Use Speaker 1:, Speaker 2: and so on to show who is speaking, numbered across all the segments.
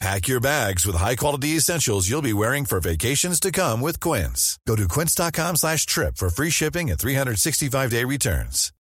Speaker 1: Pack your bags with high-quality essentials you'll be wearing for vacations to come with Quince. Go to quince.com slash trip for free shipping and 365-day returns.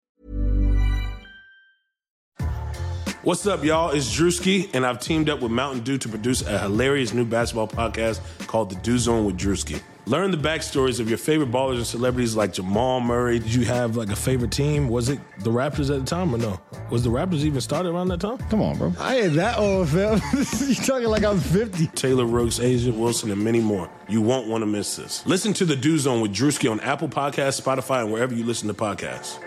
Speaker 2: What's up, y'all? It's Drewski, and I've teamed up with Mountain Dew to produce a hilarious new basketball podcast called The Dew Zone with Drewski. Learn the backstories of your favorite ballers and celebrities like Jamal Murray.
Speaker 3: Did you have like a favorite team? Was it the Raptors at the time or no? Was the Raptors even started around that time?
Speaker 4: Come on, bro.
Speaker 5: I ain't that old, fam. you talking like I'm 50.
Speaker 2: Taylor Rooks, Asia Wilson, and many more. You won't want to miss this. Listen to The Dew Zone with Drewski on Apple Podcasts, Spotify, and wherever you listen to podcasts.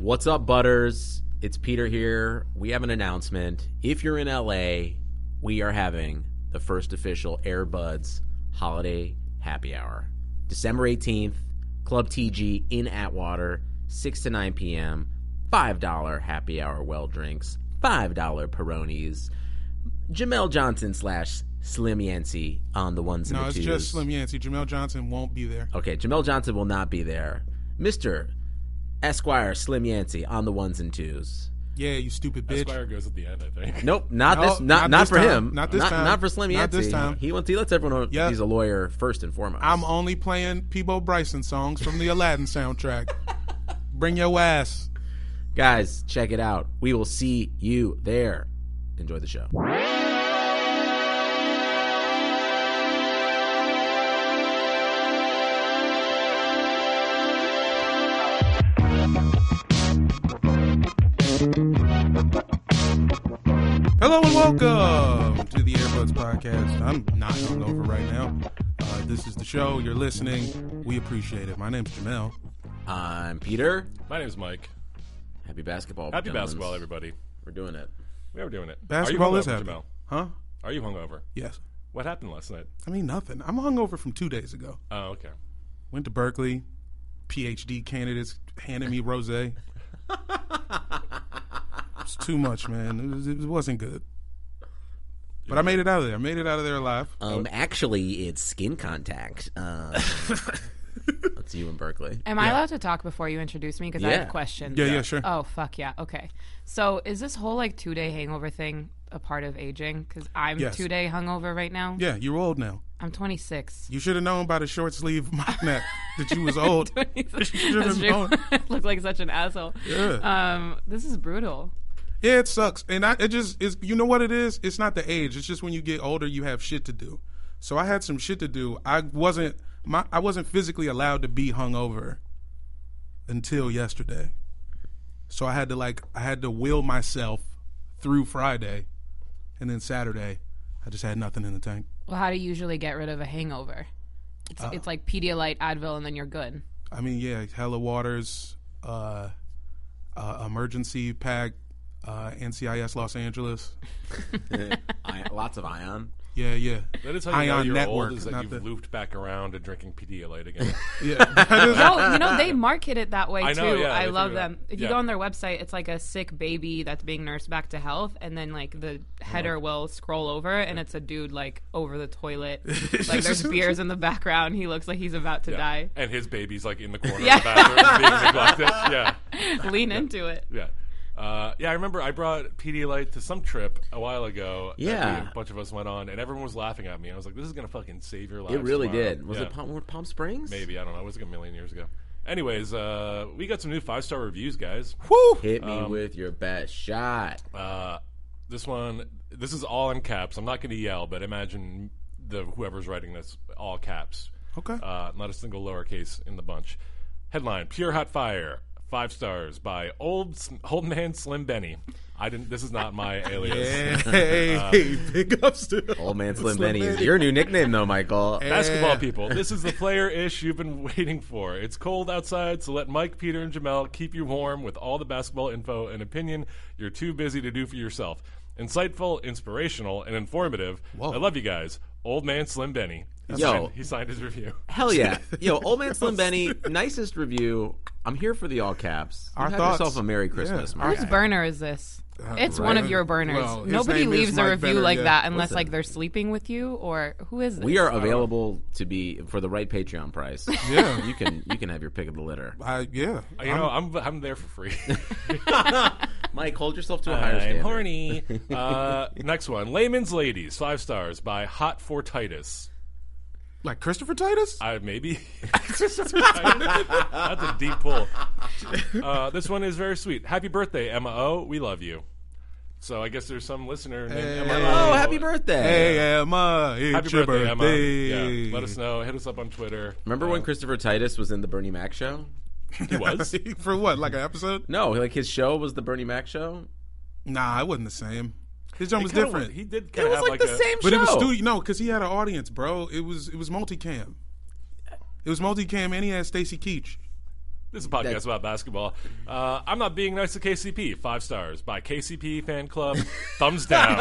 Speaker 6: What's up, Butters? It's Peter here. We have an announcement. If you're in LA, we are having the first official Airbuds Holiday Happy Hour. December 18th, Club TG in Atwater, 6 to 9 p.m. $5 happy hour well drinks, $5 Peronis, Jamel Johnson slash Slim Yancey on the ones and
Speaker 7: No,
Speaker 6: the Oh.
Speaker 7: it's
Speaker 6: twos.
Speaker 7: just Slim Yancey. Jamel Johnson won't be there.
Speaker 6: Okay, Jamel Johnson will not be there. Mr. Esquire Slim Yancey on the ones and twos.
Speaker 7: Yeah, you stupid bitch.
Speaker 3: Esquire goes at the end, I think.
Speaker 6: Nope, not
Speaker 7: No,
Speaker 6: this, not, not,
Speaker 7: not this
Speaker 6: for
Speaker 7: time.
Speaker 6: him,
Speaker 7: Not this
Speaker 6: not,
Speaker 7: time.
Speaker 6: not for Slim
Speaker 7: Not
Speaker 6: Yancey.
Speaker 7: this time.
Speaker 6: He wants he lets everyone know
Speaker 7: Yeah.
Speaker 6: he's a lawyer first and foremost.
Speaker 7: I'm only playing Peebo Bryson songs from the Aladdin soundtrack. Bring your ass.
Speaker 6: Guys, check it out. We will see you there. Enjoy the show.
Speaker 7: Hello and welcome to the Airbuds Podcast. I'm not hungover right now. Uh, this is the show. You're listening. We appreciate it. My name's Jamel.
Speaker 6: I'm Peter.
Speaker 3: My name's Mike.
Speaker 6: Happy basketball.
Speaker 3: Happy
Speaker 6: gentlemen.
Speaker 3: basketball, everybody.
Speaker 6: We're doing it.
Speaker 3: We are doing it.
Speaker 7: Basketball
Speaker 3: Are you
Speaker 7: is
Speaker 3: hungover,
Speaker 7: happening.
Speaker 3: Jamel?
Speaker 7: Huh?
Speaker 3: Are you hungover?
Speaker 7: Yes.
Speaker 3: What happened last night?
Speaker 7: I mean, nothing. I'm hungover from two days ago.
Speaker 3: Oh, okay.
Speaker 7: Went to Berkeley. PhD candidates handed me rose. It's too much, man. It, was, it wasn't good. But I made it out of there. I made it out of there alive.
Speaker 6: Um, actually, it's skin contact. Um, that's you in Berkeley.
Speaker 8: Am I allowed to talk before you introduce me? Because I
Speaker 6: Yeah.
Speaker 8: have questions.
Speaker 7: Yeah, yeah, sure.
Speaker 8: Oh, fuck yeah. Okay. So is this whole like two day hangover thing a part of aging? Because I'm
Speaker 7: Yes.
Speaker 8: two day hungover right now.
Speaker 7: Yeah, you're old now.
Speaker 8: I'm 26.
Speaker 7: You should have known by the short sleeve mock neck that you was old. should've
Speaker 8: That's true.
Speaker 7: known.
Speaker 8: I look like such an asshole.
Speaker 7: Yeah.
Speaker 8: Um, this is brutal.
Speaker 7: Yeah, it sucks. And I, it just is. You know what it is? It's not the age. It's just when you get older, you have shit to do. So I had some shit to do. I wasn't my. I wasn't physically allowed to be hungover until yesterday. So I had to like. I had to will myself through Friday, and then Saturday, I just had nothing in the tank.
Speaker 8: Well, how do you usually get rid of a hangover? It's,
Speaker 7: Uh,
Speaker 8: it's like Pedialyte, Advil, and then you're good.
Speaker 7: I mean, yeah, hella waters, uh, uh, emergency pack, uh, NCIS Los Angeles.
Speaker 6: I, lots of ion.
Speaker 7: Yeah, yeah.
Speaker 3: That is how you know
Speaker 7: Ion
Speaker 3: you're
Speaker 7: Network,
Speaker 3: old is that
Speaker 7: not
Speaker 3: you've
Speaker 7: the-
Speaker 3: looped back around to drinking Pedialyte again.
Speaker 8: no, you know they market it that way
Speaker 3: I
Speaker 8: too.
Speaker 3: know, yeah,
Speaker 8: I
Speaker 3: they
Speaker 8: love
Speaker 3: figured it out.
Speaker 8: them. If you
Speaker 3: Yeah.
Speaker 8: go on their website, it's like a sick baby that's being nursed back to health, and then like the header will scroll over, and it's a dude like over the toilet. like there's beers in the background. He looks like he's about to
Speaker 3: Yeah.
Speaker 8: die.
Speaker 3: And his baby's like in the corner
Speaker 8: Yeah.
Speaker 3: of the bathroom being neglected. Yeah.
Speaker 8: Lean
Speaker 3: Yeah.
Speaker 8: into it.
Speaker 3: Yeah. Uh, yeah, I remember I brought Pedialyte to some trip a while ago. that
Speaker 6: Yeah.
Speaker 3: we- a bunch of us went on, and everyone was laughing at me. I was like, "This is gonna fucking save your life."
Speaker 6: It really did. Was it Palm, Palm Springs?
Speaker 3: Maybe I don't know. It was like a million years ago. Anyways, uh, we got some new five star reviews, guys.
Speaker 6: Woo! Hit me
Speaker 3: Um,
Speaker 6: with your best shot.
Speaker 3: Uh, this one, this is all in caps. I'm not going to yell, but imagine the whoever's writing this all caps.
Speaker 7: Okay.
Speaker 3: Uh, not a single lowercase in the bunch. Headline: Pure Hot Fire, five stars by old S- old man Slim Benny. I didn't. This is not my alias. Uh,
Speaker 7: Hey, big ups to
Speaker 6: Old man Slim Benny is your new nickname, though, Michael. Eh.
Speaker 3: Basketball people, this is the player ish you've been waiting for. It's cold outside, so let Mike, Peter, and Jamel keep you warm with all the basketball info and opinion you're too busy to do for yourself. Insightful, inspirational, and informative. I love you guys. Old man Slim Benny. He
Speaker 6: Yo.
Speaker 3: signed, he signed his review.
Speaker 6: Hell yeah. Yo, Old Man Slim Benny, nicest review. I'm here for the all caps. You
Speaker 7: Our
Speaker 6: have
Speaker 7: thoughts.
Speaker 6: yourself a Merry
Speaker 7: Yeah.
Speaker 6: Christmas, my
Speaker 8: Whose
Speaker 6: guy.
Speaker 8: burner is this? It's one of
Speaker 7: right.
Speaker 8: your burners.
Speaker 7: Well, his
Speaker 8: Nobody
Speaker 7: name is
Speaker 8: leaves a
Speaker 7: Mike
Speaker 8: review
Speaker 7: Benner,
Speaker 8: like
Speaker 7: yeah.
Speaker 8: that unless
Speaker 6: Listen.
Speaker 8: like they're sleeping with you or who is this?
Speaker 6: We are available to be for the right Patreon price.
Speaker 7: Yeah.
Speaker 6: you can you can have your pick of the litter.
Speaker 7: I, yeah.
Speaker 3: You know, I'm, I'm there for free.
Speaker 6: Mike, hold yourself to a higher
Speaker 3: I'm
Speaker 6: standard.
Speaker 3: horny. Uh, next one Layman's Ladies, five stars by Hot for Titus.
Speaker 7: Like Christopher Titus?
Speaker 3: I maybe. That's a deep pull. Uh, this one is very sweet. Happy birthday, Emma O. We love you. So I guess there's some listener named Emma O.
Speaker 6: Oh, happy birthday.
Speaker 7: Hey, Emma. It's
Speaker 3: Happy
Speaker 7: your
Speaker 3: birthday, Emma.
Speaker 7: birthday.
Speaker 3: Yeah. Let us know. Hit us up on Twitter.
Speaker 6: Remember when Christopher Titus was in the Bernie Mac show?
Speaker 3: He was.
Speaker 7: For what? Like an episode?
Speaker 6: No, like his show was the Bernie Mac show.
Speaker 7: Nah, it wasn't the same. His jump was
Speaker 3: Kinda-
Speaker 7: different.
Speaker 3: He did
Speaker 6: It
Speaker 3: kind of
Speaker 6: was
Speaker 3: have
Speaker 6: like, the
Speaker 3: a,
Speaker 6: same
Speaker 7: But
Speaker 6: show.
Speaker 7: it was studio. No, because he had an audience, bro. It was it was multicam. It was multicam, and he had Stacy Keach.
Speaker 3: This is a podcast
Speaker 6: That-
Speaker 3: about basketball. Uh, I'm not being nice to KCP. Five stars by KCP fan club. Thumbs down.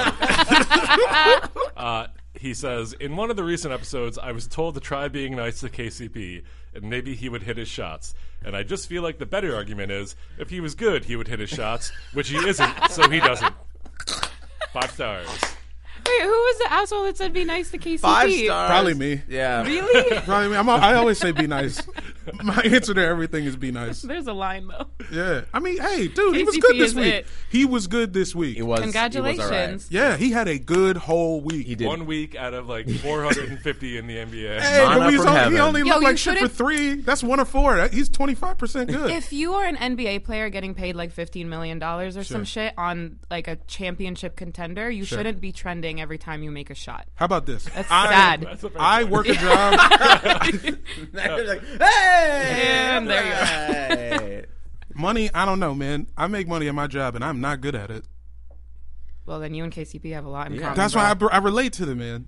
Speaker 3: uh, he says in one of the recent episodes, I was told to try being nice to KCP, and maybe he would hit his shots. And I just feel like the better argument is if he was good, he would hit his shots, which he isn't, so he doesn't. Five stars.
Speaker 8: Wait, who was the asshole that said be nice to KCP?
Speaker 6: Five stars.
Speaker 7: Probably me.
Speaker 6: Yeah.
Speaker 8: Really?
Speaker 7: Probably me. I'm, al- I always say be nice. My answer to everything is be nice.
Speaker 8: There's a line though.
Speaker 7: Yeah. I mean, hey, dude, he was
Speaker 8: KCP
Speaker 7: good this
Speaker 8: is
Speaker 7: week.
Speaker 8: it.
Speaker 7: He was good this week.
Speaker 6: He was. he was all right.
Speaker 8: Congratulations.
Speaker 7: Yeah, he had a good whole week.
Speaker 6: He did.
Speaker 3: One week out of like 450 in the NBA.
Speaker 7: Hey,
Speaker 6: Mana
Speaker 7: but we was
Speaker 6: from
Speaker 7: only, he
Speaker 6: heaven.
Speaker 7: only
Speaker 8: Yo,
Speaker 7: looked
Speaker 8: you
Speaker 7: like shit for
Speaker 8: should've-
Speaker 7: three. That's one of four. That- He's 25% good.
Speaker 8: If you are an NBA player getting paid like fifteen million dollars or some shit on like a championship contender, you shouldn't be trending every time you make a shot.
Speaker 7: How about this? That's I,
Speaker 8: sad.
Speaker 3: That's a fair
Speaker 7: I
Speaker 3: point.
Speaker 7: work a job.
Speaker 6: They're like, hey!
Speaker 8: And there you go.
Speaker 6: Right.
Speaker 7: money, I don't know, man. I make money at my job, and I'm not good at it.
Speaker 8: Well, then you and KCP have a lot in common.
Speaker 7: That's
Speaker 8: bro.
Speaker 7: why I, br- I relate to the man.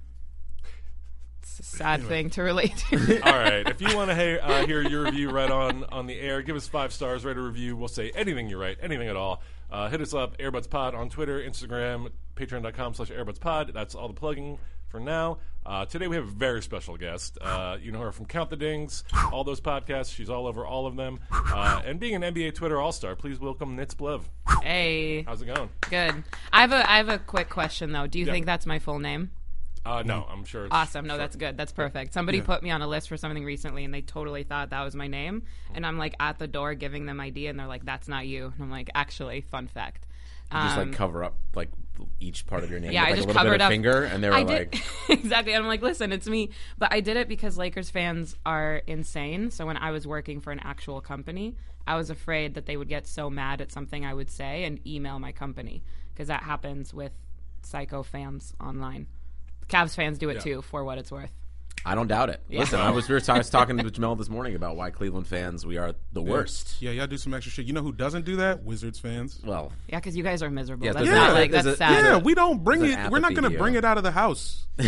Speaker 8: It's a sad thing to relate to.
Speaker 3: All right. If you want to hear, uh, hear your review right on on the air, give us five stars, rate a review. We'll say anything you write, anything at all. Uh, hit us up, AirbudsPod on Twitter, Instagram, patreon.com slash AirbudsPod. That's all the plugging for now. Uh, today we have a very special guest. Uh, you know her from Count the Dings, all those podcasts. She's all over all of them. Uh, and being an NBA Twitter all-star, please welcome Nitz Blev.
Speaker 8: hey,
Speaker 3: How's it going?
Speaker 8: good. I have a I have a quick question though. Do you think that's my full name?
Speaker 3: Uh, no, I'm sure it's
Speaker 8: Awesome. No, that's good. That's perfect. Somebody put me on a list for something recently and they totally thought that was my name. And I'm like at the door giving them ID and they're like, that's not you. And I'm like, actually, fun fact.
Speaker 6: just like cover up like each part of your name
Speaker 8: Yeah, I
Speaker 6: with like
Speaker 8: just
Speaker 6: a little
Speaker 8: covered
Speaker 6: bit of
Speaker 8: up.
Speaker 6: finger, and they were
Speaker 8: I
Speaker 6: like,
Speaker 8: did exactly. I'm like, listen, it's me. But I did it because Lakers fans are insane. So when I was working for an actual company, I was afraid that they would get so mad at something I would say and email my company because that happens with psycho fans online. Cavs fans do it too, for what it's worth.
Speaker 6: I don't doubt it. Listen, I was we were ta- I was talking to Jamel this morning about why Cleveland fans we are the worst.
Speaker 7: Yeah, y'all do some extra shit. You know who doesn't do that? Wizards fans.
Speaker 6: Well,
Speaker 8: Yeah, because you guys are miserable.
Speaker 6: Yeah,
Speaker 8: that's
Speaker 6: there's
Speaker 8: not
Speaker 6: a-
Speaker 8: like
Speaker 6: there's
Speaker 8: that's
Speaker 6: a-
Speaker 7: Yeah,
Speaker 8: sad.
Speaker 7: we don't bring
Speaker 6: there's an
Speaker 7: it. We're not
Speaker 6: apathy
Speaker 7: going
Speaker 6: to
Speaker 7: to bring
Speaker 6: you.
Speaker 7: it out of the house.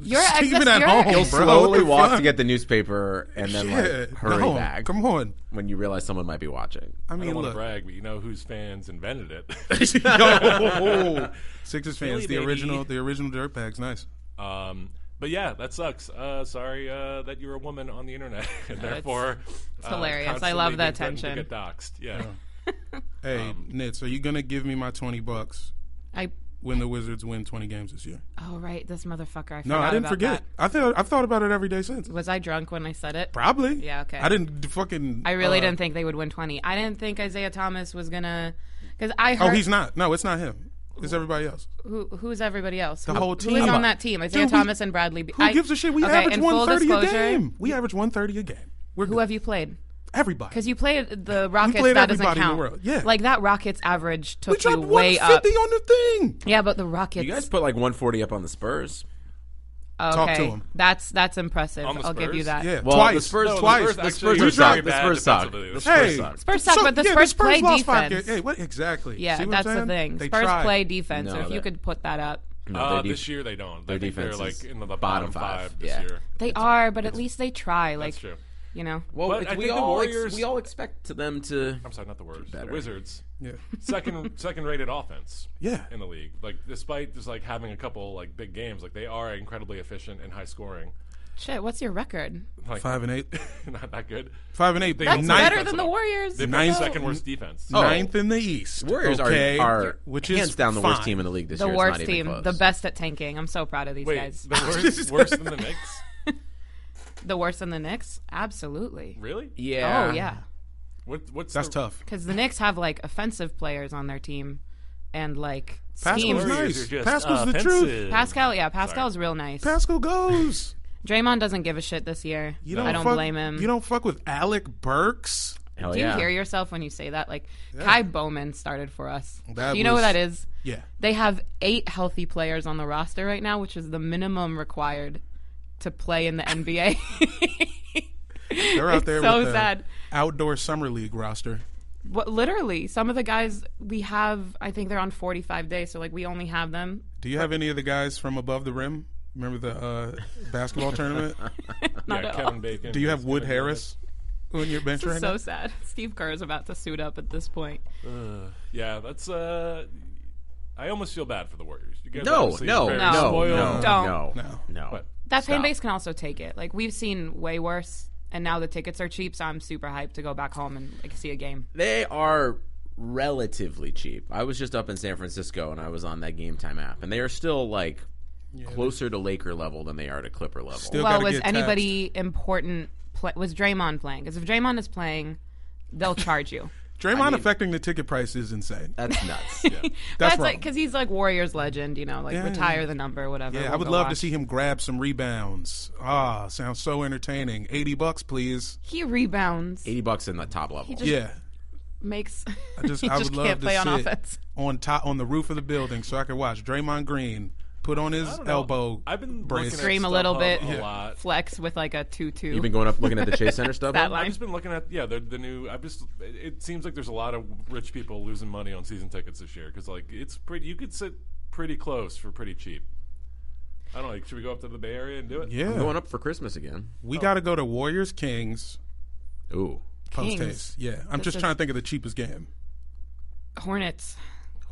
Speaker 8: Your
Speaker 7: Just
Speaker 8: ex
Speaker 7: keep it at home,
Speaker 6: He'll
Speaker 7: bro.
Speaker 6: slowly
Speaker 7: What the
Speaker 6: walk
Speaker 7: fuck?
Speaker 6: to get the newspaper and then like
Speaker 7: Yeah,
Speaker 6: hurry
Speaker 7: no,
Speaker 6: back.
Speaker 7: Come on.
Speaker 6: When you realize someone might be watching.
Speaker 7: I
Speaker 3: I
Speaker 7: mean,
Speaker 3: don't want
Speaker 7: look.
Speaker 3: to brag, but you know whose fans invented it.
Speaker 7: Yo, Sixers
Speaker 3: Philly,
Speaker 7: fans, the
Speaker 3: baby.
Speaker 7: original, the original dirtbags. Nice.
Speaker 3: Um, but yeah, that sucks. Uh, sorry uh, that you're a woman on the internet, and therefore,
Speaker 8: it's
Speaker 3: uh,
Speaker 8: hilarious. I
Speaker 3: constantly
Speaker 8: love that
Speaker 3: being
Speaker 8: tension.
Speaker 3: threatened to Get doxxed. Yeah.
Speaker 7: Hey, Nitz, are you gonna give me my twenty bucks?
Speaker 8: Um, I-
Speaker 7: when the Wizards win twenty games this year.
Speaker 8: Oh right, this motherfucker. I
Speaker 7: no,
Speaker 8: forgot
Speaker 7: I didn't
Speaker 8: about
Speaker 7: forget. I thought I've thought about it every day since.
Speaker 8: that. Was I drunk when I said it?
Speaker 7: Probably.
Speaker 8: Yeah. Okay.
Speaker 7: I didn't d- fucking.
Speaker 8: I really
Speaker 7: uh,
Speaker 8: didn't think they would win twenty. I didn't think Isaiah Thomas was gonna. Because I
Speaker 7: Oh,
Speaker 8: heard.
Speaker 7: he's not. No, it's not him. It's everybody else.
Speaker 8: Who, who's everybody else?
Speaker 7: The
Speaker 8: Who-
Speaker 7: whole
Speaker 8: Who is
Speaker 7: team.
Speaker 8: on that team? Isaiah
Speaker 7: Dude, we-
Speaker 8: Thomas and Bradley. Be-
Speaker 7: Who
Speaker 8: I-
Speaker 7: gives a shit? We
Speaker 8: okay,
Speaker 7: average
Speaker 8: in
Speaker 7: one
Speaker 8: full
Speaker 7: thirty a
Speaker 8: disclosure,
Speaker 7: game. We average one thirty a game.
Speaker 8: Who have you played?
Speaker 7: Everybody.
Speaker 8: Because you played the Rockets,
Speaker 7: played
Speaker 8: that doesn't
Speaker 7: everybody in the
Speaker 8: count.
Speaker 7: world, yeah.
Speaker 8: Like that Rockets average took
Speaker 7: We dropped
Speaker 8: you way up.
Speaker 7: 150 on the thing.
Speaker 8: Yeah, but the Rockets.
Speaker 6: You guys put like 140 up on the Spurs.
Speaker 8: okay,
Speaker 7: Talk to him.
Speaker 8: That's that's impressive.
Speaker 3: On the
Speaker 8: I'll give you
Speaker 3: Spurs?
Speaker 8: that.
Speaker 7: Yeah,
Speaker 6: Well,
Speaker 7: twice.
Speaker 6: the Spurs,
Speaker 7: No, the
Speaker 6: twice.
Speaker 7: Spurs
Speaker 6: The
Speaker 7: actually
Speaker 6: Spurs,
Speaker 7: are
Speaker 6: suck.
Speaker 7: very
Speaker 6: The
Speaker 3: bad
Speaker 6: Spurs suck.
Speaker 3: defensively.
Speaker 6: The Spurs
Speaker 7: Hey,
Speaker 6: suck.
Speaker 8: Spurs suck, but the Spurs play
Speaker 7: lost five
Speaker 8: defense.
Speaker 7: games. Hey, what exactly?
Speaker 8: Yeah,
Speaker 7: See what I'm
Speaker 8: that's the
Speaker 7: saying?
Speaker 8: thing.
Speaker 7: They
Speaker 8: Spurs
Speaker 7: tried.
Speaker 8: play defense.
Speaker 6: No,
Speaker 8: if you
Speaker 6: that-
Speaker 8: could put that up,
Speaker 3: uh,
Speaker 6: their def-
Speaker 3: this year they don't.
Speaker 6: their
Speaker 3: I think they're
Speaker 6: defense
Speaker 3: like
Speaker 6: is
Speaker 3: in the
Speaker 6: bottom
Speaker 3: bottom, five,
Speaker 6: five.
Speaker 3: this
Speaker 6: Yeah.
Speaker 3: year.
Speaker 8: they are. But at least they try. Like,
Speaker 3: true.
Speaker 8: you know,
Speaker 6: Well,
Speaker 3: But
Speaker 6: it-
Speaker 3: I
Speaker 6: we,
Speaker 3: think the
Speaker 6: all
Speaker 3: Warriors-
Speaker 6: ex- we all expect to them to.
Speaker 3: I'm sorry, not the Warriors. The
Speaker 6: better.
Speaker 3: Wizards.
Speaker 7: Yeah.
Speaker 3: Second second rated offense.
Speaker 7: Yeah.
Speaker 3: In the league, like despite just like having a couple like big games, like they are incredibly efficient and high scoring.
Speaker 8: shit. What's your record?
Speaker 3: Like
Speaker 7: Five and eight.
Speaker 3: not that good.
Speaker 7: Five and eight. They
Speaker 8: That's
Speaker 7: ninth,
Speaker 8: better than the Warriors.
Speaker 3: They play
Speaker 7: Ninth-
Speaker 3: second worst defense.
Speaker 6: Oh.
Speaker 7: ninth in the East.
Speaker 6: Warriors
Speaker 7: okay?
Speaker 6: are, are
Speaker 7: which
Speaker 6: hands
Speaker 7: is
Speaker 6: down the worst
Speaker 7: fine.
Speaker 6: team in the league this
Speaker 8: the
Speaker 6: year. It's
Speaker 8: worst
Speaker 6: not even
Speaker 8: team,
Speaker 6: close.
Speaker 8: the best at tanking. I'm so proud of these
Speaker 3: Wait,
Speaker 8: guys.
Speaker 3: the worst, worse than the Knicks?
Speaker 8: The worst than the Knicks, absolutely.
Speaker 3: Really?
Speaker 6: Yeah.
Speaker 8: Oh yeah,
Speaker 3: What, what's
Speaker 7: That's
Speaker 3: the-
Speaker 7: tough.
Speaker 8: because the Knicks have like offensive players on their team, and like
Speaker 7: Pascal's
Speaker 8: schemes.
Speaker 3: Warriors
Speaker 7: nice.
Speaker 3: are just
Speaker 7: Pascal's the
Speaker 3: offensive.
Speaker 7: truth.
Speaker 8: Pascal, yeah, Pascal's real nice.
Speaker 7: Pascal goes.
Speaker 8: Draymond doesn't give a shit this year.
Speaker 7: You don't
Speaker 8: I don't
Speaker 7: fuck,
Speaker 8: blame him.
Speaker 7: You don't fuck with Alec Burks.
Speaker 6: Hell
Speaker 8: Do you
Speaker 6: yeah.
Speaker 8: hear yourself when you say that? Like Kai Bowman started for us.
Speaker 7: That
Speaker 8: Do you know what
Speaker 7: was-
Speaker 8: that is?
Speaker 7: Yeah.
Speaker 8: They have eight healthy players on the roster right now, which is the minimum required to play in the NBA.
Speaker 7: They're out there
Speaker 8: so
Speaker 7: with the
Speaker 8: sad.
Speaker 7: outdoor summer league roster.
Speaker 8: What, literally, some of the guys we have, I think they're on 45 days, so like we only have them.
Speaker 7: Do you have any of the guys from above the rim? Remember the uh, basketball tournament?
Speaker 3: Yeah, Kevin Bacon.
Speaker 7: Do you have
Speaker 3: is
Speaker 7: Wood
Speaker 3: gonna be
Speaker 7: Harris on your bench right
Speaker 8: So
Speaker 7: now?
Speaker 8: sad. Steve Kerr is about to suit up at this point.
Speaker 3: in it. Yeah, that's. Uh, I almost feel bad for the Warriors. You guys
Speaker 6: No,
Speaker 3: obviously
Speaker 6: no, no,
Speaker 3: are very
Speaker 6: no,
Speaker 3: spoiled.
Speaker 6: no,
Speaker 8: Don't.
Speaker 6: no,
Speaker 7: No.
Speaker 6: no.
Speaker 3: What?
Speaker 8: That fan
Speaker 6: Stop.
Speaker 8: base can also take it. Like we've seen way worse, and now the tickets are cheap, so I'm super hyped to go back home and like see a game.
Speaker 6: They are relatively cheap. I was just up in San Francisco and I was on that Game Time app, and they are still like closer to Laker level than they are to Clipper level.
Speaker 7: Still
Speaker 8: well,
Speaker 7: gotta
Speaker 8: was
Speaker 7: get taxed.
Speaker 8: anybody important? Play- was Draymond playing? Because if Draymond is playing, they'll charge you.
Speaker 7: Draymond affecting the ticket price is insane.
Speaker 6: That's nuts.
Speaker 7: That's
Speaker 8: That's like
Speaker 7: wrong.
Speaker 8: because he's like Warriors legend, you know, like retire the number, whatever.
Speaker 7: Yeah, I
Speaker 8: We'll
Speaker 7: would
Speaker 8: go
Speaker 7: love to
Speaker 8: watch.
Speaker 7: see him grab some rebounds. Ah, sounds so entertaining. 80 bucks, please.
Speaker 8: He rebounds,
Speaker 6: Eighty bucks in the top level.
Speaker 7: yeah.
Speaker 8: makes.
Speaker 7: I just
Speaker 8: he
Speaker 7: I
Speaker 8: just
Speaker 7: would love
Speaker 8: can't
Speaker 7: to
Speaker 8: play
Speaker 7: sit
Speaker 8: on offense.
Speaker 7: on top on the roof of the building so I could watch Draymond Green put on his
Speaker 3: don't know.
Speaker 7: elbow.
Speaker 3: I've been
Speaker 7: brace.
Speaker 3: looking at
Speaker 8: Scream a little
Speaker 3: StubHub
Speaker 8: bit,
Speaker 3: a lot.
Speaker 8: flex with like a two-two.
Speaker 6: You've been going up looking at the Chase Center stuff.
Speaker 8: That
Speaker 6: huh?
Speaker 8: line.
Speaker 3: I've just been looking at yeah the, the new. I've just it- it seems like there's a lot of rich people losing money on season tickets this year because like it's pretty. You could sit pretty close for pretty cheap. I don't know. Like, should we go up to the Bay Area and do it?
Speaker 7: yeah.
Speaker 6: I'm going up for Christmas again.
Speaker 7: we got to go to Warriors Kings
Speaker 6: Ooh,
Speaker 7: post
Speaker 8: Kings.
Speaker 7: haste. Yeah. I'm
Speaker 8: This
Speaker 7: just
Speaker 8: is-
Speaker 7: trying to think of the cheapest game.
Speaker 8: Hornets.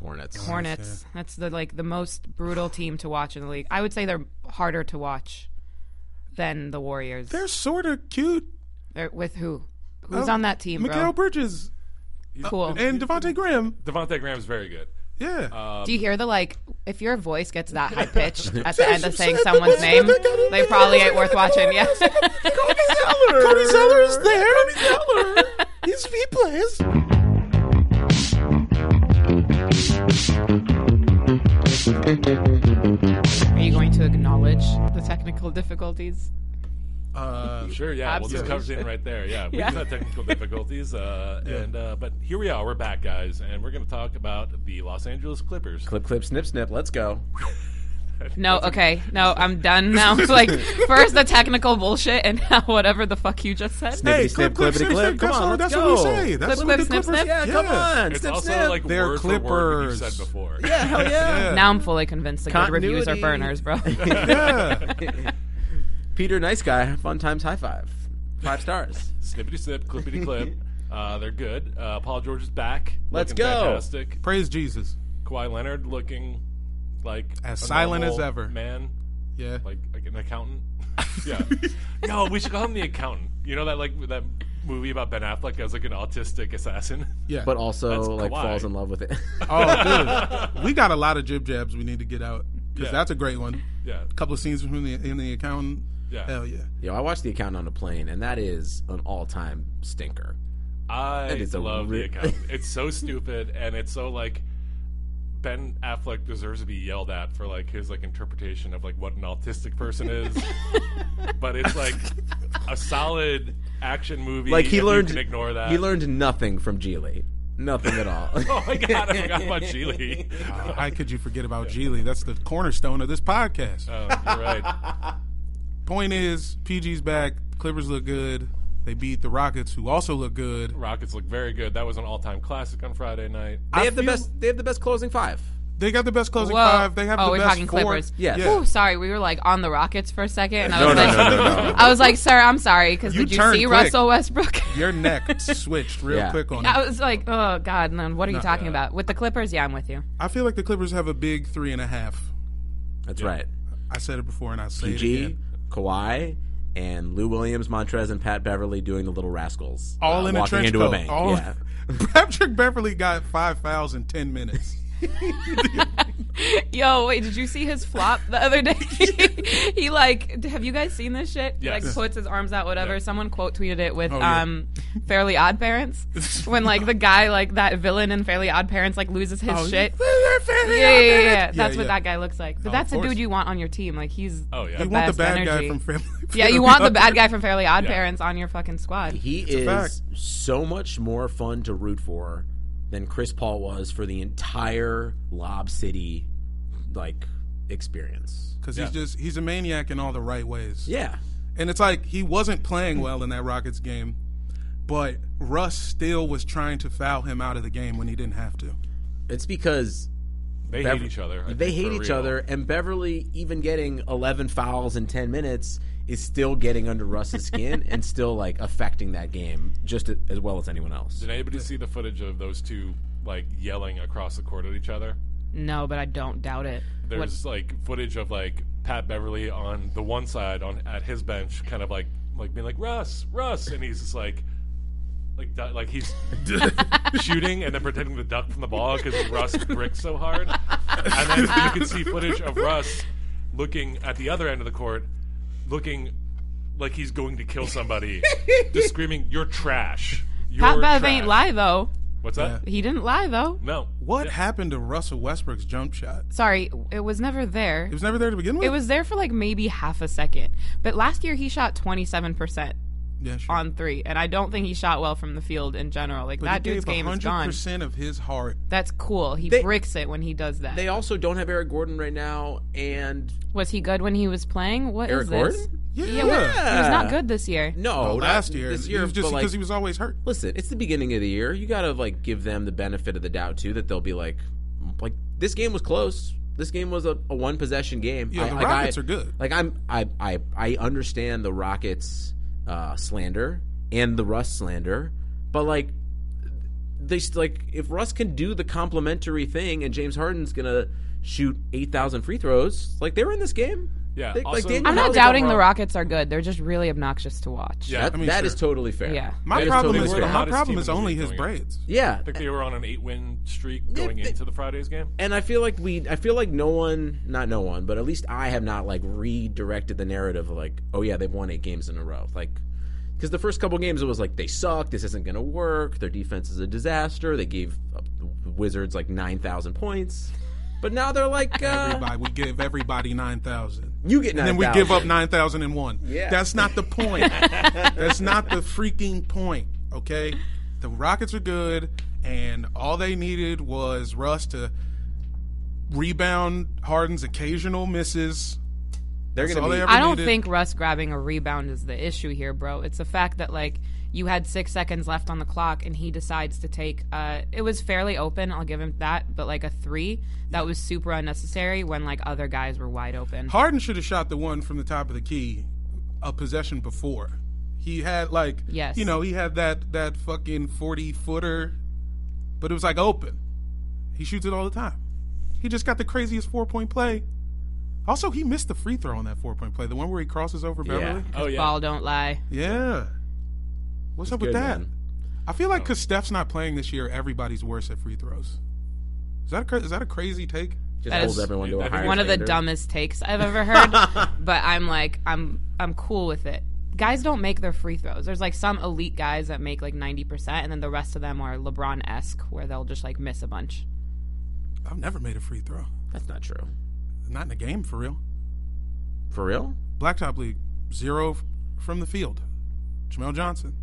Speaker 6: Hornets.
Speaker 8: Hornets. That's the like the most brutal team to watch in the league. I would say they're harder to watch than the Warriors.
Speaker 7: They're sort of cute. Oh,
Speaker 8: They're- with who? Who's on that team, bro?
Speaker 7: Mikael Bridges
Speaker 8: Cool.
Speaker 7: and Devontae Graham.
Speaker 3: Devontae Graham's very good.
Speaker 7: Yeah.
Speaker 3: Uh,
Speaker 8: Do you hear the like? If your voice gets that high pitched at the end of saying someone's name, they probably ain't worth watching. Yeah.
Speaker 7: Cody Zeller is there. Cody Zeller. He's, he plays.
Speaker 8: Are you going to acknowledge the technical difficulties?
Speaker 7: Uh,
Speaker 3: Sure, yeah. Well, this comes in right there. Yeah, we just had technical difficulties, uh, and uh, but here we are. We're back, guys, and we're going to talk about the Los Angeles Clippers.
Speaker 6: Clip, clip, snip, snip. Let's go.
Speaker 8: No, okay. No, I'm done now. like, first the technical bullshit and now whatever the fuck you just said.
Speaker 6: Snippity snip, clippity clip. Come
Speaker 7: That's
Speaker 6: on, let's
Speaker 7: what- that's what we
Speaker 6: go.
Speaker 7: say. That's
Speaker 6: Clip,
Speaker 7: what
Speaker 6: clip,
Speaker 7: the
Speaker 6: snip,
Speaker 7: Clippers-
Speaker 6: snip. Yeah,
Speaker 7: yeah.
Speaker 6: come on.
Speaker 7: It's
Speaker 6: snip,
Speaker 7: also
Speaker 6: snip.
Speaker 7: like They're word for word what you've said Clippers. before.
Speaker 6: Yeah, hell yeah.
Speaker 8: Now I'm fully convinced the good reviews are burners,
Speaker 6: Continuity.
Speaker 8: bro.
Speaker 6: Peter, nice guy. Fun times, high five. Five stars.
Speaker 3: Snippity snip, clippity clip. Uh, they're good. Uh, Paul George is back.
Speaker 6: Let's
Speaker 3: looking
Speaker 6: go.
Speaker 3: Fantastic.
Speaker 7: Praise Jesus.
Speaker 3: Kawhi Leonard looking like
Speaker 7: As
Speaker 3: a
Speaker 7: silent as
Speaker 3: normal
Speaker 7: ever.
Speaker 3: Man.
Speaker 7: Yeah.
Speaker 3: Like like an accountant. yeah. No, we should call him the accountant. You know that like that movie about Ben Affleck as like an autistic assassin.
Speaker 7: Yeah.
Speaker 6: But also
Speaker 3: That's
Speaker 6: like
Speaker 3: Kawhi.
Speaker 6: falls in love with it.
Speaker 7: Oh, dude, we got a lot of jib jabs we need to get out because
Speaker 3: Yeah.
Speaker 7: that's a great one.
Speaker 3: Yeah.
Speaker 7: a couple of scenes from the in the accountant.
Speaker 3: Yeah.
Speaker 7: hell yeah.
Speaker 6: Yo, I watched The Accountant on a plane, and that is an all-time stinker.
Speaker 3: I
Speaker 6: That is a
Speaker 3: love the
Speaker 6: re-
Speaker 3: account. It's so stupid, and it's so like Ben Affleck deserves to be yelled at for like his like interpretation of like what an autistic person is. but it's like a solid action movie.
Speaker 6: Like he
Speaker 3: and you
Speaker 6: learned,
Speaker 3: can ignore that.
Speaker 6: He learned nothing from Geely. Nothing at all.
Speaker 3: Oh my god, I forgot about Geely.
Speaker 7: Wow, How could you forget about Geely? That's the cornerstone of this podcast.
Speaker 3: Oh, you're right.
Speaker 7: Point is, PG's back. Clippers look good. They beat the Rockets, who also look good.
Speaker 3: Rockets look very good. That was an all-time classic on Friday night.
Speaker 6: They have the best. They have the best closing five.
Speaker 7: They got the best closing
Speaker 8: Whoa.
Speaker 7: five. They have
Speaker 8: oh,
Speaker 7: the
Speaker 8: we're
Speaker 7: best
Speaker 8: talking
Speaker 7: four.
Speaker 8: Clippers.
Speaker 6: Yes.
Speaker 7: Yeah.
Speaker 8: Ooh, sorry, we were like on the Rockets for a second, and I
Speaker 7: No,
Speaker 8: was
Speaker 7: no,
Speaker 8: like,
Speaker 7: no, no, no.
Speaker 8: I was like, sir, I'm sorry, because
Speaker 7: You
Speaker 8: did you
Speaker 7: turned
Speaker 8: see
Speaker 7: quick.
Speaker 8: Russell Westbrook?
Speaker 7: Your neck switched real
Speaker 6: Yeah.
Speaker 7: quick on it.
Speaker 8: I was like, oh god, no, what are you talking about with the Clippers? Yeah, I'm with you.
Speaker 7: I feel like the Clippers have a big three and a half.
Speaker 6: That's right.
Speaker 7: I said it before, and I say it
Speaker 6: PG,
Speaker 7: again.
Speaker 6: Kawhi, and Lou Williams, Montrez, and Pat Beverly doing the little rascals.
Speaker 7: All
Speaker 6: uh,
Speaker 7: in a
Speaker 6: walking
Speaker 7: trench
Speaker 6: into
Speaker 7: coat.
Speaker 6: a bank.
Speaker 7: All-
Speaker 6: yeah.
Speaker 7: Patrick Beverly got five fouls in ten minutes.
Speaker 8: Yo, wait, did you see his flop the other day? he like, have you guys seen this shit? He, Like
Speaker 3: Yes.
Speaker 8: puts his arms out, whatever. Someone quote tweeted it with
Speaker 7: Oh, yeah.
Speaker 8: um, Fairly Odd Parents when like the guy like that villain in Fairly Odd Parents like loses his
Speaker 7: Oh,
Speaker 8: shit.
Speaker 7: Fairly Odd
Speaker 8: yeah, yeah,
Speaker 7: Parents.
Speaker 8: yeah, yeah.
Speaker 7: Yeah,
Speaker 8: That's what
Speaker 7: yeah.
Speaker 8: that guy looks like. But
Speaker 7: Of
Speaker 8: that's the
Speaker 7: course.
Speaker 8: dude you want on your team. Like he's
Speaker 3: Oh, yeah.
Speaker 8: the
Speaker 7: You want the
Speaker 8: best
Speaker 7: bad
Speaker 8: energy.
Speaker 7: guy from Family.
Speaker 8: yeah, you
Speaker 7: Feud.
Speaker 8: want the bad guy from Fairly Odd
Speaker 3: Yeah.
Speaker 8: Parents on your fucking squad.
Speaker 6: He
Speaker 7: fact.
Speaker 6: is so much more fun to root for than Chris Paul was for the entire Lob City like experience.
Speaker 7: because he's just he's a maniac in all the right ways.
Speaker 6: Yeah.
Speaker 7: And it's like he wasn't playing well in that Rockets game, but Russ still was trying to foul him out of the game when he didn't have to.
Speaker 6: It's because
Speaker 3: They
Speaker 6: Bev-
Speaker 3: hate each other. I
Speaker 6: They
Speaker 3: think, for
Speaker 6: hate each
Speaker 3: real.
Speaker 6: other, and Beverly, even getting 11 fouls in 10 minutes, is still getting under Russ's skin and still like affecting that game just a- as well as anyone else.
Speaker 3: Did anybody see the footage of those two like yelling across the court at each other?
Speaker 8: No, but I don't doubt it. What-
Speaker 3: There's like footage of like Pat Beverly on the one side on at his bench, kind of like like being like Russ, Russ, and he's just like like du- like he's shooting and then pretending to duck from the ball because Russ bricked so hard, and then you can see footage of Russ looking at the other end of the court, looking like he's going to kill somebody, just screaming, "You're trash." You're
Speaker 8: Pat Bev
Speaker 3: trash."
Speaker 8: ain't lie though.
Speaker 3: What's that?
Speaker 8: He didn't lie though.
Speaker 3: No.
Speaker 7: What happened to Russell Westbrook's jump shot?
Speaker 8: Sorry, it was never there.
Speaker 7: It was never there to begin with.
Speaker 8: It was there for like maybe half a second. But last year he shot 27%
Speaker 7: yeah, sure.
Speaker 8: on 3 and I don't think he shot well from the field in general. Like
Speaker 7: But
Speaker 8: that
Speaker 7: he
Speaker 8: dude's
Speaker 7: gave
Speaker 8: game is gone.
Speaker 7: 100% of his heart.
Speaker 8: That's cool. He bricks it when he does that.
Speaker 6: They also don't have Eric Gordon right now, and
Speaker 8: was he good when he was playing? What is
Speaker 6: Eric
Speaker 8: this?
Speaker 6: Gordon?
Speaker 7: Yeah,
Speaker 8: Yeah, well, he was not good this year.
Speaker 6: No,
Speaker 3: Oh,
Speaker 7: Well,
Speaker 6: not
Speaker 7: last year,
Speaker 6: This year,
Speaker 7: he was just
Speaker 6: but, like,
Speaker 7: because he was always hurt.
Speaker 6: listen, it's the beginning of the year. You gotta like give them the benefit of the doubt too that they'll be like, like this game was close. This game was a, a one possession game.
Speaker 7: Yeah, the
Speaker 6: like,
Speaker 7: Rockets are good.
Speaker 6: Like I'm, I, I, I understand the Rockets uh, slander and the Russ slander, but like they s- like if Russ can do the complimentary thing and James Harden's gonna shoot eight thousand free throws, like they were in this game.
Speaker 3: Yeah,
Speaker 6: They- like,
Speaker 3: also-
Speaker 6: Daniel
Speaker 8: I'm not
Speaker 6: House-
Speaker 8: doubting the
Speaker 3: wrong.
Speaker 8: Rockets are good. They're just really obnoxious to watch.
Speaker 3: Yeah.
Speaker 6: That,
Speaker 7: I mean,
Speaker 6: that
Speaker 7: sure.
Speaker 6: is totally fair.
Speaker 8: Yeah.
Speaker 7: My
Speaker 6: That is
Speaker 7: problem
Speaker 6: totally
Speaker 7: is,
Speaker 3: They were
Speaker 6: fair.
Speaker 3: the
Speaker 7: my
Speaker 3: hottest
Speaker 7: problem
Speaker 3: team
Speaker 7: is
Speaker 3: in the
Speaker 7: only
Speaker 3: league
Speaker 7: his
Speaker 3: going in.
Speaker 7: braids.
Speaker 6: Yeah,
Speaker 3: I think they were on an eight-win streak
Speaker 6: Yeah,
Speaker 3: going
Speaker 6: they-
Speaker 3: into the Friday's game.
Speaker 6: and I feel like we, I feel like no one, not no one, but at least I have not like redirected the narrative of like, oh yeah, they've won eight games in a row, like. Because the first couple games, it was like they suck. This isn't going to work. Their defense is a disaster. They gave uh, the Wizards like nine thousand points, but now they're like, uh,
Speaker 7: Everybody, we give everybody 9,000.
Speaker 6: you get
Speaker 7: And
Speaker 6: nine.
Speaker 7: then we give up 9,001.
Speaker 6: Yeah.
Speaker 7: That's not the point. That's not the freaking point, okay? The Rockets are good, and all they needed was Russ to rebound Harden's occasional misses.
Speaker 6: They're
Speaker 7: That's
Speaker 6: gonna
Speaker 7: all
Speaker 6: be-
Speaker 7: they ever
Speaker 8: I don't
Speaker 7: needed.
Speaker 8: think Russ grabbing a rebound is the issue here, bro. It's the fact that like you had six seconds left on the clock and he decides to take. Uh, it was fairly open. I'll give him that, but like a three that was super unnecessary when like other guys were wide open.
Speaker 7: Harden should have shot the one from the top of the key a possession before. He had like
Speaker 8: Yes.
Speaker 7: you know, he had that that fucking 40 footer but it was like open. He shoots it all the time. He just got the craziest four-point play. Also, he missed the free throw on that four-point play, the one where he crosses over Beverly.
Speaker 3: Oh,
Speaker 8: Because Ball don't lie.
Speaker 7: Yeah. What's up with
Speaker 8: good,
Speaker 7: that?
Speaker 8: man. Oh.
Speaker 7: I feel like because Steph's not playing this year, everybody's worse at free throws. Is that a, cra- is that a crazy take?
Speaker 8: That is One of the dumbest takes I've ever heard, but I'm like, I'm I'm cool with it. Guys don't make their free throws. There's like some elite guys that make like 90%, and then the rest of them are LeBron esque, where they'll just like miss a bunch.
Speaker 7: I've never made a free throw.
Speaker 6: That's not true.
Speaker 7: Not in a game for real.
Speaker 6: For real?
Speaker 7: Blacktop League, zero f- from the field. Jamel Johnson,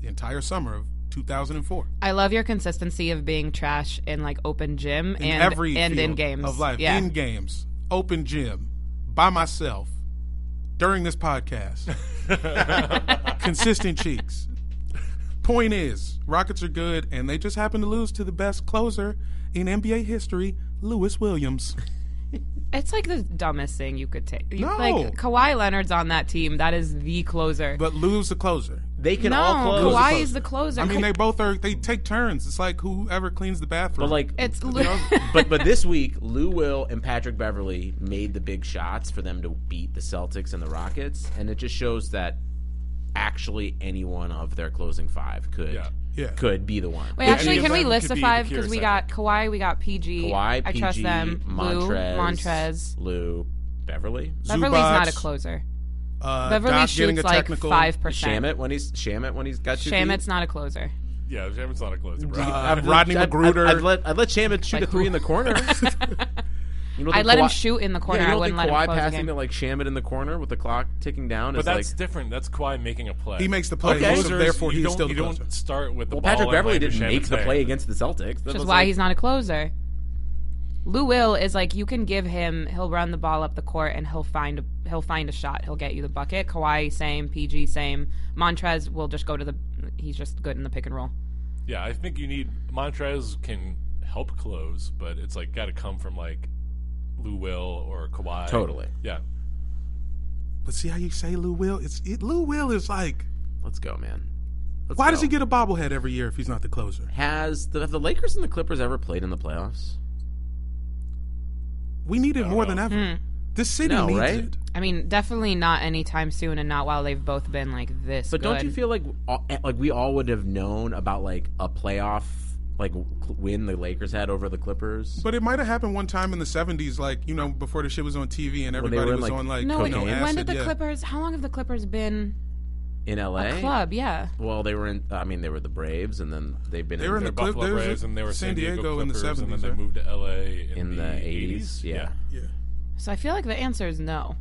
Speaker 7: the entire summer of 2004.
Speaker 8: I love your consistency of being trash in like open gym
Speaker 7: In
Speaker 8: and
Speaker 7: every
Speaker 8: and in
Speaker 7: field
Speaker 8: games
Speaker 7: of life,
Speaker 8: Yeah.
Speaker 7: in games, open gym, by myself, during this podcast. Consistent cheeks. Point is, Rockets are good, and they just happen to lose to the best closer in NBA history, Lewis Williams.
Speaker 8: It's like the dumbest thing you could take. You-
Speaker 7: No.
Speaker 8: Like Kawhi Leonard's on that team. That is the closer.
Speaker 7: But Lou's the closer.
Speaker 6: They
Speaker 8: can No, all close. Kawhi is the closer.
Speaker 7: I mean, they both are. They take turns. It's like whoever cleans the bathroom.
Speaker 6: But like
Speaker 8: It's
Speaker 6: you
Speaker 8: Lou-
Speaker 6: know, but but this week, Lou Will and Patrick Beverly made the big shots for them to beat the Celtics and the Rockets, and it just shows that actually anyone of their closing five could
Speaker 7: Yeah. Yeah.
Speaker 6: could be the one.
Speaker 8: Wait, actually, can we list the five? Because we got Kawhi, we got PG.
Speaker 6: Kawhi,
Speaker 8: I
Speaker 6: PG,
Speaker 8: trust them. Lou,
Speaker 6: Montrez,
Speaker 8: Montrez.
Speaker 6: Lou, Beverly.
Speaker 8: Beverly's not a closer.
Speaker 7: Uh,
Speaker 8: Beverly shoots like five percent.
Speaker 6: Shamit when he's Shamit when he's got two.
Speaker 8: Shamit's
Speaker 6: feet.
Speaker 8: not a closer.
Speaker 3: Yeah, Shamit's not a closer, bro.
Speaker 6: I'd let- I'd- I'd- I'd, let I'd let Shamit shoot a three in the corner. You don't
Speaker 8: I'd
Speaker 6: think
Speaker 8: let him
Speaker 6: Kawhi-
Speaker 8: shoot in the
Speaker 6: Yeah,
Speaker 8: corner.
Speaker 6: you don't
Speaker 8: I wouldn't
Speaker 6: think
Speaker 8: let him
Speaker 6: Kawhi
Speaker 8: close the
Speaker 6: passing
Speaker 8: game.
Speaker 6: to like Shamit in the corner with the clock ticking down
Speaker 3: But
Speaker 6: is
Speaker 3: that's
Speaker 6: like
Speaker 3: different. That's Kawhi making a play.
Speaker 6: He makes the play.
Speaker 3: Okay.
Speaker 6: So
Speaker 3: Closers,
Speaker 6: therefore,
Speaker 3: you
Speaker 6: he's
Speaker 3: don't,
Speaker 6: still the
Speaker 3: you don't start with the
Speaker 6: well,
Speaker 3: ball.
Speaker 6: Patrick
Speaker 3: and
Speaker 6: Beverly
Speaker 3: let
Speaker 6: didn't
Speaker 3: Shamit's
Speaker 6: make the
Speaker 3: there.
Speaker 6: play against the Celtics. That
Speaker 8: Which is
Speaker 6: was
Speaker 8: why
Speaker 6: like-
Speaker 8: he's not a closer. Lou Will is like you can give him. He'll run the ball up the court and he'll find a he'll find a shot. He'll get you the bucket. Kawhi same. PG same. Montrez will just go to the. He's just good in the pick and roll.
Speaker 3: Yeah, I think you need Montrez can help close, but it's like got to come from like Lou Will or Kawhi.
Speaker 6: Totally.
Speaker 3: Yeah.
Speaker 7: But see how you say Lou Will? It's it, Lou Will is like.
Speaker 6: Let's go, man. Let's
Speaker 7: why does
Speaker 6: go.
Speaker 7: he get a bobblehead every year if he's not the closer?
Speaker 6: Has the, have the Lakers and the Clippers ever played in the playoffs?
Speaker 7: We need it more than ever.
Speaker 8: Hmm.
Speaker 7: This city
Speaker 6: No,
Speaker 7: needs
Speaker 6: right?
Speaker 7: it.
Speaker 8: I mean, definitely not anytime soon, and not while they've both been like this.
Speaker 6: But don't
Speaker 8: good.
Speaker 6: you feel like all- like we all would have known about like a playoff like w- win the Lakers had over the Clippers?
Speaker 7: But it might have happened one time in the '70s, like you know, before the shit was on TV and
Speaker 6: When they were
Speaker 7: everybody
Speaker 6: in,
Speaker 7: was
Speaker 6: like,
Speaker 7: on like
Speaker 8: no?
Speaker 7: you know,
Speaker 6: cocaine.
Speaker 7: acid,
Speaker 8: When did the
Speaker 7: yeah.
Speaker 8: Clippers? How long have the Clippers been?
Speaker 6: in LA
Speaker 8: club, yeah.
Speaker 6: Well, they were in. I mean, they were the Braves, and then they've been.
Speaker 7: They were in
Speaker 6: the
Speaker 7: the Clip-
Speaker 3: Buffalo
Speaker 7: there's
Speaker 3: Braves
Speaker 7: a-
Speaker 3: and they were
Speaker 7: San
Speaker 3: San Diego,
Speaker 7: Diego in the eh?
Speaker 3: Clippers, and then
Speaker 7: 70s,
Speaker 3: they
Speaker 7: right?
Speaker 3: moved to LA in,
Speaker 6: in the eighties.
Speaker 3: eighties.
Speaker 6: Yeah.
Speaker 8: So I feel like the answer is no,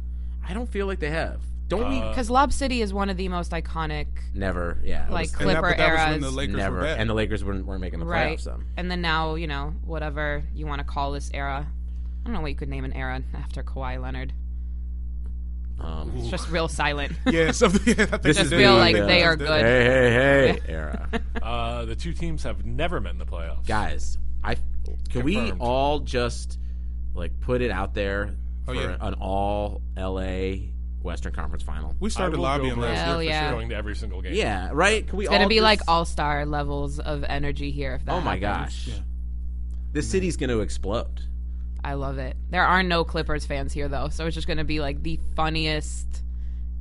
Speaker 6: I don't feel like they have. Don't
Speaker 7: Uh,
Speaker 6: we?
Speaker 8: because Lob City is one of the most iconic,
Speaker 6: Never. Yeah. it
Speaker 8: Like
Speaker 6: was-
Speaker 8: Clipper And that- but that was when eras. the
Speaker 7: Lakers were
Speaker 6: Never.
Speaker 7: bad.
Speaker 6: And the Lakers weren't, weren't making the
Speaker 8: right?
Speaker 6: playoffs. Then.
Speaker 8: And then now, you know, whatever you want to call this era. I don't know what you could name an era after Kawhi Leonard.
Speaker 6: Um,
Speaker 8: It's just real silent.
Speaker 7: Yeah, something. Yeah, I think
Speaker 8: This
Speaker 7: they
Speaker 8: is
Speaker 7: did.
Speaker 8: real, like,
Speaker 7: Yeah.
Speaker 8: they are good.
Speaker 6: Hey, hey, hey,
Speaker 8: Yeah.
Speaker 6: era.
Speaker 3: Uh, the two teams have never met in the playoffs.
Speaker 6: Guys, I can we
Speaker 3: Confirmed.
Speaker 6: all just like put it out there
Speaker 7: Oh,
Speaker 6: for
Speaker 7: yeah.
Speaker 6: an all LA Western Conference final?
Speaker 7: We
Speaker 3: I
Speaker 7: started
Speaker 3: will
Speaker 7: lobbying
Speaker 3: go
Speaker 7: last
Speaker 8: Hell
Speaker 7: year.
Speaker 8: Oh, yeah.
Speaker 3: for going to every single game.
Speaker 6: Yeah, right? Can we
Speaker 8: It's
Speaker 6: all
Speaker 8: gonna be
Speaker 6: just-
Speaker 8: like all star levels of energy here. If that
Speaker 6: Oh my
Speaker 8: happens.
Speaker 6: gosh. This city's going to explode.
Speaker 8: I love it. There are no Clippers fans here though, so it's just going to be like the funniest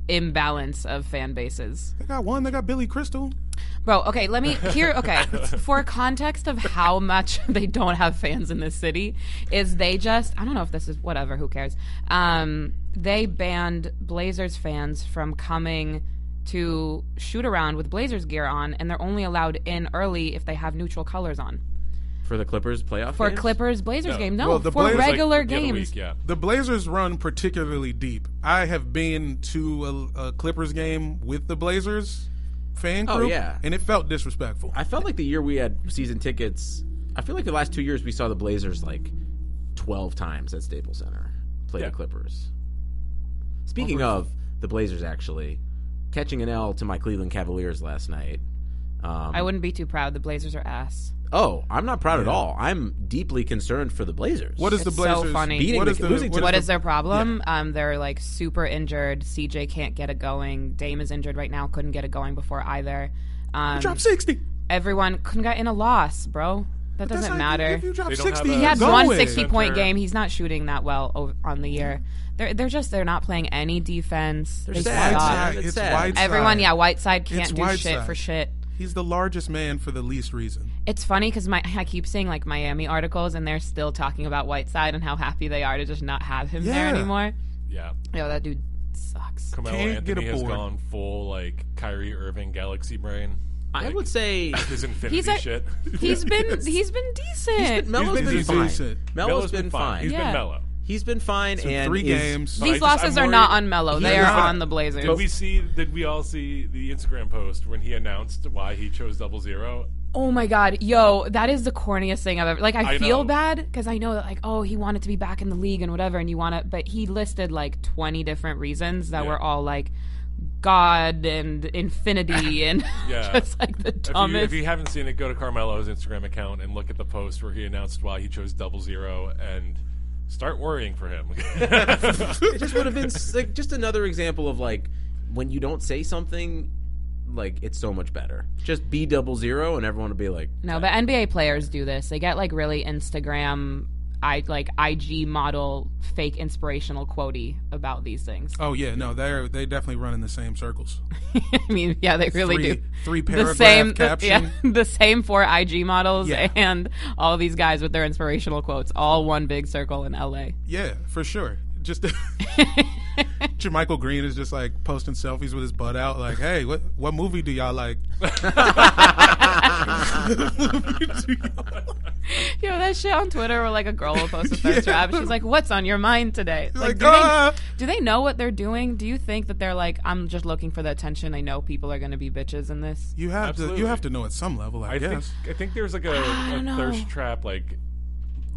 Speaker 8: imbalance of fan bases.
Speaker 7: They got one. They got Billy Crystal.
Speaker 8: Bro, okay, let me here okay. For context of how much they don't have fans in this city is they just I don't know if this is whatever, who cares. Um they banned Blazers fans from coming to shoot around with Blazers gear on and they're only allowed in early if they have neutral colors on.
Speaker 6: For the Clippers playoff
Speaker 8: For
Speaker 6: games?
Speaker 8: Clippers Blazers
Speaker 3: No.
Speaker 8: game. No,
Speaker 7: Well, the
Speaker 8: for
Speaker 7: Blazers, like,
Speaker 8: regular
Speaker 3: the other
Speaker 8: games.
Speaker 3: week, yeah.
Speaker 7: The Blazers run particularly deep. I have been to a, a Clippers game with the Blazers fan
Speaker 6: Oh,
Speaker 7: group,
Speaker 6: yeah.
Speaker 7: and it felt disrespectful.
Speaker 6: I felt like the year we had season tickets. I feel like the last two years we saw the Blazers like 12 times at Staples Center. Play
Speaker 3: Yeah.
Speaker 6: the Clippers. Speaking of the Blazers, actually, catching an L to my Cleveland Cavaliers last night. Um,
Speaker 8: I wouldn't be too proud. The Blazers are ass.
Speaker 6: Oh, I'm not proud at
Speaker 8: Yeah.
Speaker 6: all. I'm deeply concerned for the Blazers.
Speaker 7: What is the
Speaker 8: It's
Speaker 7: Blazers-
Speaker 8: So funny.
Speaker 6: Beating
Speaker 7: what
Speaker 6: the,
Speaker 7: is the-
Speaker 6: losing to
Speaker 8: what
Speaker 6: the-
Speaker 8: is their problem? Um, they're like super injured. CJ can't get it going. Dame is injured right now. Couldn't get it going before either. Um,
Speaker 7: Drop sixty.
Speaker 8: Everyone couldn't get in a loss, bro. That
Speaker 7: that's
Speaker 8: doesn't
Speaker 7: how you-
Speaker 8: matter.
Speaker 7: if you drop They don't 60, have
Speaker 8: he
Speaker 7: a
Speaker 8: had
Speaker 7: go
Speaker 8: one
Speaker 7: with.
Speaker 8: 60 point
Speaker 7: center.
Speaker 8: game. He's not shooting that well over, on the year. They're they're just they're not playing any defense.
Speaker 7: They're
Speaker 8: They
Speaker 7: sad.
Speaker 8: suck.
Speaker 7: Whiteside. It's Whiteside.
Speaker 8: Everyone, yeah, Whiteside can't
Speaker 7: It's
Speaker 8: do shit
Speaker 7: Whiteside.
Speaker 8: for shit.
Speaker 7: He's the largest man for the least reason.
Speaker 8: It's funny because my I keep seeing like Miami articles and they're still talking about Whiteside and how happy they are to just not have him there
Speaker 7: Yeah.
Speaker 8: anymore.
Speaker 3: Yeah.
Speaker 8: Yo, that dude sucks.
Speaker 3: Carmelo
Speaker 7: Can't get
Speaker 3: Anthony has
Speaker 7: aboard.
Speaker 3: gone full like Kyrie Irving galaxy brain.
Speaker 6: I
Speaker 3: Like,
Speaker 6: would say
Speaker 3: his infinity
Speaker 8: He's a-
Speaker 3: shit.
Speaker 8: He's been he's been decent.
Speaker 6: He's been, Melo's
Speaker 7: been
Speaker 6: been,
Speaker 7: decent.
Speaker 6: fine.
Speaker 7: Decent.
Speaker 6: Melo's been fine.
Speaker 3: He's
Speaker 8: Yeah.
Speaker 3: been mellow.
Speaker 6: He's been fine.
Speaker 7: So
Speaker 6: and
Speaker 7: three
Speaker 6: is-
Speaker 7: games.
Speaker 8: These losses are not on Melo. They
Speaker 3: He's
Speaker 8: are
Speaker 3: not.
Speaker 8: on the Blazers.
Speaker 3: Did we see? Did we all see the Instagram post when he announced why he chose double zero?
Speaker 8: Oh my god, yo, that is the corniest thing I've ever. Like, I,
Speaker 3: I
Speaker 8: feel
Speaker 3: know.
Speaker 8: bad because I know that, like, oh, he wanted to be back in the league and whatever, and you want to, but he listed like twenty different reasons that
Speaker 3: Yeah.
Speaker 8: were all like God and infinity and
Speaker 3: Yeah,
Speaker 8: just like the
Speaker 3: If you-
Speaker 8: dumbest.
Speaker 3: If you, haven't seen it, go to Carmelo's Instagram account and look at the post where he announced why he chose double zero and start worrying for him.
Speaker 6: it just would have been s- like just another example of like when you don't say something, like it's so much better. Just be double zero, and everyone would be like,
Speaker 8: No, but NBA players do this. They get like really Instagram, I like IG model fake inspirational quotey about these things.
Speaker 7: Oh yeah, no, they're they definitely run in the same circles.
Speaker 8: I mean, yeah, they really
Speaker 7: Three-
Speaker 8: do.
Speaker 7: three
Speaker 8: the
Speaker 7: paragraph
Speaker 8: same,
Speaker 7: caption.
Speaker 8: The, yeah, the same four IG models
Speaker 7: Yeah.
Speaker 8: and all these guys with their inspirational quotes, all one big circle in LA.
Speaker 7: Yeah, for sure. Just Jermichael Green is just like posting selfies with his butt out, like, "Hey, what what movie do y'all like?"
Speaker 8: Yo, that shit on Twitter where like a girl will post a thirst
Speaker 7: Yeah.
Speaker 8: trap. She's like, "What's on your mind today?" Like,
Speaker 7: Like,
Speaker 8: do,
Speaker 7: ah.
Speaker 8: they, do they know what they're doing? Do you think that they're like, "I'm just looking for the attention. I know people are gonna be bitches in this."
Speaker 7: You have to
Speaker 3: Absolutely.
Speaker 7: you have to know at some level, I,
Speaker 3: I think
Speaker 7: guess.
Speaker 3: I think there's like a, a
Speaker 8: don't know.
Speaker 3: thirst trap like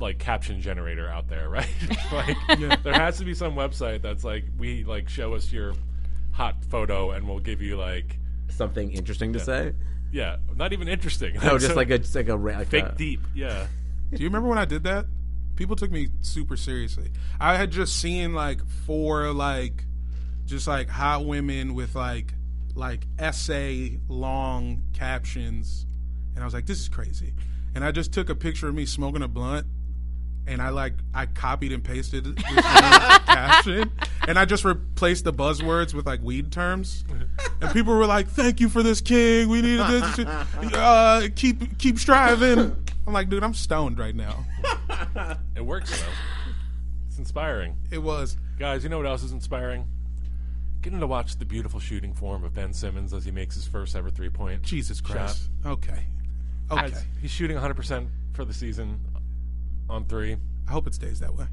Speaker 3: like caption generator out there, right? like there has to be some website that's like we like show us your hot photo and we'll give you like
Speaker 6: something interesting to say.
Speaker 3: yeah, not even interesting.
Speaker 6: No,
Speaker 3: Like,
Speaker 6: just
Speaker 3: so-
Speaker 6: like a uh, just like a ra- like
Speaker 3: fake
Speaker 6: a-
Speaker 3: deep. Yeah.
Speaker 7: Do you remember when I did that? People took me super seriously. I had just seen like four like just like hot women with like like essay long captions and I was like, this is crazy. And I just took a picture of me smoking a blunt and I like I copied and pasted this little caption and I just replaced the buzzwords with like weed terms. And people were like, "Thank you for this, King. We needed this. Uh, keep keep striving." I'm like, dude, I'm stoned right now.
Speaker 3: It works though. It's inspiring.
Speaker 7: It was
Speaker 3: Guys, you know what else is inspiring? Getting to watch the beautiful shooting form of Ben Simmons as he makes his first ever three point.
Speaker 7: Jesus Christ. Okay, okay.
Speaker 3: Guys, he's shooting 100% for the season on three.
Speaker 7: I hope it stays that way.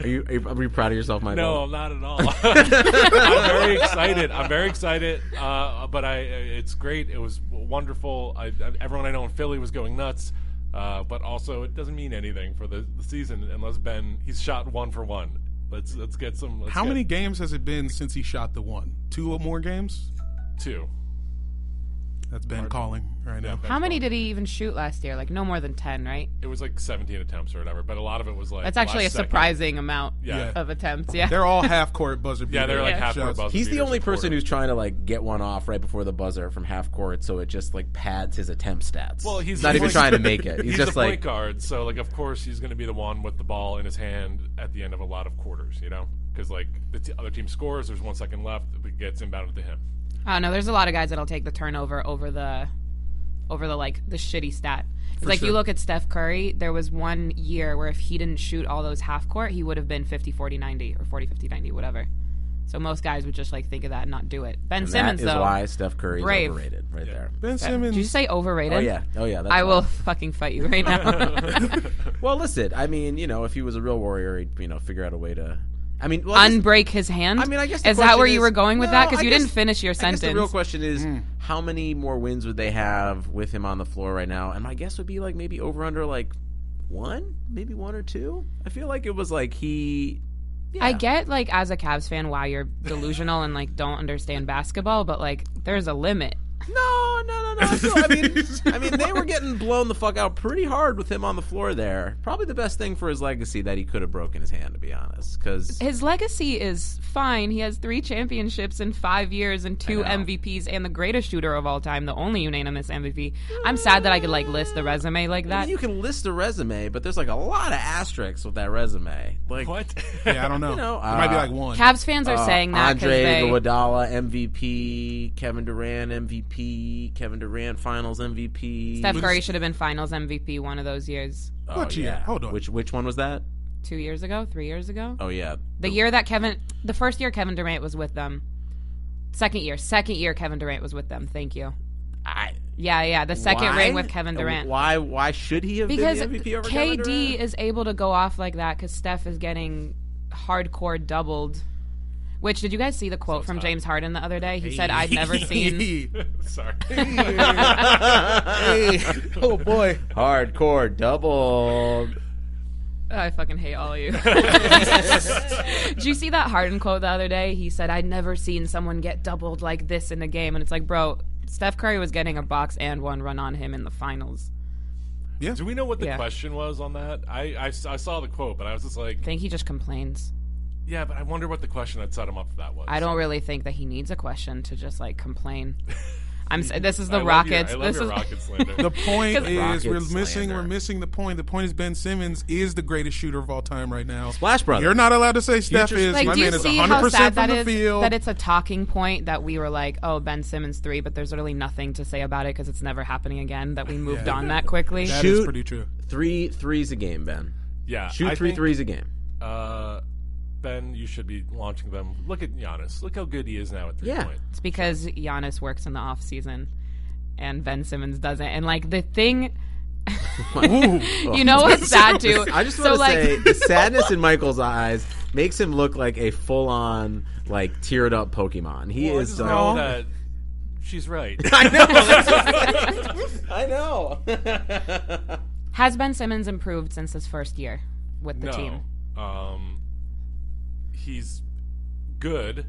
Speaker 6: Are you are you, are you proud of yourself, Michael?
Speaker 3: No, not at all. I'm very excited. I'm very excited. Uh, but I, it's great. It was wonderful. I, I- everyone I know in Philly was going nuts. Uh, but also, it doesn't mean anything for the, the season unless Ben he's shot one for one. Let's let's get some. Let's
Speaker 7: How
Speaker 3: get
Speaker 7: many games has it been since he shot the one? Two or more games?
Speaker 3: Two.
Speaker 7: That's Ben calling right now.
Speaker 8: How many did he even shoot last year? Like no more than ten, right?
Speaker 3: It was like 17 attempts or whatever. But a lot of it was like
Speaker 8: That's actually a
Speaker 3: last second.
Speaker 8: surprising amount
Speaker 3: Yeah.
Speaker 8: of attempts. Yeah.
Speaker 7: They're all half court buzzer beater.
Speaker 3: Yeah, they're like half
Speaker 7: shots.
Speaker 3: court buzzer.
Speaker 6: He's the
Speaker 3: beaters
Speaker 6: only
Speaker 3: a quarter.
Speaker 6: person who's trying to like get one off right before the buzzer from half court, so it just like pads his attempt stats.
Speaker 3: Well, he's
Speaker 6: not
Speaker 3: the
Speaker 6: even
Speaker 3: point-
Speaker 6: trying to make it. He's,
Speaker 3: He's,
Speaker 6: just
Speaker 3: the
Speaker 6: like
Speaker 3: point guard, so like of course he's going to be the one with the ball in his hand at the end of a lot of quarters, you know, because like the t- other team scores, there's one second left, it gets inbounded to him.
Speaker 8: I don't know. Oh, There's a lot of guys that'll take the turnover over the over the like the shitty stat. It's like you
Speaker 7: sure.
Speaker 8: look at Steph Curry, there was one year where if he didn't shoot all those half court, he would have been 50 40 90 or 40 50 90 whatever. So most guys would just like think of that and not do it. Ben
Speaker 6: and
Speaker 8: Simmons
Speaker 6: that is
Speaker 8: though.
Speaker 6: why Steph Curry
Speaker 8: Brave.
Speaker 6: is overrated right there.
Speaker 7: Ben Simmons.
Speaker 8: Did you say overrated?
Speaker 6: Oh yeah, oh yeah. That's
Speaker 8: I
Speaker 6: why.
Speaker 8: will fucking fight you right now.
Speaker 6: Well, listen. I mean, you know, if he was a real warrior, he'd you know figure out a way to. I mean, well, I guess-
Speaker 8: Unbreak his hand.
Speaker 6: I mean, I guess the
Speaker 8: is that where
Speaker 6: question
Speaker 8: you
Speaker 6: is-
Speaker 8: were going with that?
Speaker 6: No,
Speaker 8: Because
Speaker 6: I
Speaker 8: you
Speaker 6: guess-
Speaker 8: didn't finish your
Speaker 6: I guess
Speaker 8: sentence.
Speaker 6: the real question is how many more wins would they have with him on the floor right now? And my guess would be like maybe over under like one, maybe one or two. I feel like it was like he.
Speaker 8: I get like as a Cavs fan why you're delusional and like don't understand basketball, but like there's a limit.
Speaker 6: No, no, no, no. I, feel, I mean, I mean, they were getting blown the fuck out pretty hard with him on the floor there. Probably the best thing for his legacy that he could have broken his hand, to be honest, because
Speaker 8: His legacy is fine. He has three championships in five years and two MVPs and the greatest shooter of all time, the only unanimous MVP. I'm sad that I could like list the resume like
Speaker 6: I
Speaker 8: that.
Speaker 6: mean, you can list a resume, but there's like a lot of asterisks with that resume. Like what?
Speaker 7: Yeah, I don't know.
Speaker 6: You know,
Speaker 7: It might be
Speaker 6: uh,
Speaker 7: like one.
Speaker 8: Cavs fans are
Speaker 6: uh,
Speaker 8: saying that 'cause
Speaker 6: Andre
Speaker 8: they-
Speaker 6: Iguodala MVP, Kevin Durant MVP, Kevin Durant Finals MVP.
Speaker 8: Steph Curry should have been Finals MVP one of those years.
Speaker 6: Oh, yeah. Which which one was that?
Speaker 8: Two years ago, three years ago.
Speaker 6: Oh yeah,
Speaker 8: The year that Kevin, the first year Kevin Durant was with them. Second year, second year Kevin Durant was with them. Thank you.
Speaker 6: I.
Speaker 8: Yeah, yeah, the second
Speaker 6: Why?
Speaker 8: ring with Kevin Durant.
Speaker 6: Why? Why should he have
Speaker 8: Because
Speaker 6: been the MVP over Kevin Durant?
Speaker 8: KD is able to go off like that because Steph is getting hardcore doubled. Which did you guys see the quote from James Harden the other day? He said, "I've never seen."
Speaker 3: Sorry.
Speaker 6: oh boy, hardcore double.
Speaker 8: I fucking hate all of you. Did you see that Harden quote the other day? He said, I'd never seen someone get doubled like this in a game. And it's like, bro, Steph Curry was getting a box and one run on him in the finals.
Speaker 3: Do we know what the
Speaker 8: Yeah.
Speaker 3: question was on that? I, I s- I saw the quote, but I was just like,
Speaker 8: I think he just complains.
Speaker 3: yeah, but I wonder what the question that set him up for that was.
Speaker 8: I don't really think that he needs a question to just like complain. I'm. s-
Speaker 3: You-
Speaker 8: This is the
Speaker 3: I love your-
Speaker 8: Rockets.
Speaker 3: I love
Speaker 8: this
Speaker 3: your
Speaker 8: is
Speaker 3: Rockets slander.
Speaker 7: The point
Speaker 8: Because-
Speaker 7: is we're
Speaker 6: Rockets
Speaker 7: missing we're missing the point. The point is Ben Simmons is the greatest shooter of all time right now.
Speaker 6: Splash Brothers.
Speaker 7: You're not allowed to say Steph
Speaker 6: Future
Speaker 7: is.
Speaker 8: Like,
Speaker 7: My
Speaker 8: do you
Speaker 7: man is
Speaker 8: see
Speaker 7: 100
Speaker 8: how sad
Speaker 7: percent from
Speaker 8: that
Speaker 7: the
Speaker 8: is?
Speaker 7: field.
Speaker 8: That it's a talking point that we were like, "Oh, Ben Simmons three, but there's really nothing to say about it because it's never happening again. That we moved
Speaker 7: Yeah.
Speaker 8: on that quickly.
Speaker 7: That is
Speaker 6: Shoot
Speaker 7: pretty true.
Speaker 6: three threes a game, Ben.
Speaker 3: Yeah,
Speaker 6: shoot
Speaker 3: I
Speaker 6: three
Speaker 3: think-
Speaker 6: threes a game.
Speaker 3: Uh, ben, you should be launching them. Look at Giannis. Look how good he is now at three
Speaker 6: Yeah.
Speaker 3: point.
Speaker 8: It's because Giannis works in the off season, and Ben Simmons doesn't. And like the thing,
Speaker 7: Oh,
Speaker 8: you know what's sad too?
Speaker 6: I just
Speaker 8: so
Speaker 6: want to
Speaker 8: like
Speaker 6: say the sadness in Michael's eyes makes him look like a full-on, like teared up Pokemon. He
Speaker 3: Well, I
Speaker 6: is
Speaker 3: just
Speaker 6: so.
Speaker 3: know that she's right.
Speaker 6: I know.
Speaker 8: has Ben Simmons improved since his first year with the
Speaker 3: no,
Speaker 8: team?
Speaker 3: um, he's good,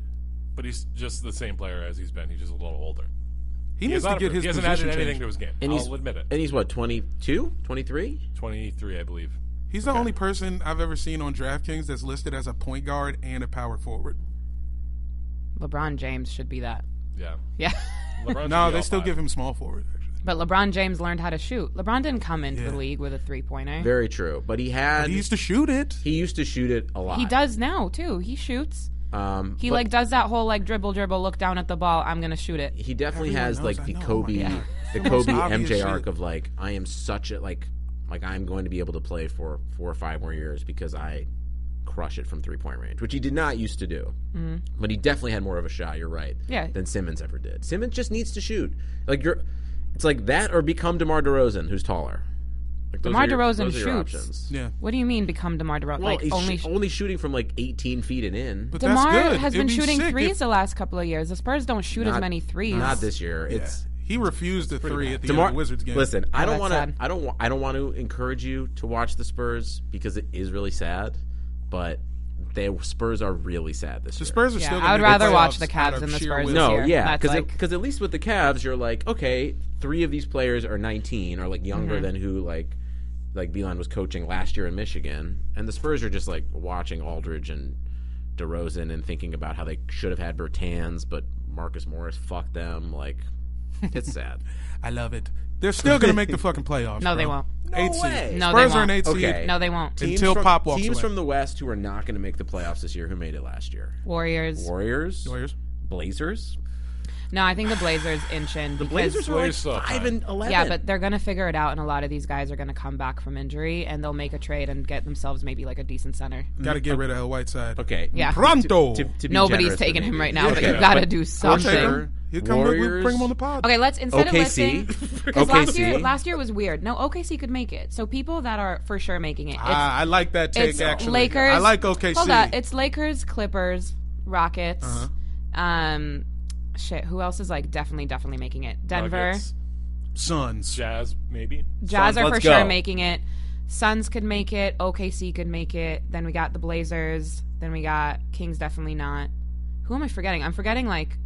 Speaker 3: but he's just the same player as he's been. He's just a little older.
Speaker 7: He, needs
Speaker 3: has
Speaker 7: to
Speaker 3: not
Speaker 7: get
Speaker 3: improved.
Speaker 7: his
Speaker 3: He hasn't added
Speaker 7: position
Speaker 3: anything
Speaker 7: changed.
Speaker 3: to his game.
Speaker 6: And he's-
Speaker 3: I'll admit it.
Speaker 6: And he's what 22, 23?
Speaker 3: 23, I believe.
Speaker 7: He's the only person I've ever seen on DraftKings that's listed as a point guard and a power forward.
Speaker 8: LeBron James should be that.
Speaker 3: Yeah.
Speaker 8: Yeah.
Speaker 3: LeBron
Speaker 7: No, they still give him small forward. Actually,
Speaker 8: But LeBron James learned how to shoot. LeBron didn't come into the league with a three pointer.
Speaker 6: Very true. But he had.
Speaker 7: he used to shoot it.
Speaker 6: he used to shoot it a lot.
Speaker 8: He does now too. He shoots.
Speaker 6: Um,
Speaker 8: He
Speaker 6: but
Speaker 8: like does that whole like dribble dribble look down at the ball. I'm gonna shoot it.
Speaker 6: He definitely
Speaker 7: Everyone
Speaker 6: has
Speaker 7: knows
Speaker 6: like
Speaker 7: I
Speaker 6: the
Speaker 7: know,
Speaker 6: Kobe,
Speaker 7: Mike. Yeah.
Speaker 6: the
Speaker 7: The most
Speaker 6: Kobe
Speaker 7: obvious
Speaker 6: MJ
Speaker 7: shit.
Speaker 6: arc of like I am such a like like I'm going to be able to play for four or five more years because I crush it from three point range, which he did not used to do. But he definitely had more of a shot. You're right.
Speaker 8: Mm-hmm. Yeah.
Speaker 6: Than Simmons ever did. Simmons just needs to shoot. Like you're, it's like that or become Demar Derozan, who's taller. Like those
Speaker 8: DeMar
Speaker 6: are your-
Speaker 8: DeRozan
Speaker 6: those are your
Speaker 8: shoots.
Speaker 6: options.
Speaker 7: Yeah,
Speaker 8: What do you mean become Demar Derozan?
Speaker 6: Well,
Speaker 7: Oh,
Speaker 8: like
Speaker 6: he's
Speaker 8: only
Speaker 6: only only shooting from like 18 feet and in.
Speaker 7: but
Speaker 8: Demar
Speaker 7: that's good.
Speaker 8: has been
Speaker 7: It'd be
Speaker 8: shooting
Speaker 7: sick if-
Speaker 8: threes the last couple of years. The Spurs don't shoot as
Speaker 6: Not-
Speaker 8: many threes.
Speaker 6: Not this year.
Speaker 7: Yeah.
Speaker 6: It's
Speaker 7: he refused the three at the end
Speaker 6: Demar
Speaker 7: of the Wizards game.
Speaker 6: Listen, I don't
Speaker 8: Oh, that's
Speaker 6: want
Speaker 8: sad.
Speaker 6: to. I don't. wa- I don't want to encourage you to watch the Spurs because it is really sad. But the Spurs are really sad this
Speaker 7: the
Speaker 6: year.
Speaker 7: Spurs are
Speaker 8: Yeah,
Speaker 7: still.
Speaker 8: I
Speaker 7: gonna
Speaker 8: would
Speaker 7: make
Speaker 8: rather watch
Speaker 7: playoffs
Speaker 8: the Cavs
Speaker 7: out of
Speaker 8: and the
Speaker 7: sheer
Speaker 8: Spurs
Speaker 7: will.
Speaker 8: this
Speaker 6: No,
Speaker 8: year.
Speaker 6: yeah,
Speaker 8: That's
Speaker 6: because
Speaker 8: like-
Speaker 6: at least with the Cavs, you're like, okay, three of these players are 19 or like younger
Speaker 8: Mm-hmm.
Speaker 6: than who like like Beeline was coaching last year in Michigan, and the Spurs are just like watching Aldridge and DeRozan and thinking about how they should have had Bertans, but Marcus Morris fucked them. Like, it's sad.
Speaker 7: I love it. They're still gonna make the fucking playoffs.
Speaker 8: No, they
Speaker 7: bro.
Speaker 8: won't.
Speaker 6: No
Speaker 7: eight seed.
Speaker 6: way.
Speaker 8: No, they
Speaker 7: Spurs are an
Speaker 8: won't.
Speaker 7: eight seed.
Speaker 6: Okay.
Speaker 8: No, they won't.
Speaker 6: Teams
Speaker 7: Until
Speaker 6: from-
Speaker 7: Pop walks
Speaker 6: teams
Speaker 7: away.
Speaker 6: from the West who are not going to make the playoffs this year who made it last year.
Speaker 8: Warriors.
Speaker 6: Warriors,
Speaker 7: Warriors.
Speaker 6: Blazers.
Speaker 8: No, I think the Blazers inch in.
Speaker 6: The
Speaker 8: because-
Speaker 6: Blazers were like
Speaker 3: Blazers suck,
Speaker 6: five
Speaker 3: man.
Speaker 6: and eleven.
Speaker 8: Yeah, but they're gonna figure it out, and a lot of these guys are gonna come back from injury, and they'll make a trade and get themselves maybe like a decent center.
Speaker 7: Got to get rid of El Whiteside.
Speaker 6: okay.
Speaker 8: Yeah.
Speaker 7: Pronto.
Speaker 6: To- to be
Speaker 8: Nobody's
Speaker 6: generous,
Speaker 8: taking him
Speaker 6: maybe.
Speaker 8: right now, but
Speaker 6: Okay.
Speaker 8: you gotta
Speaker 6: But
Speaker 8: do
Speaker 7: We'll take
Speaker 8: something.
Speaker 7: him. He'll come. We'll we'll bring him on the pod.
Speaker 8: Okay, let's instead of
Speaker 6: OKC.
Speaker 8: listing because last year
Speaker 6: OKC.
Speaker 8: last year was weird. No, OKC could make it. So people that are for sure making it. It's,
Speaker 7: Ah, I like that take.
Speaker 8: it's
Speaker 7: actually,
Speaker 8: Lakers.
Speaker 7: I like OKC.
Speaker 8: Hold on, it's Lakers, Clippers, Rockets. Um, shit. Who else is like definitely definitely making it? Denver
Speaker 3: Nuggets,
Speaker 7: Suns.
Speaker 3: Jazz, maybe.
Speaker 8: Jazz
Speaker 6: Suns,
Speaker 8: are for
Speaker 6: let's
Speaker 8: sure
Speaker 6: go.
Speaker 8: making it. Suns could make it. OKC could make it. Then we got the Blazers. Then we got Kings. Definitely not. Who am I forgetting? I'm forgetting like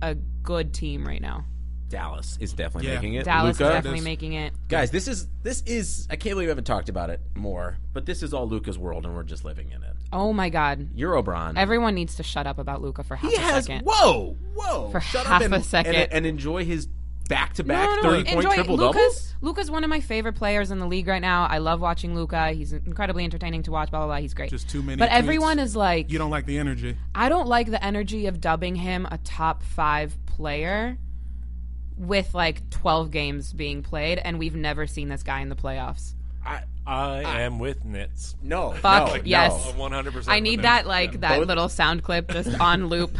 Speaker 8: a good team right now.
Speaker 6: Dallas is definitely
Speaker 8: Yeah.
Speaker 6: making it.
Speaker 8: Dallas is Luka? definitely making it.
Speaker 6: Guys, this is this is I can't believe we haven't talked about it more, but this is all Luca's world and we're just living in it.
Speaker 8: Oh my God.
Speaker 6: You're O'Brien.
Speaker 8: Everyone needs to shut up about Luca for half a
Speaker 6: has-
Speaker 8: second.
Speaker 6: Whoa, whoa!
Speaker 8: For
Speaker 6: Shut
Speaker 8: half
Speaker 6: up and,
Speaker 8: a second.
Speaker 6: and, and enjoy his
Speaker 8: No,
Speaker 6: back-to-back
Speaker 8: no, no.
Speaker 6: thirty-point
Speaker 8: Enjoy-
Speaker 6: triple doubles.
Speaker 8: Luka's, Luka's one of my favorite players in the league right now. I love watching Luca. He's incredibly entertaining to watch. Blah blah blah. He's great.
Speaker 7: Just too many.
Speaker 8: But
Speaker 7: tweets.
Speaker 8: everyone is like,
Speaker 7: you don't like the energy.
Speaker 8: I don't like the energy of dubbing him a top five player with like twelve games being played, and we've never seen this guy in the playoffs.
Speaker 3: I am with Nitz.
Speaker 6: No,
Speaker 8: Ah. Fuck yes,
Speaker 3: one hundred percent.
Speaker 8: I need that like that little sound clip just on loop.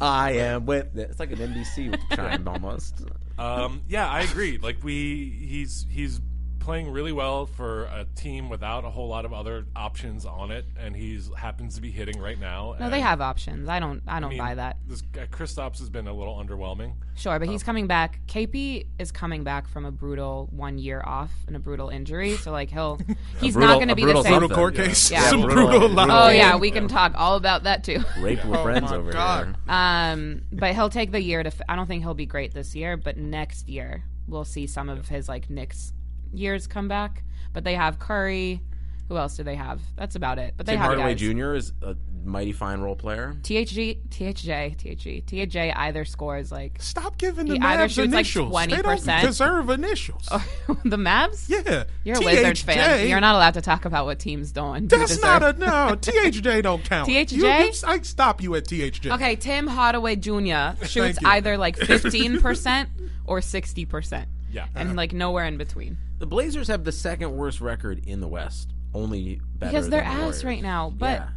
Speaker 6: I am with. It's like an NBC chime almost.
Speaker 3: Um, yeah, I agree. Like we, he's he's playing really well for a team without a whole lot of other options on it, and he's happens to be hitting right now.
Speaker 8: no,
Speaker 3: and-
Speaker 8: they have options. I don't. I don't
Speaker 3: mean,
Speaker 8: buy that.
Speaker 3: This guy, Kristaps has been a little underwhelming.
Speaker 8: Sure, but he's
Speaker 3: Um,
Speaker 8: coming back. KP is coming back from a brutal one year off and a brutal injury, so like he'll he's
Speaker 6: brutal-
Speaker 8: not going
Speaker 6: a
Speaker 8: to be the
Speaker 6: brutal
Speaker 8: same.
Speaker 6: something. Brutal court case?
Speaker 8: Yeah.
Speaker 6: Some brutal Oh, lie.
Speaker 8: Oh yeah, we can talk all about that too.
Speaker 6: Rape with friends over here.
Speaker 8: Um, but he'll take the year to. F- I don't think he'll be great this year, but next year we'll see some of his like Knicks years come back. But they have Curry. Who else do they have? That's about it. But they
Speaker 6: Tim
Speaker 8: have
Speaker 6: Hardaway
Speaker 8: guys.
Speaker 6: Jr. is a mighty fine role player.
Speaker 8: THG, THJ, THG, THJ either scores like
Speaker 7: stop giving the
Speaker 8: he
Speaker 7: Mavs
Speaker 8: either shoots
Speaker 7: initials.
Speaker 8: like
Speaker 7: They
Speaker 8: twenty
Speaker 7: don't
Speaker 8: percent.
Speaker 7: deserve initials.
Speaker 8: the Mavs?
Speaker 7: Yeah,
Speaker 8: you're a Wizards fan.
Speaker 7: THJ.
Speaker 8: You're not allowed to talk about what teams don't. do
Speaker 7: That's
Speaker 8: deserve.
Speaker 7: not a no. THJ don't count. You-
Speaker 8: THJ?
Speaker 7: you- I stop you at THJ.
Speaker 8: Okay, Tim Hardaway Jr. shoots
Speaker 7: Thank you.
Speaker 8: either like fifteen percent or sixty percent.
Speaker 6: Yeah.
Speaker 8: and like nowhere in between.
Speaker 6: The Blazers have the second worst record in the West, only better
Speaker 8: because they're
Speaker 6: than the
Speaker 8: ass
Speaker 6: Warriors.
Speaker 8: right now. But
Speaker 6: Yeah.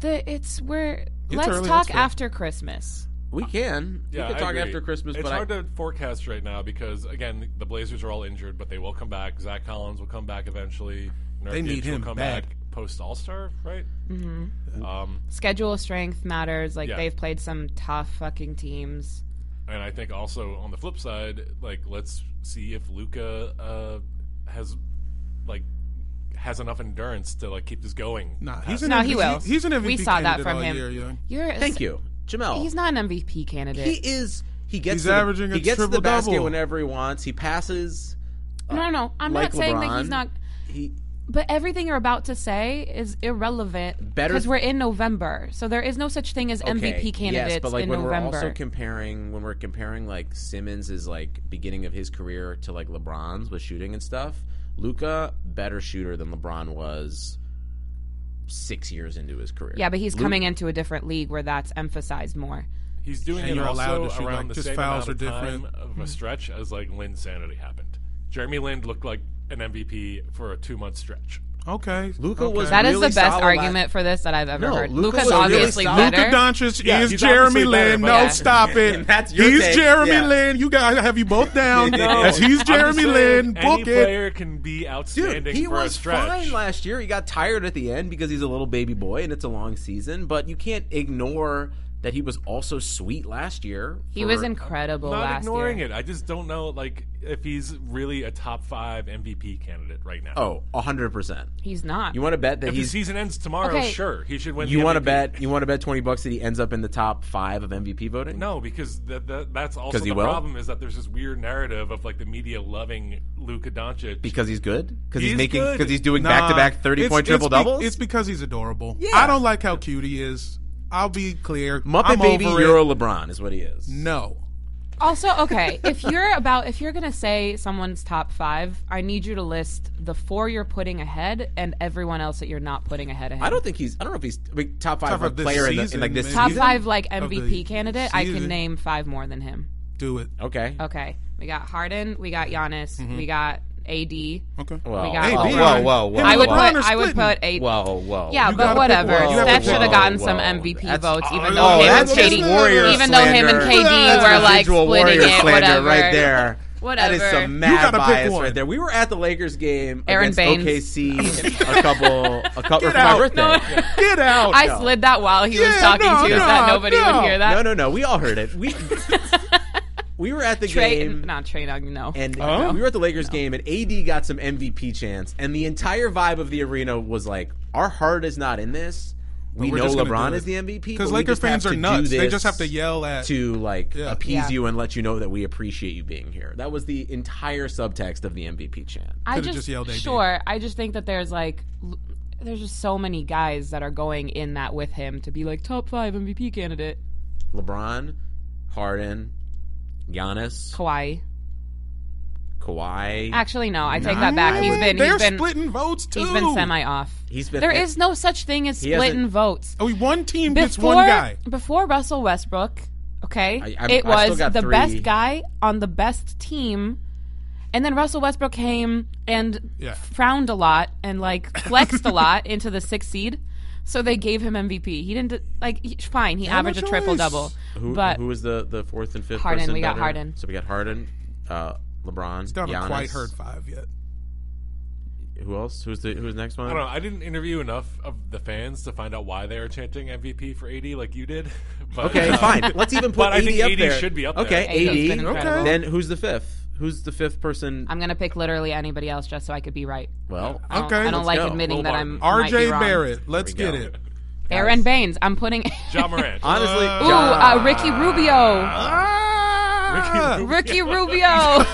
Speaker 8: the it's we're
Speaker 6: It's
Speaker 8: let's
Speaker 6: early,
Speaker 8: talk
Speaker 6: that's fair.
Speaker 8: after Christmas.
Speaker 6: We can.
Speaker 3: Yeah,
Speaker 6: we
Speaker 3: I
Speaker 6: can talk
Speaker 3: agree.
Speaker 6: after Christmas,
Speaker 3: It's
Speaker 6: but I,
Speaker 3: hard to forecast right now because again, the Blazers are all injured, but they will come back. Zach Collins will come back eventually. Nurkic
Speaker 7: They need him
Speaker 3: will come
Speaker 7: bad.
Speaker 3: back post All Star, right?
Speaker 8: hmm
Speaker 3: Um,
Speaker 8: Schedule strength matters. Like
Speaker 3: Yeah.
Speaker 8: they've played some tough fucking teams.
Speaker 3: and I think also on the flip side, like let's see if Luca uh, has like has enough endurance to like keep this going. Uh,
Speaker 7: Nah,
Speaker 3: past-
Speaker 7: he's an
Speaker 8: No,
Speaker 7: MVP
Speaker 8: he will.
Speaker 7: He's an MVP
Speaker 8: we saw that
Speaker 7: candidate
Speaker 8: from
Speaker 7: all
Speaker 8: him.
Speaker 7: year, yeah.
Speaker 8: You're a-
Speaker 6: Thank you, Jamel.
Speaker 8: He's not an MVP candidate.
Speaker 6: he is. He gets.
Speaker 7: He's
Speaker 6: to the-
Speaker 7: averaging a
Speaker 6: He gets to the basket
Speaker 7: triple-double.
Speaker 6: whenever he wants. He passes. uh,
Speaker 8: No, no, no. I'm
Speaker 6: like
Speaker 8: not saying that
Speaker 6: LeBron.
Speaker 8: he's not.
Speaker 6: He
Speaker 8: But everything you're about to say is irrelevant
Speaker 6: Better-
Speaker 8: because we're in November, so there is no such thing as
Speaker 6: okay,
Speaker 8: MVP candidates
Speaker 6: Yes, but like
Speaker 8: in
Speaker 6: when
Speaker 8: November.
Speaker 6: we're also comparing, when we're comparing like Simmons' like beginning of his career to like LeBron's with shooting and stuff, Luca better shooter than LeBron was six years into his career.
Speaker 8: yeah, but he's
Speaker 6: Lu-
Speaker 8: coming into a different league where that's emphasized more.
Speaker 3: He's doing
Speaker 7: And
Speaker 3: it
Speaker 7: you're
Speaker 3: also
Speaker 7: allowed to shoot,
Speaker 3: around
Speaker 7: like,
Speaker 3: the
Speaker 7: just
Speaker 3: same
Speaker 7: fouls
Speaker 3: amount of
Speaker 7: are
Speaker 3: time
Speaker 7: different. Mm-hmm.
Speaker 3: of a stretch as like Lynn's sanity happened. Jeremy Lin looked like an MVP for a two month stretch.
Speaker 7: Okay.
Speaker 6: Luka
Speaker 7: okay.
Speaker 6: was
Speaker 8: That is
Speaker 6: really
Speaker 8: the best
Speaker 6: solid
Speaker 8: argument for this that I've ever
Speaker 6: No,
Speaker 8: heard.
Speaker 6: Luka
Speaker 8: Luca's
Speaker 6: was really
Speaker 8: obviously
Speaker 6: solid.
Speaker 8: better.
Speaker 7: Luka Doncic
Speaker 3: Yeah,
Speaker 7: is
Speaker 3: he's
Speaker 7: Jeremy
Speaker 3: obviously better,
Speaker 7: Lin.
Speaker 3: but-
Speaker 7: No,
Speaker 3: Yeah.
Speaker 7: stop it.
Speaker 6: That's your
Speaker 7: he's
Speaker 6: take.
Speaker 7: Jeremy
Speaker 6: Yeah.
Speaker 7: Lin. You guys I have you both down. That's he's
Speaker 3: I'm
Speaker 7: Jeremy
Speaker 3: saying
Speaker 7: Lin. Book
Speaker 3: any
Speaker 7: it.
Speaker 3: player can be outstanding
Speaker 6: Dude, he
Speaker 3: for a
Speaker 6: was
Speaker 3: stretch.
Speaker 6: fine last year. He got tired at the end because he's a little baby boy and it's a long season. But you can't ignore that he was also sweet last year.
Speaker 8: He
Speaker 6: for-
Speaker 8: was incredible
Speaker 3: Not
Speaker 8: last year.
Speaker 3: ignoring it. I just don't know like if he's really a top five MVP candidate right now.
Speaker 6: Oh, hundred percent.
Speaker 8: He's not.
Speaker 6: You want to bet that
Speaker 3: if
Speaker 6: he's
Speaker 3: his season ends tomorrow,
Speaker 8: Okay.
Speaker 3: sure he should win.
Speaker 6: you
Speaker 3: the
Speaker 6: want to
Speaker 3: MVP.
Speaker 6: bet you want to bet twenty bucks that he ends up in the top five of MVP voting?
Speaker 3: No, because that, that, that's also
Speaker 6: 'Cause he
Speaker 3: the
Speaker 6: will?
Speaker 3: problem is that there's this weird narrative of like the media loving Luka Doncic
Speaker 6: because he's good. Because he's,
Speaker 3: He's
Speaker 6: making
Speaker 3: good.
Speaker 6: because he's doing
Speaker 7: Nah,
Speaker 6: back to back thirty
Speaker 7: it's-
Speaker 6: point
Speaker 7: it's
Speaker 6: triple
Speaker 7: be-
Speaker 6: doubles.
Speaker 7: It's because he's adorable.
Speaker 6: Yeah.
Speaker 7: I don't like how cute he is. I'll be clear.
Speaker 6: Muppet
Speaker 7: I'm
Speaker 6: Baby
Speaker 7: over it.
Speaker 6: Euro LeBron is what he is.
Speaker 7: No.
Speaker 8: Also, okay, if you're about if you're gonna say someone's top five, I need you to list the four you're putting ahead and everyone else that you're not putting ahead of him.
Speaker 6: I don't think he's. I don't know if he's I mean, top five
Speaker 7: Top
Speaker 6: like,
Speaker 7: of this
Speaker 6: player in, the, in
Speaker 7: season,
Speaker 6: like this
Speaker 7: maybe.
Speaker 8: top
Speaker 6: season.
Speaker 8: five like
Speaker 7: Of the
Speaker 8: MVP candidate. I can
Speaker 7: season.
Speaker 8: name five more than him.
Speaker 7: Do it.
Speaker 6: Okay.
Speaker 8: Okay, we got Harden, we got Giannis, we got AD.
Speaker 7: Okay.
Speaker 6: Well,
Speaker 8: We got-
Speaker 6: whoa,
Speaker 7: Hey,
Speaker 6: whoa,
Speaker 7: Dion.
Speaker 6: whoa, whoa.
Speaker 7: Him
Speaker 8: I
Speaker 7: and
Speaker 8: would put
Speaker 7: LeBron are
Speaker 8: I would
Speaker 7: splitting.
Speaker 8: put eight.
Speaker 6: Whoa, whoa.
Speaker 8: Yeah,
Speaker 7: You
Speaker 8: but
Speaker 7: gotta pick
Speaker 8: whatever.
Speaker 7: one. You gotta
Speaker 8: Steph
Speaker 7: pick
Speaker 8: should have
Speaker 7: one.
Speaker 8: gotten some
Speaker 6: Whoa.
Speaker 8: MVP
Speaker 6: That's-
Speaker 8: votes, even though
Speaker 6: Oh,
Speaker 8: him
Speaker 6: that's
Speaker 8: and
Speaker 6: just
Speaker 8: KD,
Speaker 6: warrior
Speaker 8: even though
Speaker 6: slander.
Speaker 8: him and KD
Speaker 6: That's
Speaker 8: were like
Speaker 6: residual
Speaker 8: splitting
Speaker 6: warrior
Speaker 8: it,
Speaker 6: slander
Speaker 8: whatever.
Speaker 6: right there. That is
Speaker 8: Whatever.
Speaker 6: some
Speaker 7: You
Speaker 6: mad
Speaker 7: gotta pick
Speaker 6: bias
Speaker 7: one.
Speaker 6: right there. We were at the Lakers game
Speaker 8: Aaron
Speaker 6: against OKC a couple a couple for my
Speaker 7: out.
Speaker 6: birthday.
Speaker 7: Get out.
Speaker 8: I
Speaker 6: No.
Speaker 8: slid that while he was
Speaker 7: Yeah,
Speaker 8: talking
Speaker 7: no,
Speaker 8: to you, so
Speaker 7: no,
Speaker 8: that nobody
Speaker 7: no.
Speaker 8: would hear that.
Speaker 6: No, no, no. We all heard it. We We were at the
Speaker 8: Trey,
Speaker 6: game.
Speaker 8: Not Trey Young, no.
Speaker 6: And
Speaker 7: Oh.
Speaker 8: No.
Speaker 6: we were at the Lakers game, and AD got some MVP chance, and the entire vibe of the arena was like, "Our heart is not in this.
Speaker 7: But
Speaker 6: We
Speaker 7: we're
Speaker 6: know
Speaker 7: just gonna
Speaker 6: LeBron
Speaker 7: do
Speaker 6: is
Speaker 7: it."
Speaker 6: the MVP
Speaker 7: 'Cause
Speaker 6: but we
Speaker 7: Laker
Speaker 6: just have
Speaker 7: fans are
Speaker 6: to do
Speaker 7: nuts. They
Speaker 6: this
Speaker 7: just have to yell at-
Speaker 6: to like
Speaker 7: Yeah.
Speaker 6: appease
Speaker 7: Yeah.
Speaker 6: you and let you know that we appreciate you being here." That was the entire subtext of the MVP chant.
Speaker 8: I just, sure. I just think that there's like, l- there's just so many guys that are going in that with him to be like top five MVP candidate.
Speaker 6: LeBron, Harden, Giannis,
Speaker 8: Kawhi.
Speaker 6: Kawhi.
Speaker 8: Actually, no, I take that back. He's been
Speaker 7: They're
Speaker 8: he's been
Speaker 7: splitting votes too.
Speaker 8: He's been semi off.
Speaker 6: He's been
Speaker 8: There is no such thing as
Speaker 6: He hasn't-
Speaker 8: splitting votes.
Speaker 7: Oh, one team
Speaker 8: before,
Speaker 7: gets one guy.
Speaker 8: Before Russell Westbrook, okay,
Speaker 7: I- I'm-
Speaker 8: it
Speaker 7: I still
Speaker 8: was
Speaker 7: got
Speaker 8: the
Speaker 7: three.
Speaker 8: best guy on the best team, and then Russell Westbrook came and
Speaker 7: Yeah.
Speaker 8: frowned a lot and like flexed a lot into the sixth seed, so they gave him MVP. He didn't like he, fine. He
Speaker 6: Had no
Speaker 8: averaged a triple double,
Speaker 6: Who,
Speaker 8: but
Speaker 6: who was the the fourth and fifth?
Speaker 8: Harden,
Speaker 6: person
Speaker 8: we got
Speaker 6: better?
Speaker 8: Harden.
Speaker 6: So we got Harden, uh, LeBron,
Speaker 7: Still haven't
Speaker 6: Giannis.
Speaker 7: quite heard five yet.
Speaker 6: Who else? Who's the who's the next one?
Speaker 3: I don't know. I didn't interview enough of the fans to find out why they are chanting MVP for AD like you did. But,
Speaker 6: okay,
Speaker 3: uh,
Speaker 6: fine. Let's even put
Speaker 3: but
Speaker 6: AD
Speaker 3: I think
Speaker 6: up
Speaker 3: AD
Speaker 6: there.
Speaker 3: should be up
Speaker 6: okay,
Speaker 3: there.
Speaker 8: He's been
Speaker 6: AD.
Speaker 8: incredible.
Speaker 6: Then who's the fifth? Who's the fifth person?
Speaker 8: I'm gonna pick literally anybody else just so I could be right.
Speaker 6: well,
Speaker 8: I don't, I don't
Speaker 6: let's
Speaker 8: like
Speaker 6: go.
Speaker 8: admitting that I'm might be
Speaker 7: RJ
Speaker 8: wrong.
Speaker 7: Barrett. Let's
Speaker 6: There
Speaker 7: get
Speaker 6: we
Speaker 7: it.
Speaker 8: Aaron Baines. I'm putting
Speaker 3: John Ah, Morant.
Speaker 6: Honestly,
Speaker 8: Ooh, uh, Ricky Rubio. Ricky Rubio.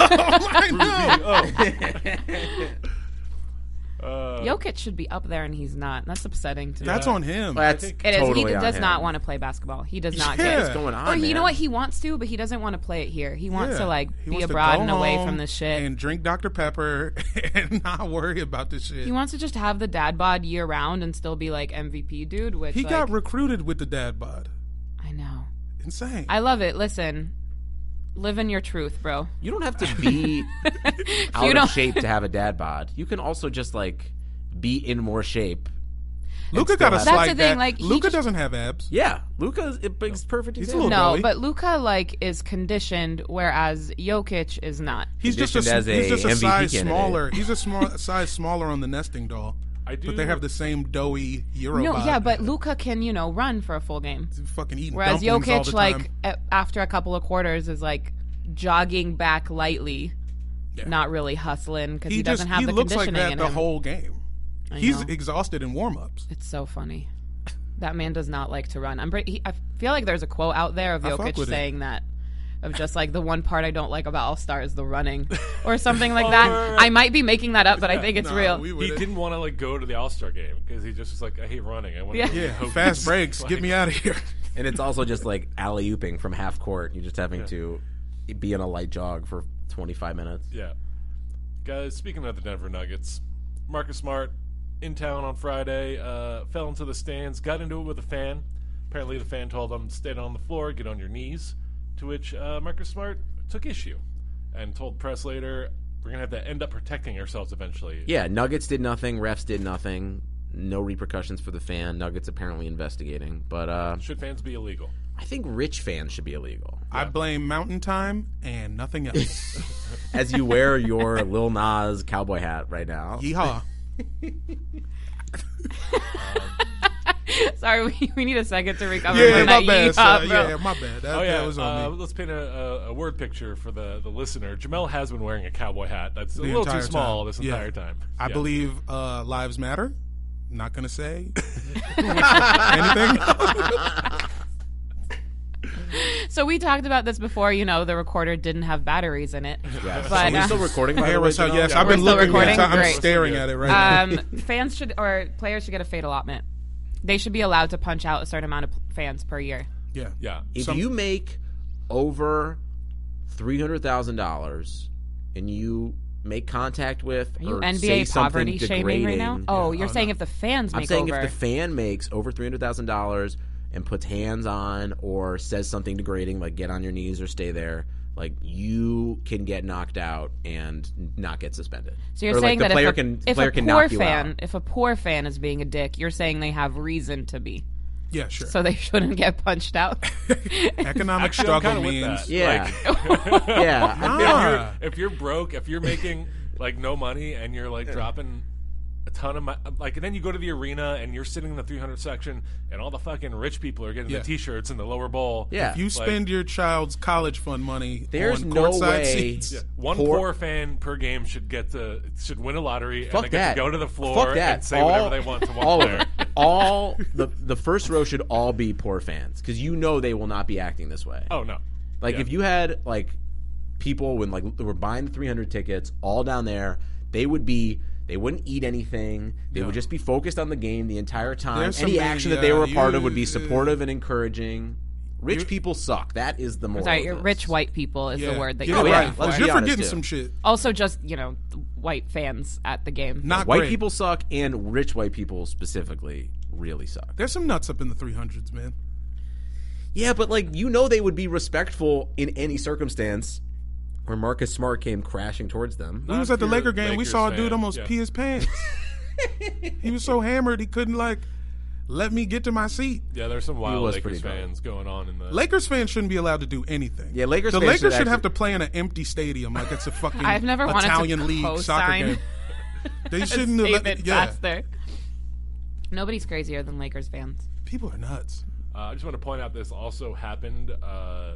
Speaker 8: Jokic should be up there and he's not. That's upsetting to me.
Speaker 7: That's on him.
Speaker 6: That's
Speaker 8: It is.
Speaker 6: totally
Speaker 8: he
Speaker 6: on
Speaker 8: does
Speaker 6: him.
Speaker 8: not want to play basketball. He does not
Speaker 6: Yeah.
Speaker 8: get
Speaker 6: What's going on,
Speaker 8: Or you
Speaker 6: man?
Speaker 8: know what? He wants to, but he doesn't want to play it here. He wants to like
Speaker 7: He
Speaker 8: be
Speaker 7: wants to
Speaker 8: abroad
Speaker 7: go
Speaker 8: and away
Speaker 7: home
Speaker 8: from this shit.
Speaker 7: And drink Dr. Pepper and not worry about this shit.
Speaker 8: He wants to just have the dad bod year round and still be like MVP dude. Which
Speaker 7: He
Speaker 8: like,
Speaker 7: got recruited with the dad bod.
Speaker 8: I know.
Speaker 7: Insane.
Speaker 8: I love it. Listen, live in your truth, bro.
Speaker 6: You don't have to be
Speaker 8: You
Speaker 6: out
Speaker 8: don't-
Speaker 6: of shape to have a dad bod. You can also just like be in more shape.
Speaker 7: Luca got a
Speaker 8: That's the
Speaker 7: slide
Speaker 8: thing,
Speaker 7: back.
Speaker 8: like, he
Speaker 7: Luca
Speaker 8: just-
Speaker 7: doesn't have abs.
Speaker 6: Yeah, Luca is perfect.
Speaker 7: He's a
Speaker 6: example.
Speaker 7: little
Speaker 8: No,
Speaker 7: doughy.
Speaker 8: but Luca like is conditioned, whereas Jokic is not.
Speaker 7: He's just a,
Speaker 6: Conditioned as a
Speaker 7: he's just a
Speaker 6: MVP
Speaker 7: size
Speaker 6: candidate.
Speaker 7: smaller. He's a small size smaller on the nesting doll.
Speaker 3: I do-
Speaker 7: But they have the same doughy Euro
Speaker 8: no,
Speaker 7: bod.
Speaker 8: yeah, but Luca can you know run for a full game,
Speaker 7: fucking eating
Speaker 8: whereas
Speaker 7: dumplings all the
Speaker 8: Jokic like
Speaker 7: time.
Speaker 8: a- after a couple of quarters is like jogging back lightly, not really hustling because he, doesn't
Speaker 7: just
Speaker 8: have
Speaker 7: he
Speaker 8: the
Speaker 7: looks like
Speaker 8: conditioning
Speaker 7: that
Speaker 8: in
Speaker 7: the
Speaker 8: him.
Speaker 7: whole game.
Speaker 8: I
Speaker 7: He's
Speaker 8: know.
Speaker 7: exhausted in warm-ups.
Speaker 8: It's so funny. That man does not like to run. I'm. pretty- He, I feel like there's a quote out there of
Speaker 7: I fuck
Speaker 8: Jokic
Speaker 7: with it.
Speaker 8: saying that, of just like the one part I don't like about All Star is the running, or something like
Speaker 3: Oh,
Speaker 8: that.
Speaker 3: right, right, right.
Speaker 8: I might be making that up, but I think it's
Speaker 7: Nah,
Speaker 8: real.
Speaker 7: we
Speaker 3: He
Speaker 7: would've-
Speaker 3: didn't want to like go to the All Star game because he just was like, I hate running. I want
Speaker 8: Yeah.
Speaker 3: to
Speaker 7: Yeah, fast breaks. Get me out of here.
Speaker 6: And it's also just like alley ooping from half court. You're just having to be in a light jog for 25 minutes.
Speaker 3: Yeah. Guys, speaking of the Denver Nuggets, Marcus Smart in town on Friday, uh, fell into the stands, got into it with a fan. Apparently, the fan told him, stay on the floor, get on your knees. To which uh, Marcus Smart took issue and told press later, we're going to have to end up protecting ourselves eventually.
Speaker 6: Yeah, Nuggets did nothing. Refs did nothing. No repercussions for the fan. Nuggets apparently investigating. But uh,
Speaker 3: Should fans be illegal?
Speaker 6: I think rich fans should be illegal.
Speaker 7: I blame mountain time and nothing else.
Speaker 6: As you wear your Lil Nas cowboy hat right now.
Speaker 7: Yeehaw.
Speaker 8: Sorry, we, we need a second to recover.
Speaker 7: Yeah,
Speaker 8: from
Speaker 7: my
Speaker 8: that
Speaker 7: bad.
Speaker 8: yeehaw,
Speaker 7: son.
Speaker 8: bro.
Speaker 7: yeah, my bad. That,
Speaker 3: oh yeah,
Speaker 7: that was
Speaker 3: uh,
Speaker 7: on me.
Speaker 3: let's paint a, a, a word picture for the, the listener. Jamel has been wearing a cowboy hat. That's a
Speaker 7: the
Speaker 3: little
Speaker 7: entire
Speaker 3: too small
Speaker 7: time.
Speaker 3: this
Speaker 7: Yeah.
Speaker 3: entire time.
Speaker 7: I
Speaker 3: Yeah.
Speaker 7: believe uh, lives matter. Not gonna say anything.
Speaker 8: So we talked about this before. You know, the recorder didn't have batteries in it.
Speaker 6: Yeah.
Speaker 8: But,
Speaker 6: so we're
Speaker 8: uh,
Speaker 6: still recording by
Speaker 7: Hey,
Speaker 6: the way.
Speaker 7: what's up?
Speaker 6: Janelle?
Speaker 7: Yes,
Speaker 6: Yeah,
Speaker 7: I've
Speaker 8: We're
Speaker 7: been
Speaker 8: still
Speaker 7: looking.
Speaker 8: recording?
Speaker 7: Yes, I- I'm
Speaker 8: Great.
Speaker 7: staring at it right now.
Speaker 8: um, fans should or players should get a fade allotment. They should be allowed to punch out a certain amount of p- fans per year.
Speaker 7: Yeah.
Speaker 3: Yeah.
Speaker 6: If
Speaker 7: Some-
Speaker 6: you make over three hundred thousand dollars and you make contact with
Speaker 8: Are you
Speaker 6: or say
Speaker 8: NBA
Speaker 6: something
Speaker 8: poverty shaming right now?
Speaker 6: degrading-
Speaker 8: Oh, you're saying if the fans
Speaker 6: I'm
Speaker 8: make
Speaker 6: saying
Speaker 8: over.
Speaker 6: if the fan makes over three hundred thousand dollars and puts hands on or says something degrading, like get on your knees or stay there, like you can get knocked out and not get suspended.
Speaker 8: so you're
Speaker 6: Or, like,
Speaker 8: saying
Speaker 6: the
Speaker 8: that
Speaker 6: player
Speaker 8: if a,
Speaker 6: can
Speaker 8: if
Speaker 6: player
Speaker 8: a
Speaker 6: can
Speaker 8: poor
Speaker 6: knock you
Speaker 8: fan,
Speaker 6: out.
Speaker 8: if a poor fan is being a dick, you're saying they have reason to be,
Speaker 7: Yeah, sure.
Speaker 8: so they shouldn't get punched out.
Speaker 7: Economic
Speaker 3: Actually, I'm
Speaker 7: struggle
Speaker 3: kinda with
Speaker 7: means Ah,
Speaker 3: that.
Speaker 6: Yeah, yeah.
Speaker 7: Nah.
Speaker 3: Uh, if you're broke, if you're making like no money and you're like dropping a ton of my like, and then you go to the arena and you're sitting in the 300 section, and all the fucking rich people are getting
Speaker 7: Yeah.
Speaker 3: the t-shirts in the lower bowl.
Speaker 7: If you
Speaker 3: Like,
Speaker 7: spend your child's college fund money
Speaker 6: There's
Speaker 7: on
Speaker 6: no
Speaker 7: courtside
Speaker 6: way-
Speaker 7: seats,
Speaker 3: Yeah. One poor,
Speaker 6: Poor-
Speaker 3: fan per game should get to should win a lottery
Speaker 6: Fuck
Speaker 3: and they
Speaker 6: that.
Speaker 3: get to go to the floor
Speaker 6: Fuck that.
Speaker 3: and say
Speaker 6: All-
Speaker 3: whatever they want to one
Speaker 6: all of
Speaker 3: player.
Speaker 6: them. all the the first row should all be poor fans because you know they will not be acting this way.
Speaker 3: Oh no.
Speaker 6: Like
Speaker 3: Yeah.
Speaker 6: if you had like people when like they were buying the 300 tickets all down there, they would be they wouldn't eat anything. They would just be focused on the game the entire time.
Speaker 7: There's
Speaker 6: Any
Speaker 7: something-
Speaker 6: action that they were a
Speaker 7: yeah,
Speaker 6: part of
Speaker 7: you-
Speaker 6: would be
Speaker 7: uh,
Speaker 6: supportive and encouraging. Rich people suck. That is the moral.
Speaker 8: Sorry,
Speaker 6: of
Speaker 8: your
Speaker 6: this.
Speaker 8: rich white people is
Speaker 6: Yeah,
Speaker 8: the word that
Speaker 6: get
Speaker 8: you're
Speaker 6: it
Speaker 8: looking
Speaker 6: right.
Speaker 8: for.
Speaker 6: Let's be You're honest, forgetting too. some shit.
Speaker 8: Also, just you know, th- white fans at the game.
Speaker 6: white people suck, and rich white people specifically really suck.
Speaker 7: There's some nuts up in the 300s, man.
Speaker 6: Yeah, but like you know, they would be respectful in any circumstance. Where Marcus Smart came crashing towards them.
Speaker 7: we was at the Laker game. we saw a dude almost pee
Speaker 6: PS.
Speaker 7: his pants. he was so hammered he couldn't like let me get to my seat.
Speaker 3: Yeah, there's some wild
Speaker 6: was
Speaker 3: Lakers
Speaker 6: pretty drunk.
Speaker 3: fans going on in the
Speaker 7: Lakers fans shouldn't be allowed to do anything.
Speaker 6: Yeah, Lakers
Speaker 7: The
Speaker 6: fans should
Speaker 7: Lakers should,
Speaker 6: actually-
Speaker 7: have to play in an empty stadium like it's a fucking
Speaker 8: I've never wanted to
Speaker 7: Italian league soccer
Speaker 8: co-sign
Speaker 7: game. They
Speaker 8: a
Speaker 7: shouldn't have let
Speaker 8: statement
Speaker 7: yeah.
Speaker 8: faster. Nobody's crazier than Lakers fans.
Speaker 7: People are nuts.
Speaker 3: Uh, I just want to point out this also happened uh,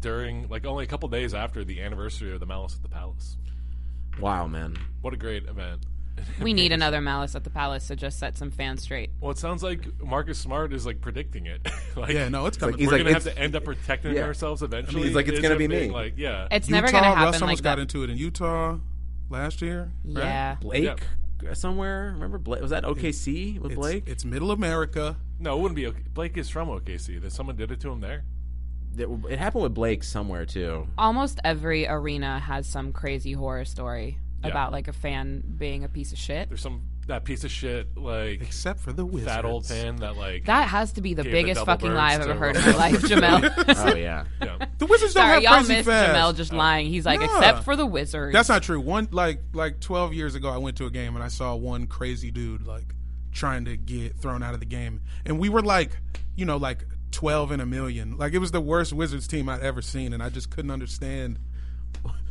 Speaker 3: during like only a couple days after the anniversary of the Malice at the Palace.
Speaker 6: Wow, man.
Speaker 3: What a great event!
Speaker 8: We need another Malice at the Palace to just set some fans straight.
Speaker 3: Well, it sounds like Marcus Smart is like predicting it. like,
Speaker 7: Yeah, no, it's coming.
Speaker 3: We're
Speaker 7: He's
Speaker 3: gonna
Speaker 7: like,
Speaker 3: have
Speaker 7: it's-
Speaker 3: to end up protecting
Speaker 7: yeah.
Speaker 3: ourselves eventually.
Speaker 6: he's like, it's gonna
Speaker 3: a
Speaker 6: be
Speaker 3: big,
Speaker 6: me.
Speaker 3: Like, yeah,
Speaker 8: It's never gonna happen
Speaker 7: Russ almost
Speaker 8: like
Speaker 7: got
Speaker 8: that.
Speaker 7: into it in Utah last year. right?
Speaker 8: Yeah.
Speaker 6: Blake somewhere. Remember Blake? Was that OKC with
Speaker 7: It's-
Speaker 6: Blake?
Speaker 7: It's Middle America.
Speaker 3: No, it wouldn't be. Okay. Blake is from OKC. That someone did it to him there.
Speaker 6: It, it happened with Blake somewhere too.
Speaker 8: Almost every arena has some crazy horror story
Speaker 3: Yeah.
Speaker 8: about like a fan being a piece of shit.
Speaker 3: There's some that piece of shit like
Speaker 7: except for the
Speaker 3: fat old
Speaker 7: Wizards.
Speaker 3: fan that like
Speaker 8: That has to be the
Speaker 3: gave
Speaker 8: biggest
Speaker 3: double
Speaker 8: fucking
Speaker 3: birds
Speaker 8: lie I've
Speaker 3: to
Speaker 8: ever heard in
Speaker 3: Russell
Speaker 8: my life,
Speaker 3: Westbrook.
Speaker 6: Jamel. Oh, yeah.
Speaker 3: yeah.
Speaker 7: The Wizards don't
Speaker 8: Sorry,
Speaker 7: have
Speaker 8: y'all
Speaker 7: crazy
Speaker 8: missed
Speaker 7: fans.
Speaker 8: Jamel just lying. He's like,
Speaker 7: Nah.
Speaker 8: except for the Wizards.
Speaker 7: That's not true. One like like twelve years ago, I went to a game and I saw one crazy dude like trying to get thrown out of the game, and we were like, you know, like twelve in a million. Like it was the worst Wizards team I'd ever seen, and I just couldn't understand.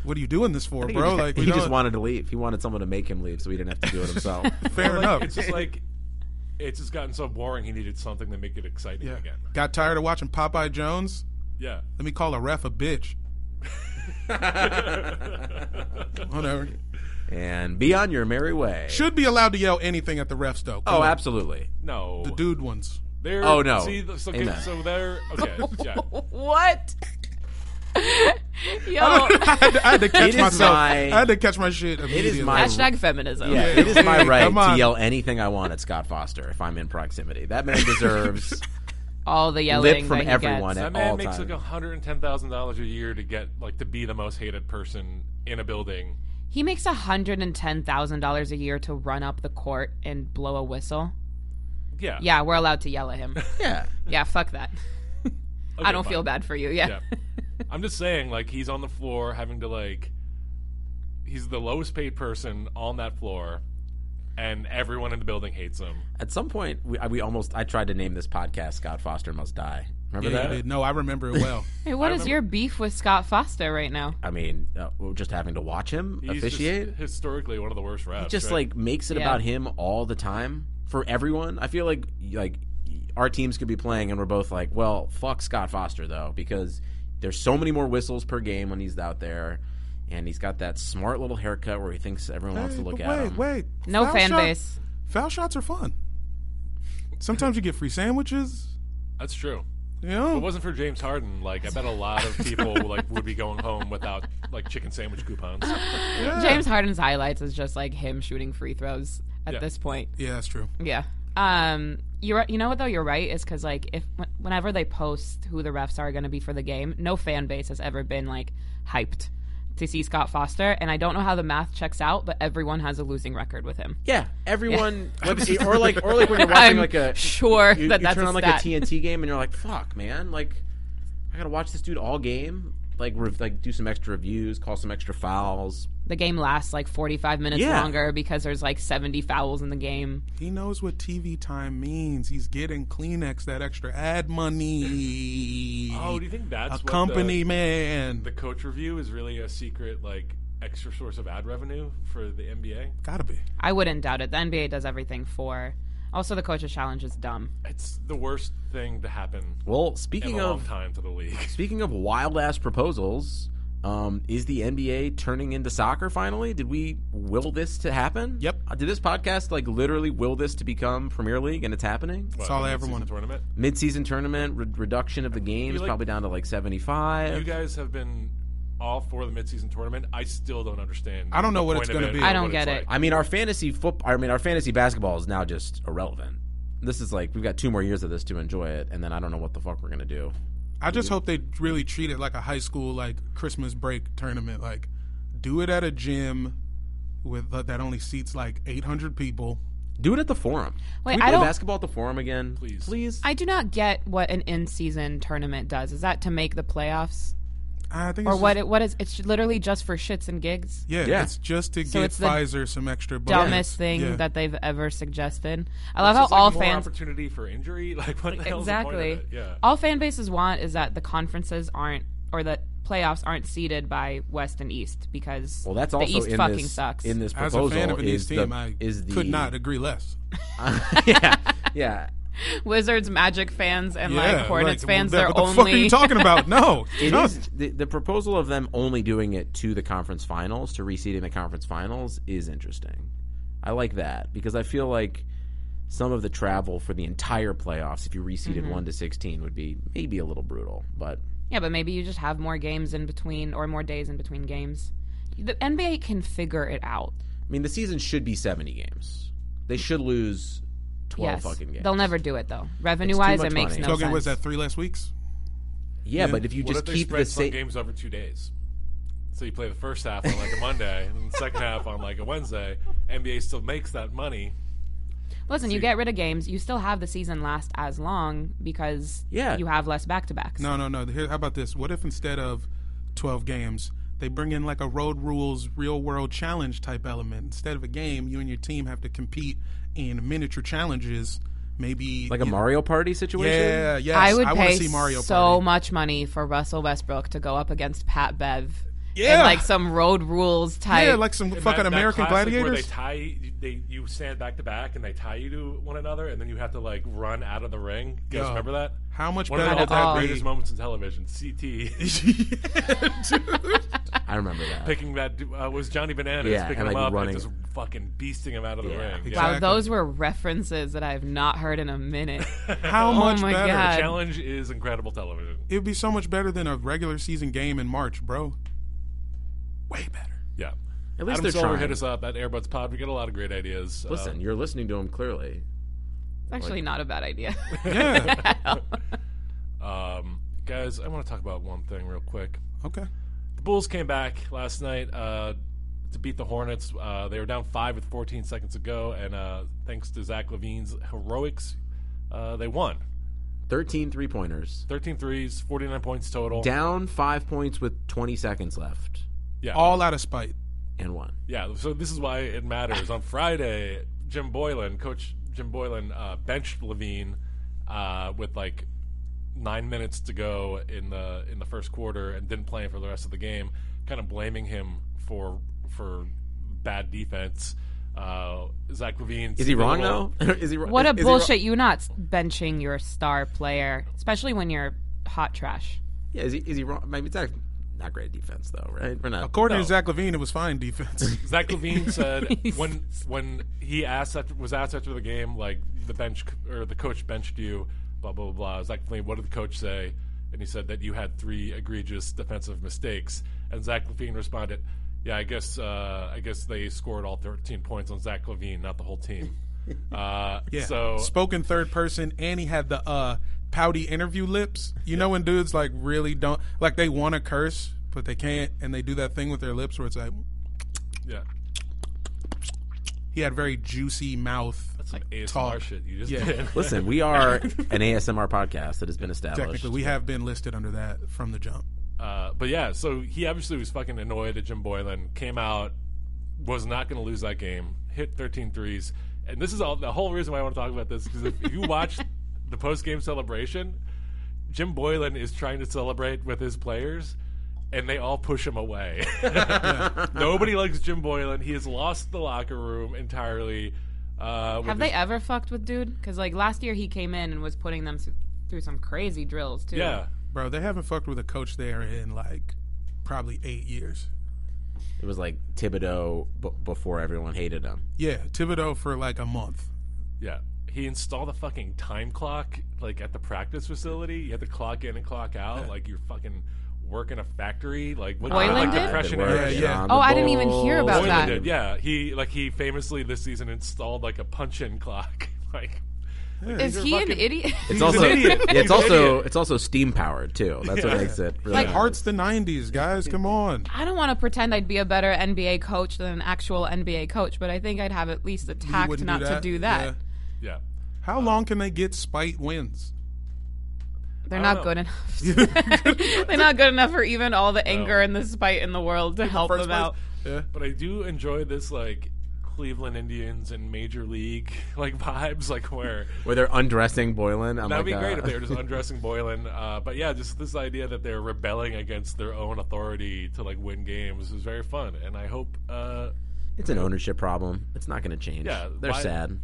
Speaker 7: What are you doing this for,
Speaker 6: I think
Speaker 7: bro?
Speaker 6: he just,
Speaker 7: Like
Speaker 6: he
Speaker 7: we
Speaker 6: just
Speaker 7: don't-
Speaker 6: wanted to leave. He wanted someone to make him leave, so he didn't have to do it himself.
Speaker 7: Fair
Speaker 3: Like,
Speaker 7: enough.
Speaker 3: It's just like it's just gotten so boring. He needed something to make it exciting
Speaker 7: Yeah.
Speaker 3: again.
Speaker 7: Got tired of watching Popeye Jones?
Speaker 3: Yeah.
Speaker 7: Let me call a ref a bitch. Whatever.
Speaker 6: and be on your merry way.
Speaker 7: Should be allowed to yell anything at the refs though. Come
Speaker 6: Oh,
Speaker 7: on.
Speaker 6: absolutely.
Speaker 3: No.
Speaker 7: The dude ones.
Speaker 3: They're,
Speaker 6: Oh, no.
Speaker 3: See, th- so, okay,
Speaker 6: Amen.
Speaker 3: so they're okay. Yeah.
Speaker 8: What? Yo,
Speaker 7: I had to, I had to
Speaker 6: It
Speaker 7: catch
Speaker 6: is
Speaker 7: myself.
Speaker 6: my-
Speaker 7: I had to catch my shit immediately.
Speaker 6: my-
Speaker 8: hashtag feminism.
Speaker 6: Yeah,
Speaker 7: Yeah.
Speaker 6: it is my
Speaker 7: Come
Speaker 6: right to
Speaker 7: on.
Speaker 6: yell anything I want at Scott Foster if I'm in proximity. That man deserves
Speaker 8: All the yelling
Speaker 6: from
Speaker 8: that he
Speaker 6: everyone.
Speaker 8: Gets.
Speaker 6: At
Speaker 3: That man
Speaker 6: all
Speaker 3: makes
Speaker 6: time.
Speaker 3: like hundred and ten thousand dollars a year to get like to be the most hated person in a building.
Speaker 8: He makes hundred and ten thousand dollars a year to run up the court and blow a whistle.
Speaker 3: Yeah.
Speaker 8: Yeah, we're allowed to yell at him.
Speaker 6: yeah.
Speaker 8: yeah, fuck that.
Speaker 3: Okay,
Speaker 8: I don't feel
Speaker 3: fine.
Speaker 8: bad for you. Yeah.
Speaker 3: I'm just saying, like, he's on the floor having to like he's the lowest paid person on that floor and everyone in the building hates him.
Speaker 6: At some point, we, I- we almost I tried to name this podcast "Scott Foster Must Die." Remember
Speaker 7: Yeah,
Speaker 6: that?
Speaker 7: you did. No, I remember it well.
Speaker 8: Hey, what is your beef with Scott Foster right now?
Speaker 6: I mean, uh, we're just having to watch him
Speaker 3: He's just
Speaker 6: officiate.
Speaker 3: historically one of the worst refs.
Speaker 6: He just
Speaker 3: right?
Speaker 6: like makes it
Speaker 8: Yeah.
Speaker 6: about him all the time for everyone. I feel like like our teams could be playing and we're both like, well, fuck Scott Foster though because there's so many more whistles per game when he's out there, and he's got that smart little haircut where he thinks everyone wants to
Speaker 7: Hey,
Speaker 6: look
Speaker 7: but
Speaker 6: at
Speaker 7: wait,
Speaker 6: him.
Speaker 7: wait.
Speaker 8: No
Speaker 7: Foul
Speaker 8: fan
Speaker 7: shot-
Speaker 8: base.
Speaker 7: Foul shots are fun. Sometimes you get free sandwiches.
Speaker 3: That's true.
Speaker 7: You
Speaker 3: If
Speaker 7: know,
Speaker 3: it wasn't for James Harden, like I bet a lot of people like would be going home without like chicken sandwich coupons.
Speaker 7: yeah.
Speaker 8: James Harden's highlights is just like him shooting free throws at
Speaker 3: Yeah.
Speaker 8: this point.
Speaker 7: Yeah, that's true.
Speaker 8: Yeah. Um, you're right- you know what though you're right is because like if wh- whenever they post who the refs are going to be for the game, no fan base has ever been like hyped to see Scott Foster, and I don't know how the math checks out, but everyone has a losing record with him.
Speaker 6: Yeah, everyone, or like, or like when you're watching
Speaker 8: I'm
Speaker 6: like a
Speaker 8: sure
Speaker 6: you,
Speaker 8: that
Speaker 6: you
Speaker 8: that's
Speaker 6: turn
Speaker 8: a
Speaker 6: on like
Speaker 8: stat.
Speaker 6: a TNT game and you're like, fuck, man, like I gotta watch this dude all game, like rev- like do some extra reviews, call some extra fouls.
Speaker 8: The game lasts like 45 minutes
Speaker 6: Yeah.
Speaker 8: longer because there's like 70 fouls in the game.
Speaker 7: He knows what TV time means. He's getting Kleenex, that extra ad money.
Speaker 3: Oh, do you think that's
Speaker 7: a
Speaker 3: what
Speaker 7: company
Speaker 3: the,
Speaker 7: man?
Speaker 3: the coach review is really a secret like extra source of ad revenue for the NBA?
Speaker 7: Gotta be.
Speaker 8: I wouldn't doubt it. The NBA does everything for. Also, the coaches challenge is dumb.
Speaker 3: It's the worst thing to happen.
Speaker 6: Well, speaking
Speaker 3: in a long
Speaker 6: of
Speaker 3: time to the league.
Speaker 6: Speaking of wild ass proposals, um, is the NBA turning into soccer finally? Did we will this to happen? Yep. did this podcast like literally will this to become Premier League and it's happening?
Speaker 3: What, all I ever wanted. Tournament.
Speaker 6: Mid-season tournament re- reduction of the games
Speaker 3: like-
Speaker 6: probably down to like seventy-five.
Speaker 3: You guys have been all for the midseason tournament. I still don't understand. the point of or what it's like.
Speaker 6: I mean, our fantasy football. I mean, our fantasy basketball is now just irrelevant. This is like we've got two more years of this to enjoy it, and then I don't know what the fuck we're gonna do.
Speaker 7: I just hope they really treat it like a high school like Christmas break tournament. Like, do it at a gym with that only seats like 800 people.
Speaker 6: Do it at the forum.
Speaker 8: Wait, Can we I play don't-
Speaker 6: basketball at the forum again, please. Please.
Speaker 8: I do not get what an in-season tournament does. Is that to make the playoffs?
Speaker 7: I think.
Speaker 8: Or
Speaker 7: it's
Speaker 8: what?
Speaker 7: just-
Speaker 8: it, what is? It's literally just for shits and gigs.
Speaker 7: Yeah,
Speaker 6: Yeah.
Speaker 7: it's just to
Speaker 8: So
Speaker 7: get
Speaker 8: it's the
Speaker 7: Pfizer some extra. Bonus.
Speaker 8: Dumbest thing
Speaker 7: Yeah.
Speaker 8: that they've ever suggested. I
Speaker 3: This
Speaker 8: love how
Speaker 3: is, like,
Speaker 8: all
Speaker 3: more
Speaker 8: fans
Speaker 3: opportunity for injury. Like what the hell's the point of
Speaker 8: exactly.
Speaker 3: it? Yeah.
Speaker 8: All fan bases want is that the conferences aren't or that playoffs aren't seeded by West and East because
Speaker 6: Well, that's
Speaker 8: the
Speaker 6: also
Speaker 8: East
Speaker 6: in
Speaker 8: fucking
Speaker 6: this,
Speaker 8: sucks.
Speaker 6: In this
Speaker 7: As
Speaker 6: proposal,
Speaker 7: a fan of an
Speaker 6: is
Speaker 7: East
Speaker 6: the,
Speaker 7: team, I
Speaker 6: is the,
Speaker 7: could not agree less.
Speaker 6: yeah, yeah.
Speaker 8: Wizards, Magic fans, and
Speaker 7: Yeah,
Speaker 8: like Hornets
Speaker 7: like,
Speaker 8: fans,
Speaker 7: what
Speaker 8: they're
Speaker 7: the
Speaker 8: only.
Speaker 7: fuck are you talking about? No.
Speaker 6: It
Speaker 7: No.
Speaker 6: is- the, the proposal of them only doing it to the conference finals, to reseeding the conference finals, is interesting. I like that because I feel like some of the travel for the entire playoffs, if you reseeded
Speaker 8: Mhm.
Speaker 6: one to sixteen, would be maybe a little brutal. But
Speaker 8: Yeah, but maybe you just have more games in between or more days in between games. The NBA can figure it out.
Speaker 6: I mean, the season should be seventy games. They should lose twelve
Speaker 8: yes,
Speaker 6: fucking games.
Speaker 8: they'll never do it though.
Speaker 6: It's
Speaker 8: Revenue
Speaker 6: too
Speaker 8: wise,
Speaker 6: much
Speaker 8: it makes
Speaker 6: money.
Speaker 8: no
Speaker 7: Token
Speaker 8: sense.
Speaker 7: was that three less weeks.
Speaker 6: Yeah, but if you
Speaker 3: What
Speaker 6: just
Speaker 3: if they
Speaker 6: keep
Speaker 3: spread
Speaker 6: the
Speaker 3: some
Speaker 6: same
Speaker 3: games over two days. So you play the first half on like a Monday, and the second half on like a Wednesday. NBA still makes that money.
Speaker 8: Listen, you
Speaker 3: See-
Speaker 8: get rid of games, you still have the season last as long because
Speaker 7: Yeah.
Speaker 8: you have less back to backs.
Speaker 7: No, no, no. Here, how about this? What if instead of 12 games, they bring in like a road rules, real world challenge type element? Instead of a game, you and your team have to compete in miniature challenges. Maybe
Speaker 6: like a
Speaker 7: you-
Speaker 6: Mario Party situation.
Speaker 7: Yeah, yes.
Speaker 8: I would
Speaker 7: want
Speaker 8: pay
Speaker 7: to see Mario
Speaker 8: so
Speaker 7: Party.
Speaker 8: much money for Russell Westbrook to go up against Pat Bev.
Speaker 7: Yeah.
Speaker 8: And like some road rules type.
Speaker 7: Yeah, like some
Speaker 3: And
Speaker 7: fucking
Speaker 3: that- that
Speaker 7: American
Speaker 3: classic Where they
Speaker 7: Gladiators.
Speaker 3: tie, they you stand back to back, and they tie you to one another, and then you have to like run out of the ring. You guys
Speaker 7: Yo,
Speaker 3: remember that?
Speaker 7: how much
Speaker 3: one of
Speaker 7: better
Speaker 3: the
Speaker 7: would that
Speaker 3: all-time
Speaker 7: be?
Speaker 3: greatest moments in television? CT.
Speaker 6: I remember that.
Speaker 3: Picking that du- uh, was Johnny Bananas
Speaker 6: Yeah,
Speaker 3: picking
Speaker 6: and,
Speaker 3: him
Speaker 6: like,
Speaker 3: up
Speaker 6: running.
Speaker 3: and just fucking beasting him out of the
Speaker 6: Yeah.
Speaker 3: ring.
Speaker 8: Wow, those were references that I have not heard in a minute.
Speaker 7: How
Speaker 8: oh
Speaker 7: much
Speaker 8: my
Speaker 7: better?
Speaker 8: God.
Speaker 3: The challenge is incredible television.
Speaker 7: It would be so much better than a regular season game in March, bro.
Speaker 3: Yeah.
Speaker 6: At least
Speaker 3: Adam
Speaker 6: they're
Speaker 3: Silver
Speaker 6: trying.
Speaker 3: hit us up at Airbuds Pod. We get a lot of great ideas. uh,
Speaker 6: Listen, you're listening to him clearly.
Speaker 8: It's actually
Speaker 6: Like-
Speaker 8: not a bad idea.
Speaker 3: um, guys, I want to talk about one thing real quick.
Speaker 7: Okay.
Speaker 3: The Bulls came back last night uh, to beat the Hornets. Uh, they were down five with 14 seconds to go, and uh, thanks to Zach Levine's heroics, uh, they won.
Speaker 6: 13 three pointers.
Speaker 3: 13 threes, 49 points total.
Speaker 6: Down five points with 20 seconds left
Speaker 3: Yeah.
Speaker 7: All out of spite.
Speaker 6: and one.
Speaker 3: Yeah, so this is why it matters. On Friday, Jim Boylan, Coach Jim Boylan, uh, benched Levine uh, with like nine minutes to go in the in the first quarter and didn't play him for the rest of the game, kind of blaming him for for bad defense. Uh, Zach Levine
Speaker 6: Is he
Speaker 3: seemed a
Speaker 6: wrong,
Speaker 3: little-
Speaker 6: though? is he wrong?
Speaker 8: what a
Speaker 6: is he wrong?
Speaker 8: bullshit! You not benching your star player, especially when you're hot trash.
Speaker 6: Yeah, is he, is he wrong? Maybe it's not, not great defense, though, right? We're not.
Speaker 3: Oh,
Speaker 7: According
Speaker 6: no.
Speaker 7: to Zach Levine, it was fine defense.
Speaker 3: Zach Levine said when when he asked after, was asked after the game like the bench c- or the coach benched you, blah blah blah. blah. Zach Levine, what did the coach say? And he said that you had three egregious defensive mistakes. And Zach Levine responded, "Yeah, I guess uh, I guess they scored all 13 points on Zach Levine, not the whole team." Uh,
Speaker 7: Yeah.
Speaker 3: So
Speaker 7: spoken third person, and he had the uh pouty interview lips. You know when dudes like really don't like they want to curse but they can't, and they do that thing with their lips where it's like
Speaker 3: yeah,
Speaker 7: he had very juicy mouth.
Speaker 3: that's some ASMR
Speaker 7: talk.
Speaker 3: shit you just
Speaker 7: Yeah.
Speaker 3: did.
Speaker 6: Listen, we are an ASMR podcast that has been established.
Speaker 7: Technically, we have been listed under that from the jump.
Speaker 3: Uh, but yeah, so he obviously was fucking annoyed at Jim Boylan. Came out, was not going to lose that game. Hit 13 threes, and this is all the whole reason why I want to talk about this because if, if you watch the post game celebration, Jim Boylan is trying to celebrate with his players, and they all push him away. Nobody likes Jim Boylan. He has lost the locker room entirely. Uh, with
Speaker 8: Have they
Speaker 3: his-
Speaker 8: ever fucked with dude? Because like last year he came in and was putting them s- through some crazy drills too.
Speaker 7: Bro, they haven't fucked with a coach there in like probably eight years.
Speaker 6: It was like Thibodeau b- before everyone hated him.
Speaker 7: Yeah, Thibodeau for like a month.
Speaker 3: Yeah. He installed a fucking time clock like at the practice facility. You had to clock in and clock out like you're fucking working a factory. Like what
Speaker 8: Boylan
Speaker 3: like
Speaker 8: did?
Speaker 3: depression
Speaker 6: Yeah,
Speaker 3: era.
Speaker 6: yeah. Oh, I didn't even hear about
Speaker 3: Boylan
Speaker 6: that.
Speaker 3: Did. Yeah, he like he famously this season installed like a punch-in clock. like like,
Speaker 8: Is
Speaker 3: these are
Speaker 8: he an
Speaker 3: fucking-
Speaker 8: idiot?
Speaker 6: It's
Speaker 3: He's
Speaker 6: also
Speaker 3: an idiot.
Speaker 6: yeah, it's
Speaker 3: He's an
Speaker 6: also
Speaker 3: idiot.
Speaker 6: it's also steam powered too. That's
Speaker 3: Yeah.
Speaker 6: what makes it really
Speaker 7: Like Art's the '90s, guys. Come on.
Speaker 8: I don't want to pretend I'd be a better NBA coach than an actual NBA coach, but I think I'd have at least the
Speaker 7: You
Speaker 8: tact
Speaker 7: wouldn't
Speaker 8: not to do that.
Speaker 3: Yeah.
Speaker 7: How long can they get spite wins?
Speaker 8: They're
Speaker 7: I
Speaker 8: not
Speaker 7: don't
Speaker 8: good enough. They're not good enough for even all the anger and the spite in the world to help them out.
Speaker 3: But I do enjoy this like Cleveland Indians and Major League like vibes, like where
Speaker 6: where they're undressing Boylan. I'm
Speaker 3: That'd
Speaker 6: like,
Speaker 3: be great
Speaker 6: uh,
Speaker 3: if they were just undressing Boylan. Uh, but yeah, just this idea that they're rebelling against their own authority to like win games is very fun, and I hope uh,
Speaker 6: it's an ownership problem. It's not going to change.
Speaker 3: Yeah,
Speaker 6: they're
Speaker 3: why-
Speaker 6: sad.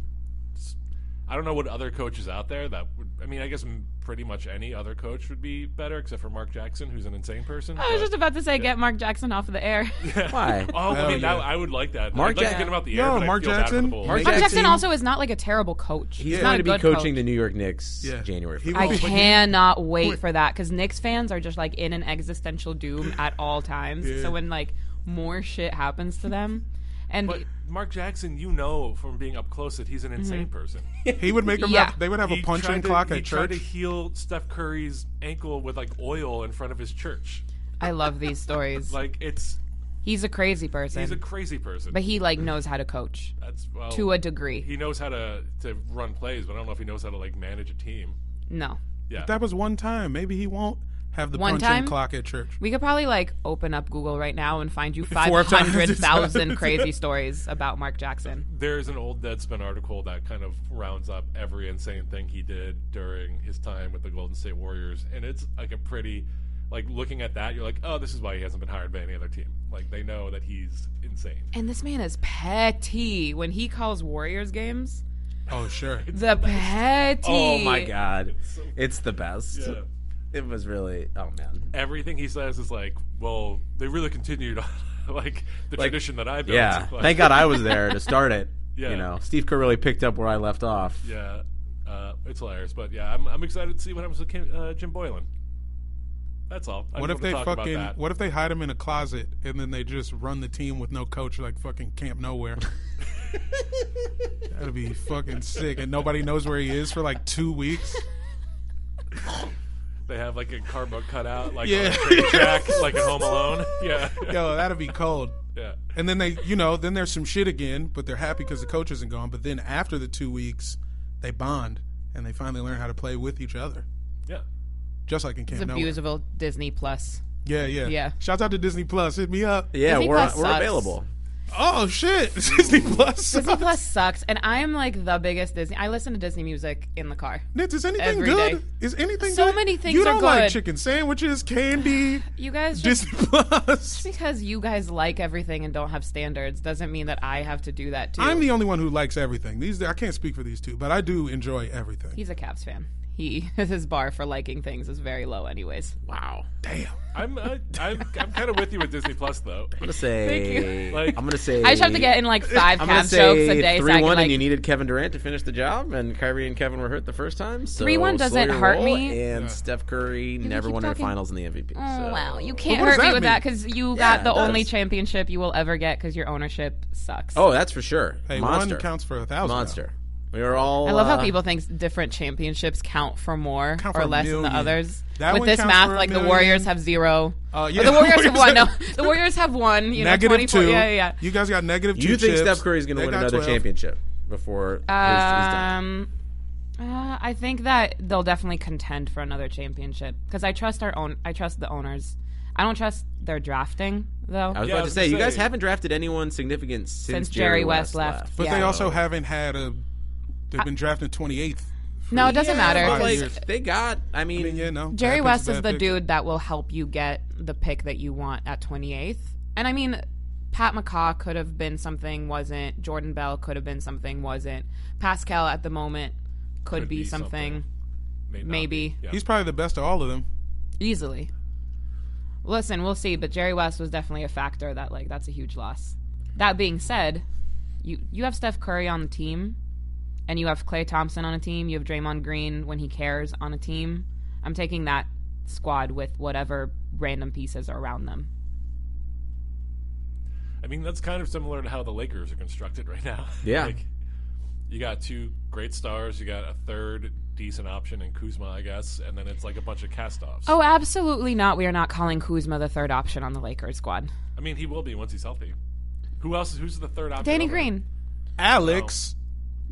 Speaker 3: I don't know what other coaches out there that would. I mean, I guess m- pretty much any other coach would be better, except for Mark Jackson, who's an insane person.
Speaker 8: I was
Speaker 3: but-
Speaker 8: Oh, just about to say, get Mark Jackson off of the air.
Speaker 6: Why?
Speaker 3: Oh, I
Speaker 6: Hell
Speaker 3: mean,
Speaker 6: yeah.
Speaker 3: that, I would like that.
Speaker 6: Mark
Speaker 3: I'd like to
Speaker 6: Jack-
Speaker 3: get him out the
Speaker 6: No,
Speaker 3: air. but I
Speaker 6: Mark
Speaker 3: feel Bad for
Speaker 6: Jackson?
Speaker 3: the Bulls.
Speaker 6: Mark
Speaker 8: Mark Jackson
Speaker 6: Jackson-
Speaker 8: also is not like a terrible coach.
Speaker 6: He's
Speaker 8: not
Speaker 6: going
Speaker 8: a
Speaker 6: to be
Speaker 8: good
Speaker 6: coaching
Speaker 8: coach.
Speaker 6: the New York Knicks
Speaker 7: Yeah.
Speaker 6: January.
Speaker 7: He
Speaker 6: 1st.
Speaker 8: I cannot wait for that because Knicks fans are just like in an existential doom at all times.
Speaker 3: Yeah.
Speaker 8: So when like more shit happens to them, and
Speaker 3: But Mark Jackson, you know from being up close that he's an insane
Speaker 8: Mhm.
Speaker 3: person.
Speaker 7: He would make 'em Yeah. have- they would have a
Speaker 3: He
Speaker 7: punch-in
Speaker 3: tried to-
Speaker 7: clock at
Speaker 3: he tried to
Speaker 7: church.
Speaker 3: heal Steph Curry's ankle with like oil in front of his church.
Speaker 8: I love these stories.
Speaker 3: Like it's
Speaker 8: he's a crazy person.
Speaker 3: He's a crazy person.
Speaker 8: But he like knows how to coach.
Speaker 3: that's well,
Speaker 8: to a degree.
Speaker 3: He knows how to to run plays, but I don't know if he knows how to like manage a team.
Speaker 8: No.
Speaker 3: Yeah.
Speaker 7: But that was one time. Maybe he won't have the
Speaker 8: One
Speaker 7: punch
Speaker 8: time
Speaker 7: in clock at church.
Speaker 8: We could probably like open up Google right now and find you
Speaker 7: Four
Speaker 8: five
Speaker 7: times.
Speaker 8: hundred thousand crazy stories about Mark Jackson.
Speaker 3: There's an old Deadspin article that kind of rounds up every insane thing he did during his time with the Golden State Warriors, and it's like a pretty, like looking at that, you're like, oh, this is why he hasn't been hired by any other team. Like they know that he's insane.
Speaker 8: And this man is petty when he calls Warriors games.
Speaker 7: Oh sure.
Speaker 8: The petty.
Speaker 6: Oh my god, it's the best.
Speaker 3: Yeah.
Speaker 6: It was really oh man.
Speaker 3: Everything he says is like, well, they really continued like the tradition that I built.
Speaker 6: Yeah,
Speaker 3: Like-
Speaker 6: thank God I was there to start it.
Speaker 3: Yeah.
Speaker 6: You know, Steve Kerr really picked up where I left off.
Speaker 3: Yeah, uh, it's hilarious. But yeah, I'm, I'm excited to see what happens with Kim, uh, Jim Boylan. That's all. I
Speaker 7: What
Speaker 3: just
Speaker 7: if
Speaker 3: wanted to
Speaker 7: they
Speaker 3: talk
Speaker 7: fucking?
Speaker 3: About that.
Speaker 7: What if they hide him in a closet and then they just run the team with no coach, like fucking Camp Nowhere? That'd be fucking sick, and nobody knows where he is for like two weeks.
Speaker 3: They have like a cardboard cutout, like
Speaker 7: Yeah.
Speaker 3: on a train track, like in Home Alone. Yeah.
Speaker 7: Yo, that'd be cold.
Speaker 3: Yeah.
Speaker 7: And then they, you know, then there's some shit again, but they're happy because the coach isn't gone. But then after the two weeks, they bond and they finally learn how to play with each other.
Speaker 3: Yeah.
Speaker 7: Just like in
Speaker 8: It's
Speaker 7: Camp
Speaker 8: a
Speaker 7: Nowhere.
Speaker 8: beautiful Disney Plus.
Speaker 7: Yeah, yeah.
Speaker 8: Yeah.
Speaker 7: Shout out to Disney Plus. Hit me up.
Speaker 6: Yeah,
Speaker 8: Disney
Speaker 6: we're
Speaker 8: Plus
Speaker 6: we're
Speaker 8: sucks.
Speaker 6: available.
Speaker 7: Oh shit. Disney Plus.
Speaker 8: Disney Plus sucks, and I'm like the biggest Disney. I listen to Disney music in the car.
Speaker 7: Nits, is anything
Speaker 8: Every
Speaker 7: good?
Speaker 8: day.
Speaker 7: Is anything
Speaker 8: So
Speaker 7: good?
Speaker 8: many things
Speaker 7: you
Speaker 8: are
Speaker 7: don't like
Speaker 8: good.
Speaker 7: chicken sandwiches, candy.
Speaker 8: You guys, just,
Speaker 7: Disney Plus.
Speaker 8: just because you guys like everything and don't have standards doesn't mean that I have to do that too.
Speaker 7: I'm the only one who likes everything. These I can't speak for these two, but I do enjoy everything.
Speaker 8: He's a Cavs fan. He his bar for liking things is very low, anyways.
Speaker 6: Wow.
Speaker 7: Damn.
Speaker 3: I'm uh, I'm, I'm kind of with you with Disney Plus though.
Speaker 6: I'm gonna say.
Speaker 8: Thank you.
Speaker 6: I'm gonna say.
Speaker 8: I just have to get in like five
Speaker 6: I'm gonna
Speaker 8: Cavs
Speaker 6: say
Speaker 8: jokes a day. so
Speaker 6: Three
Speaker 8: I can,
Speaker 6: one,
Speaker 8: like,
Speaker 6: and you needed Kevin Durant to finish the job, and Kyrie and Kevin were hurt the first time. So
Speaker 8: 3-1
Speaker 6: slow
Speaker 8: doesn't
Speaker 6: your
Speaker 8: hurt
Speaker 6: roll,
Speaker 8: me.
Speaker 6: And Steph Curry never
Speaker 8: keep
Speaker 6: won in the
Speaker 8: talking.
Speaker 6: finals in the MVP.
Speaker 8: Oh,
Speaker 6: so.
Speaker 8: wow. You can't
Speaker 6: what does
Speaker 8: hurt me
Speaker 6: that
Speaker 8: with that
Speaker 6: mean?
Speaker 8: because you
Speaker 6: Yeah,
Speaker 8: got the
Speaker 6: it does.
Speaker 8: only championship you will ever get because your ownership sucks.
Speaker 6: Oh, that's for sure.
Speaker 7: Hey, one
Speaker 6: Monster
Speaker 7: counts for a thousand, though.
Speaker 6: Monster. We were all.
Speaker 8: I love how
Speaker 6: uh,
Speaker 8: people think different championships count for more
Speaker 7: Count for
Speaker 8: or
Speaker 7: a
Speaker 8: less than
Speaker 7: million.
Speaker 8: the others.
Speaker 7: That
Speaker 8: With
Speaker 7: one
Speaker 8: this
Speaker 7: counts
Speaker 8: math,
Speaker 7: for a
Speaker 8: like the
Speaker 7: million.
Speaker 8: Warriors have zero.
Speaker 7: Uh,
Speaker 8: Or
Speaker 7: yeah,
Speaker 8: the Warriors have
Speaker 7: Warriors
Speaker 8: one. No,
Speaker 7: have-
Speaker 8: the Warriors have one. You know,
Speaker 7: Negative
Speaker 8: 24
Speaker 7: two.
Speaker 8: Yeah, yeah,
Speaker 7: You guys got negative two.
Speaker 6: You think
Speaker 7: chips.
Speaker 6: Steph Curry's going to
Speaker 7: They
Speaker 6: win
Speaker 7: got
Speaker 6: another
Speaker 7: 12.
Speaker 6: championship before his, his
Speaker 8: yeah.
Speaker 6: time?
Speaker 8: Um, uh, I think that they'll definitely contend for another championship because I trust our own. I trust the owners. I don't trust their drafting though.
Speaker 6: I was about to say, you guys haven't drafted anyone significant since,
Speaker 8: Since Jerry West left.
Speaker 7: But
Speaker 8: Yeah.
Speaker 7: they also haven't had a. They've been drafting 28th
Speaker 8: No, Oh, it doesn't matter.
Speaker 6: but, like,
Speaker 8: 'cause
Speaker 6: they got. I mean,
Speaker 7: yeah, no.
Speaker 8: Jerry
Speaker 6: Bad
Speaker 8: West
Speaker 6: pick's a
Speaker 8: is
Speaker 6: bad
Speaker 8: the
Speaker 6: pick.
Speaker 8: dude that will help you get the pick that you want at 28th. And I mean, Pat McCaw could have been something, wasn't. Jordan Bell could have been something, wasn't. Pascal at the moment could, be, something, maybe
Speaker 7: He's probably the best of all of them.
Speaker 8: easily. Listen, we'll see, but Jerry West was definitely a factor that like that's a huge loss. That being said, you you have Steph Curry on the team and you have Clay Thompson on a team, you have Draymond Green when he cares on a team. I'm taking that squad with whatever random pieces are around them.
Speaker 3: I mean, that's kind of similar to how the Lakers are constructed right now.
Speaker 6: Yeah.
Speaker 3: like, you got two great stars, you got a third decent option in Kuzma, I guess, and then it's like a bunch of cast-offs.
Speaker 8: Oh, absolutely not. We are not calling Kuzma the third option on the Lakers squad.
Speaker 3: I mean, he will be once he's healthy. Who else? Who's the third option?
Speaker 8: Danny
Speaker 3: over-
Speaker 8: Green.
Speaker 7: Alex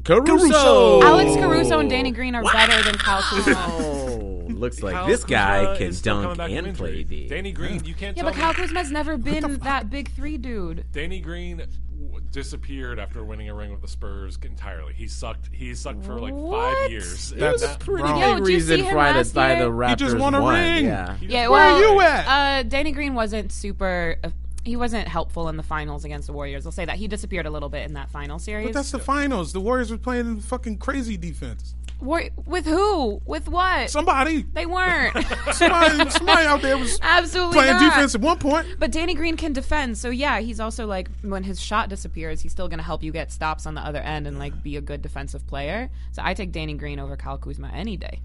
Speaker 6: Caruso.
Speaker 8: Alex Caruso and Danny Green are better than Kyle Kuzma.
Speaker 6: Oh, looks like
Speaker 3: Kyle
Speaker 6: this guy
Speaker 3: Kuzma
Speaker 6: can
Speaker 3: is still coming
Speaker 6: dunk
Speaker 3: back from
Speaker 6: and play D.
Speaker 3: Danny Green, you can't
Speaker 8: yeah,
Speaker 3: tell
Speaker 8: but
Speaker 3: me-
Speaker 8: Kyle Kuzma's never been that big three dude.
Speaker 3: Danny Green w- disappeared after winning a ring with the Spurs entirely. He sucked. He sucked for like
Speaker 8: What?
Speaker 3: five years. And
Speaker 7: That's
Speaker 3: that-
Speaker 7: pretty
Speaker 8: Yo,
Speaker 7: wrong.
Speaker 8: did you see him
Speaker 6: why
Speaker 8: last
Speaker 6: the, why the
Speaker 8: year?
Speaker 6: Raptors
Speaker 7: He just won a ring.
Speaker 6: Yeah.
Speaker 8: Yeah,
Speaker 7: Where
Speaker 8: well,
Speaker 7: are you at?
Speaker 8: Uh, Danny Green wasn't super. Uh, he wasn't helpful in the finals against the Warriors. I'll say that he disappeared a little bit in that final series.
Speaker 7: But that's the finals. The Warriors were playing fucking crazy defense.
Speaker 8: War- with who? With what?
Speaker 7: Somebody,
Speaker 8: they weren't.
Speaker 7: somebody, somebody out there was
Speaker 8: Absolutely
Speaker 7: playing
Speaker 8: not.
Speaker 7: defense at one point.
Speaker 8: But Danny Green can defend, so yeah, he's also like when his shot disappears, he's still going to help you get stops on the other end and like be a good defensive player. So I take Danny Green over Kyle Kuzma any day.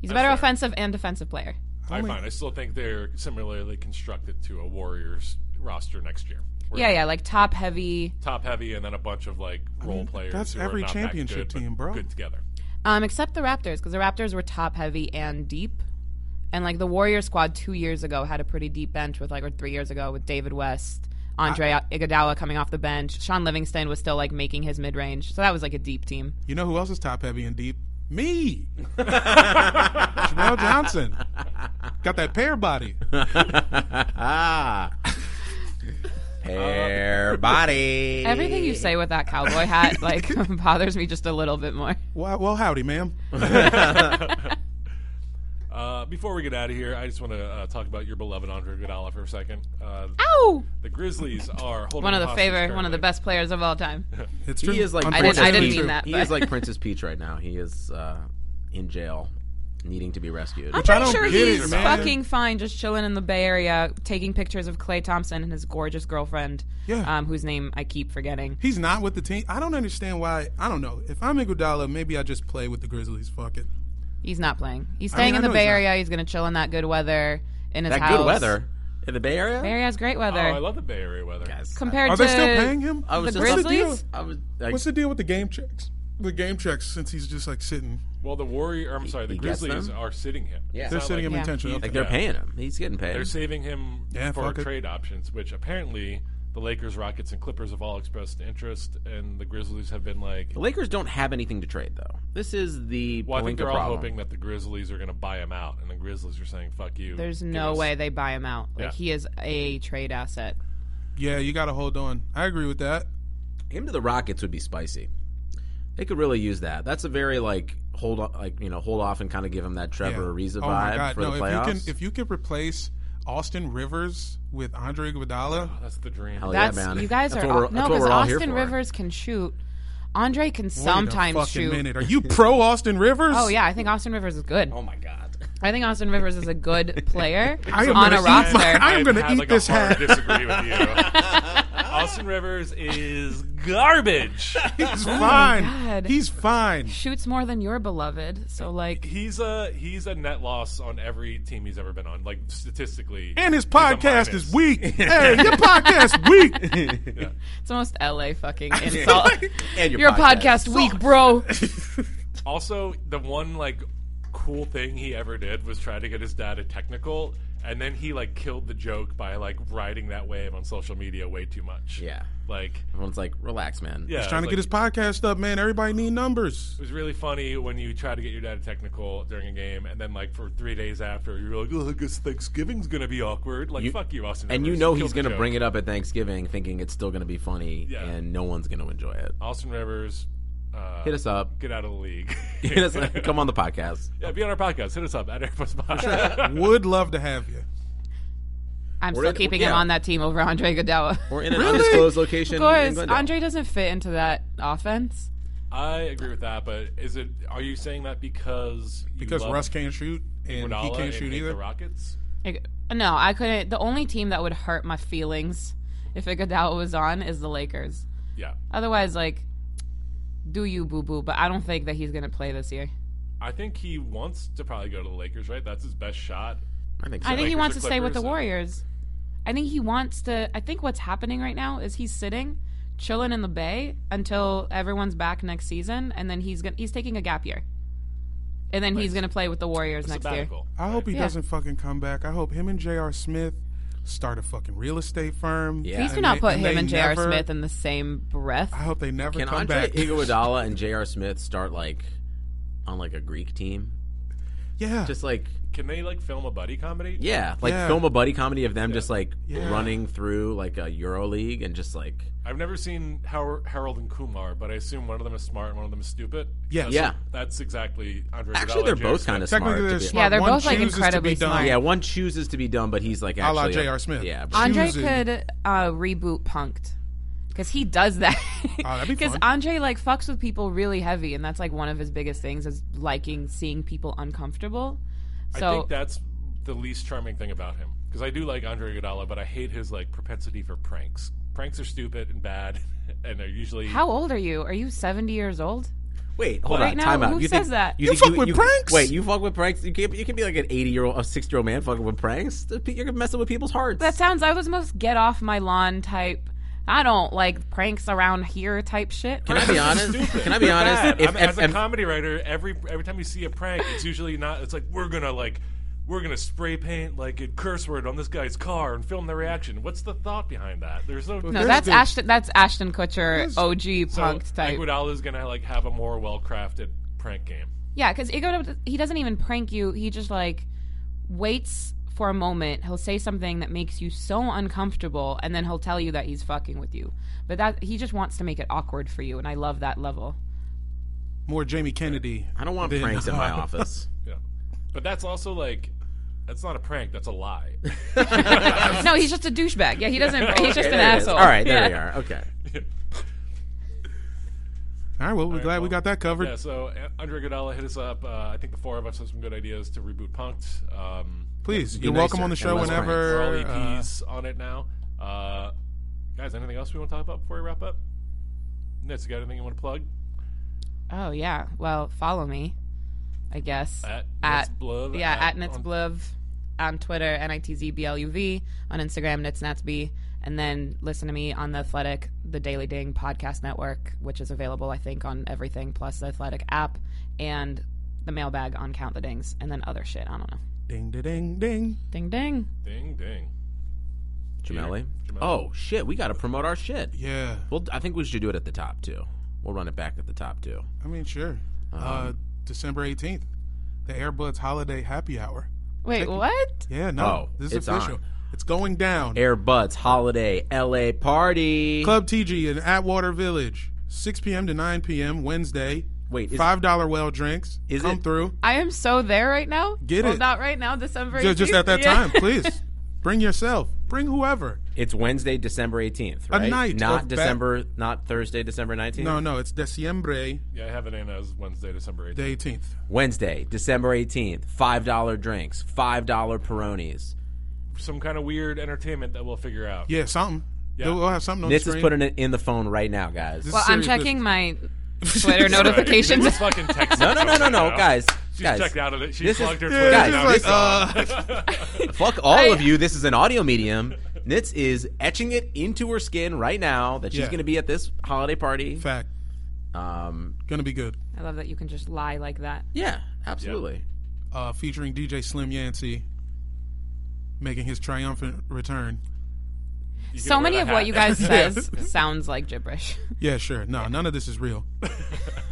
Speaker 8: He's a better offensive and defensive player.
Speaker 3: I find I still think they're similarly constructed to a Warriors roster next year. Where
Speaker 8: Yeah, yeah, like top heavy.
Speaker 3: Top heavy, and then a bunch of like role players.
Speaker 7: that's
Speaker 3: who are
Speaker 7: every
Speaker 3: not that
Speaker 7: championship
Speaker 3: good, but
Speaker 7: team, bro.
Speaker 3: Good together.
Speaker 8: Um, except the Raptors, because the Raptors were top heavy and deep. And like the Warrior squad two years ago had a pretty deep bench with like, or three years ago with David West, Andre Iguodala coming off the bench. Sean Livingston was still like making his mid range. So that was like a deep team.
Speaker 7: You know who else is top heavy and deep? Me, Jamel Johnson. Got that pear body.
Speaker 6: Ah. Hair body.
Speaker 8: Everything you say with that cowboy hat like bothers me just a little bit more.
Speaker 7: Well, well howdy, ma'am.
Speaker 3: Uh, before we get out of here, I just want to uh, talk about your beloved Andre Iguodala for a second. Uh,
Speaker 8: Ow!
Speaker 3: the Grizzlies are holding
Speaker 8: One of the
Speaker 3: hostage
Speaker 8: favorite, one of the
Speaker 3: currently.
Speaker 8: best players of all time.
Speaker 7: It's true.
Speaker 6: He is like
Speaker 8: I didn't- I didn't
Speaker 6: Princess
Speaker 8: mean
Speaker 6: Peach.
Speaker 8: that,
Speaker 6: He
Speaker 8: but-
Speaker 6: is like Princess Peach right now. He is uh, in jail, needing to be rescued.
Speaker 8: I'm
Speaker 7: I
Speaker 8: pretty
Speaker 7: don't
Speaker 8: sure
Speaker 7: get
Speaker 8: he's
Speaker 7: it, man.
Speaker 8: fucking fine, just chilling in the Bay Area, taking pictures of Clay Thompson and his gorgeous girlfriend,
Speaker 7: Yeah.
Speaker 8: um, whose name I keep forgetting.
Speaker 7: He's not with the team. I don't understand why. I don't know. If I'm Iguodala, maybe I just play with the Grizzlies. Fuck it.
Speaker 8: He's not playing. He's
Speaker 7: I
Speaker 8: staying
Speaker 7: mean, I
Speaker 8: in
Speaker 7: know
Speaker 8: the Bay
Speaker 7: he's not.
Speaker 8: Area. He's going to chill in that good weather in his
Speaker 6: that
Speaker 8: house.
Speaker 6: good weather in the Bay Area.
Speaker 8: Bay Area's great
Speaker 3: Oh,
Speaker 8: weather.
Speaker 3: I love the Bay Area weather.
Speaker 6: Guys,
Speaker 8: Compared
Speaker 7: Are
Speaker 8: to
Speaker 7: they still paying him?
Speaker 6: I was
Speaker 8: the
Speaker 6: just-
Speaker 8: Grizzlies?
Speaker 6: I was like,
Speaker 7: What's the deal with the game checks? The game checks, since he's just like sitting,
Speaker 3: Well, the Warrior. I'm sorry, the
Speaker 6: he gets
Speaker 3: Grizzlies
Speaker 6: them?
Speaker 3: are sitting him.
Speaker 6: Yeah.
Speaker 3: It's
Speaker 6: They're
Speaker 3: not
Speaker 7: sitting him
Speaker 3: like,
Speaker 7: intentionally.
Speaker 6: like they're
Speaker 3: Yeah.
Speaker 6: paying him. He's getting paid.
Speaker 3: They're saving him
Speaker 7: Yeah,
Speaker 3: for
Speaker 7: fuck it.
Speaker 3: trade options, which apparently the Lakers, Rockets, and Clippers have all expressed interest, and the Grizzlies have been like,
Speaker 6: the Lakers don't have anything to trade though. This is the
Speaker 3: "Well, I think
Speaker 6: Pelinka
Speaker 3: they're all
Speaker 6: problem.
Speaker 3: hoping that the Grizzlies are going to buy him out," and the Grizzlies are saying, "Fuck you."
Speaker 8: There's
Speaker 3: give
Speaker 8: no
Speaker 3: us-
Speaker 8: way they buy him out. Like
Speaker 3: Yeah.
Speaker 8: he is a trade asset.
Speaker 7: yeah, you got to hold on. I agree with that.
Speaker 6: Him to the Rockets would be spicy. They could really use that. That's a very like hold o- like you know hold off and kind of give him that
Speaker 7: Yeah.
Speaker 6: Trevor Ariza
Speaker 7: Oh my
Speaker 6: vibe
Speaker 7: God,
Speaker 6: for
Speaker 7: no,
Speaker 6: the
Speaker 7: if
Speaker 6: playoffs.
Speaker 7: you can, if you can replace Austin Rivers with Andre Iguodala,
Speaker 3: That's the dream.
Speaker 6: Hell
Speaker 8: Oh, That's
Speaker 6: yeah, man.
Speaker 8: you guys
Speaker 6: That's
Speaker 8: are
Speaker 6: what we're-
Speaker 8: all, no
Speaker 6: that's what
Speaker 8: because
Speaker 6: we're all here
Speaker 8: Austin
Speaker 6: for.
Speaker 8: Rivers can shoot. Andre can
Speaker 7: wait a
Speaker 8: sometimes
Speaker 7: fucking
Speaker 8: shoot.
Speaker 7: minute. Are you pro Austin Rivers?
Speaker 8: Oh yeah, I think Austin Rivers is good.
Speaker 6: Oh my god.
Speaker 8: I think Austin Rivers is a good player
Speaker 7: I am
Speaker 8: on
Speaker 7: gonna
Speaker 8: a
Speaker 7: eat my-
Speaker 8: roster.
Speaker 7: I am gonna
Speaker 3: have,
Speaker 7: eat
Speaker 3: like,
Speaker 7: this
Speaker 3: a hard
Speaker 7: hat.
Speaker 3: Disagree with you. Austin Rivers is garbage.
Speaker 7: he's fine.
Speaker 8: Oh God.
Speaker 7: He's fine.
Speaker 8: Shoots more than your beloved, so like
Speaker 3: He's a he's a net loss on every team he's ever been on, like statistically.
Speaker 7: And his
Speaker 3: he's a
Speaker 7: podcast
Speaker 3: minus.
Speaker 7: is weak. hey, your podcast weak.
Speaker 8: it's the most LA fucking insult.
Speaker 6: And your
Speaker 8: Your podcast, week, bro.
Speaker 3: Also, the one like cool thing he ever did was try to get his dad a technical, and then he like killed the joke by like riding that wave on social media way too much.
Speaker 6: Yeah.
Speaker 3: like
Speaker 6: Everyone's like, relax, man.
Speaker 3: yeah,
Speaker 7: He's trying to
Speaker 3: like,
Speaker 7: get his podcast up, man. Everybody need numbers.
Speaker 3: It was really funny when you try to get your dad a technical during a game, and then like for three days after, you're like, "Oh, I guess Thanksgiving's gonna be awkward." Like,
Speaker 6: You-
Speaker 3: fuck you, Austin.
Speaker 6: And you
Speaker 3: Rivers.
Speaker 6: know
Speaker 3: killed
Speaker 6: he's
Speaker 3: the
Speaker 6: going to
Speaker 3: joke.
Speaker 6: bring it up at Thanksgiving thinking it's still going to be funny
Speaker 3: Yeah.
Speaker 7: Uh-huh.
Speaker 6: and no one's going to enjoy it.
Speaker 3: Austin Rivers uh,
Speaker 6: Hit us up.
Speaker 3: Get out of the league.
Speaker 6: Hit us up. Come on the podcast.
Speaker 3: Yeah, be on our podcast. Hit us up at Airbus Pod.
Speaker 7: Would love to have you.
Speaker 8: I'm
Speaker 3: We're
Speaker 8: still
Speaker 3: in-
Speaker 8: keeping him
Speaker 3: yeah.
Speaker 8: on that team over Andre Godawa.
Speaker 6: We're
Speaker 3: in an undisclosed location
Speaker 8: Of
Speaker 3: in
Speaker 8: course,
Speaker 3: Glendale.
Speaker 8: Andre doesn't fit into that offense.
Speaker 3: I agree with that, but is it? Are you saying that because you
Speaker 7: Because
Speaker 3: love
Speaker 7: Russ can't shoot and
Speaker 3: Iguodala
Speaker 7: he can't
Speaker 3: and
Speaker 7: shoot
Speaker 3: hate
Speaker 7: either.
Speaker 3: The Rockets.
Speaker 8: Like, no, I couldn't. The only team that would hurt my feelings if Iguodala was on is the Lakers.
Speaker 3: Yeah.
Speaker 8: Otherwise, like, do you boo boo? But I don't think that he's gonna play this year.
Speaker 3: I think he wants to probably go to the Lakers, right? That's his best shot.
Speaker 6: I think
Speaker 8: I think he wants to stay with the Warriors. I think he wants to. I think what's happening right now is he's sitting, chilling in the Bay until everyone's back next season, and then he's gonna he's taking a gap year, and then he's gonna play with the Warriors next year.
Speaker 7: I hope he
Speaker 8: Yeah.
Speaker 7: doesn't fucking come back. I hope him and J.R. Smith start a fucking real estate firm.
Speaker 8: Please do not put him and J.R. Smith in the same breath. I
Speaker 7: hope they never
Speaker 6: Can Andre Iguodala and J.R. Smith start like on like a Greek team?
Speaker 7: Yeah.
Speaker 6: Just like
Speaker 3: Can they like film a buddy comedy?
Speaker 6: yeah, like film a buddy comedy of them just like
Speaker 3: Yeah.
Speaker 6: running through like a Euro League and just like
Speaker 3: I've never seen Har- Harold and Kumar, but I assume one of them is smart and one of them is stupid.
Speaker 6: Yeah.
Speaker 3: that's,
Speaker 6: Yeah.
Speaker 3: that's exactly Andre.
Speaker 6: actually
Speaker 3: Iguodala
Speaker 6: they're
Speaker 3: and Jared
Speaker 6: both
Speaker 3: Smith.
Speaker 6: kind of smart. to be-
Speaker 8: smart. Yeah, they're One both, like, chooses to be incredibly dumb. smart.
Speaker 6: Yeah, one chooses to be dumb, but he's like
Speaker 7: A la
Speaker 6: actually
Speaker 7: J.R. Smith.
Speaker 6: Yeah, but-
Speaker 8: Andre could uh, reboot Punked because he does that.
Speaker 7: Oh, be
Speaker 8: Because
Speaker 7: fun.
Speaker 8: Andre like fucks with people really heavy, and that's like one of his biggest things is liking seeing people uncomfortable. So
Speaker 3: I think that's the least charming thing about him because I do like Andre Iguodala, but I hate his like propensity for pranks. Pranks are stupid and bad, and they're usually
Speaker 8: How old are you? Are you 70 years old?
Speaker 6: Wait, hold
Speaker 8: right
Speaker 6: on,
Speaker 8: now,
Speaker 6: time out.
Speaker 8: Who
Speaker 6: think-
Speaker 8: says that?
Speaker 6: think Wait, you fuck with pranks? You can't. You can be like an eighty-year-old, a sixty-year-old man fucking with pranks. You're messing with people's hearts.
Speaker 8: That sounds, I was most get off my lawn type. I don't like pranks around here type shit.
Speaker 6: Can I be honest? Can I be
Speaker 3: They're
Speaker 6: honest?
Speaker 3: bad.
Speaker 6: If-
Speaker 3: I'm-
Speaker 6: if-
Speaker 3: as a
Speaker 6: if-
Speaker 3: comedy writer, every every time you see a prank, it's usually not. It's like we're gonna like we're gonna spray paint like a curse word on this guy's car and film the reaction. What's the thought behind that? There's no.
Speaker 8: No, that's Ashton. That's Ashton Kutcher,
Speaker 3: Here's-
Speaker 8: OG
Speaker 3: so
Speaker 8: punked type.
Speaker 3: Iguodala's gonna like have a more well crafted prank game.
Speaker 8: Yeah, because Ego he doesn't even prank you. He just like waits for a moment. He'll say something that makes you so uncomfortable, and then he'll tell you that he's fucking with you. But that he just wants to make it awkward for you, and I love that level.
Speaker 7: More Jamie Kennedy.
Speaker 6: I don't want
Speaker 7: than-
Speaker 6: pranks in my office.
Speaker 3: Yeah, but that's also like that's not a prank. That's a lie.
Speaker 8: no, Oh, he's just a douchebag. Yeah, he doesn't.
Speaker 3: Okay,
Speaker 8: he's just
Speaker 3: there
Speaker 8: an
Speaker 3: it is.
Speaker 8: asshole.
Speaker 6: All right, there we
Speaker 8: Yeah.
Speaker 6: are. Okay.
Speaker 7: All right, well, we're
Speaker 3: All right,
Speaker 7: glad we
Speaker 3: well,
Speaker 7: got that covered.
Speaker 3: Yeah, so uh, Andre Godala hit us up. Uh, I think the four of us have some good ideas to reboot Punked. Um,
Speaker 7: Please, Be you're welcome nicer on the show and less whenever,
Speaker 3: We're all
Speaker 6: E
Speaker 7: uh,
Speaker 3: EPs on it now. Uh, guys, anything else we want to talk about before we wrap up? Nitz, you got anything you want to plug?
Speaker 8: Oh yeah. Well, follow me. I guess
Speaker 3: At Nitzbluv,
Speaker 8: Yeah,
Speaker 3: at-
Speaker 8: at, Nitzbluv on Twitter, N I T Z B L U V on Instagram, Nitznatsby, and then listen to me on the Athletic, the Daily Ding podcast network, which is available I think on everything plus the Athletic app and the mailbag on Count the Dings, and then other shit. I don't know.
Speaker 7: Uh, Ding, da, ding, ding.
Speaker 8: Ding ding.
Speaker 3: Ding ding.
Speaker 6: Jamelli. Oh shit, we got to promote our shit.
Speaker 7: Yeah.
Speaker 6: Well, I think we should do it at the top too. We'll run it back at the top too.
Speaker 7: I mean, sure.
Speaker 6: Um,
Speaker 7: uh, December 18th, the Airbuds Holiday Happy Hour.
Speaker 8: Wait,
Speaker 7: Take-
Speaker 8: what?
Speaker 7: Yeah, no.
Speaker 6: Oh,
Speaker 7: this is
Speaker 6: it's
Speaker 7: official.
Speaker 6: on.
Speaker 7: It's going down.
Speaker 6: Airbuds Holiday LA party.
Speaker 7: Club TG in Atwater Village, 6 p.m. to 9 p.m. Wednesday.
Speaker 6: Wait, is-
Speaker 7: $5 well drinks.
Speaker 6: Is
Speaker 7: Come
Speaker 6: it-
Speaker 7: through.
Speaker 8: I am so there right now.
Speaker 7: Get
Speaker 8: well,
Speaker 7: it.
Speaker 8: Not right now, December.
Speaker 7: Ju- Just
Speaker 8: 18th.
Speaker 7: at that
Speaker 8: Yeah.
Speaker 7: time, please. Bring yourself. Bring whoever.
Speaker 6: It's Wednesday, December eighteenth,
Speaker 7: A
Speaker 6: right?
Speaker 7: night
Speaker 6: not
Speaker 7: of ba-
Speaker 6: December, not Thursday, December nineteenth.
Speaker 7: No, no, it's December
Speaker 3: Yeah, I have it in as Wednesday, December 18th.
Speaker 7: the 18th.
Speaker 6: Wednesday, December eighteenth. Five dollar drinks, five dollar Peronis.
Speaker 3: Some kind of weird entertainment that we'll figure out.
Speaker 7: Yeah, something.
Speaker 3: Yeah.
Speaker 7: We'll have something on
Speaker 6: Nitz
Speaker 7: the
Speaker 6: is
Speaker 7: screen.
Speaker 6: putting it in the phone right now, guys.
Speaker 8: Well, I'm checking my Twitter
Speaker 3: That's right.
Speaker 8: notifications.
Speaker 3: She's fucking texting
Speaker 6: No, no, no, no,
Speaker 3: someone
Speaker 6: no,
Speaker 3: now.
Speaker 6: guys.
Speaker 3: She's
Speaker 6: guys,
Speaker 3: checked out of it. She
Speaker 6: this
Speaker 3: plugged
Speaker 6: is, uh,
Speaker 3: her Twitter.
Speaker 6: Guys,
Speaker 3: now it's gone.
Speaker 6: fuck all of you. This is an audio medium. Nitz is etching it into her skin right now that she's
Speaker 7: Yeah.
Speaker 6: going to be at this holiday party.
Speaker 7: Fact.
Speaker 6: Um,
Speaker 7: Gonna be good.
Speaker 8: I love that you can just lie like that.
Speaker 6: yeah, absolutely.
Speaker 7: uh, featuring DJ Slim Yancey making his triumphant return.
Speaker 3: You
Speaker 8: So
Speaker 3: can wear
Speaker 8: many
Speaker 3: the
Speaker 8: of what
Speaker 3: hat.
Speaker 8: you guys
Speaker 7: Yeah.
Speaker 8: says sounds like gibberish.
Speaker 7: Yeah, sure. No, none of this is real.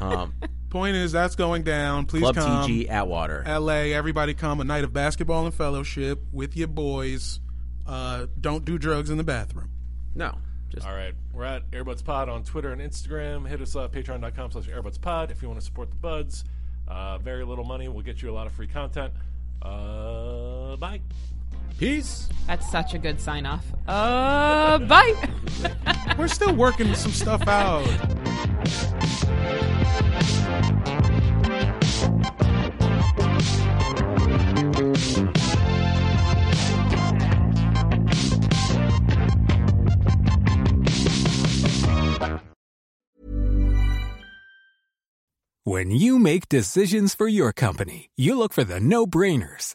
Speaker 6: Um,
Speaker 7: Point is, that's going down. Please
Speaker 6: Club
Speaker 7: come.
Speaker 6: TG Atwater.
Speaker 7: LA, everybody come. A night of basketball and fellowship with your boys. Uh, don't do drugs in the bathroom.
Speaker 6: no.
Speaker 3: All right. We're at Airbuds Pod on Twitter and Instagram. Hit us up, patreon.com slash Airbuds Pod if you want to support the buds. Uh, very little money will get you a lot of free content. Uh, bye.
Speaker 6: Peace.
Speaker 8: That's such a good sign off. Uh, bye.
Speaker 7: We're still working some stuff out.
Speaker 1: When you make decisions for your company, you look for the no brainers.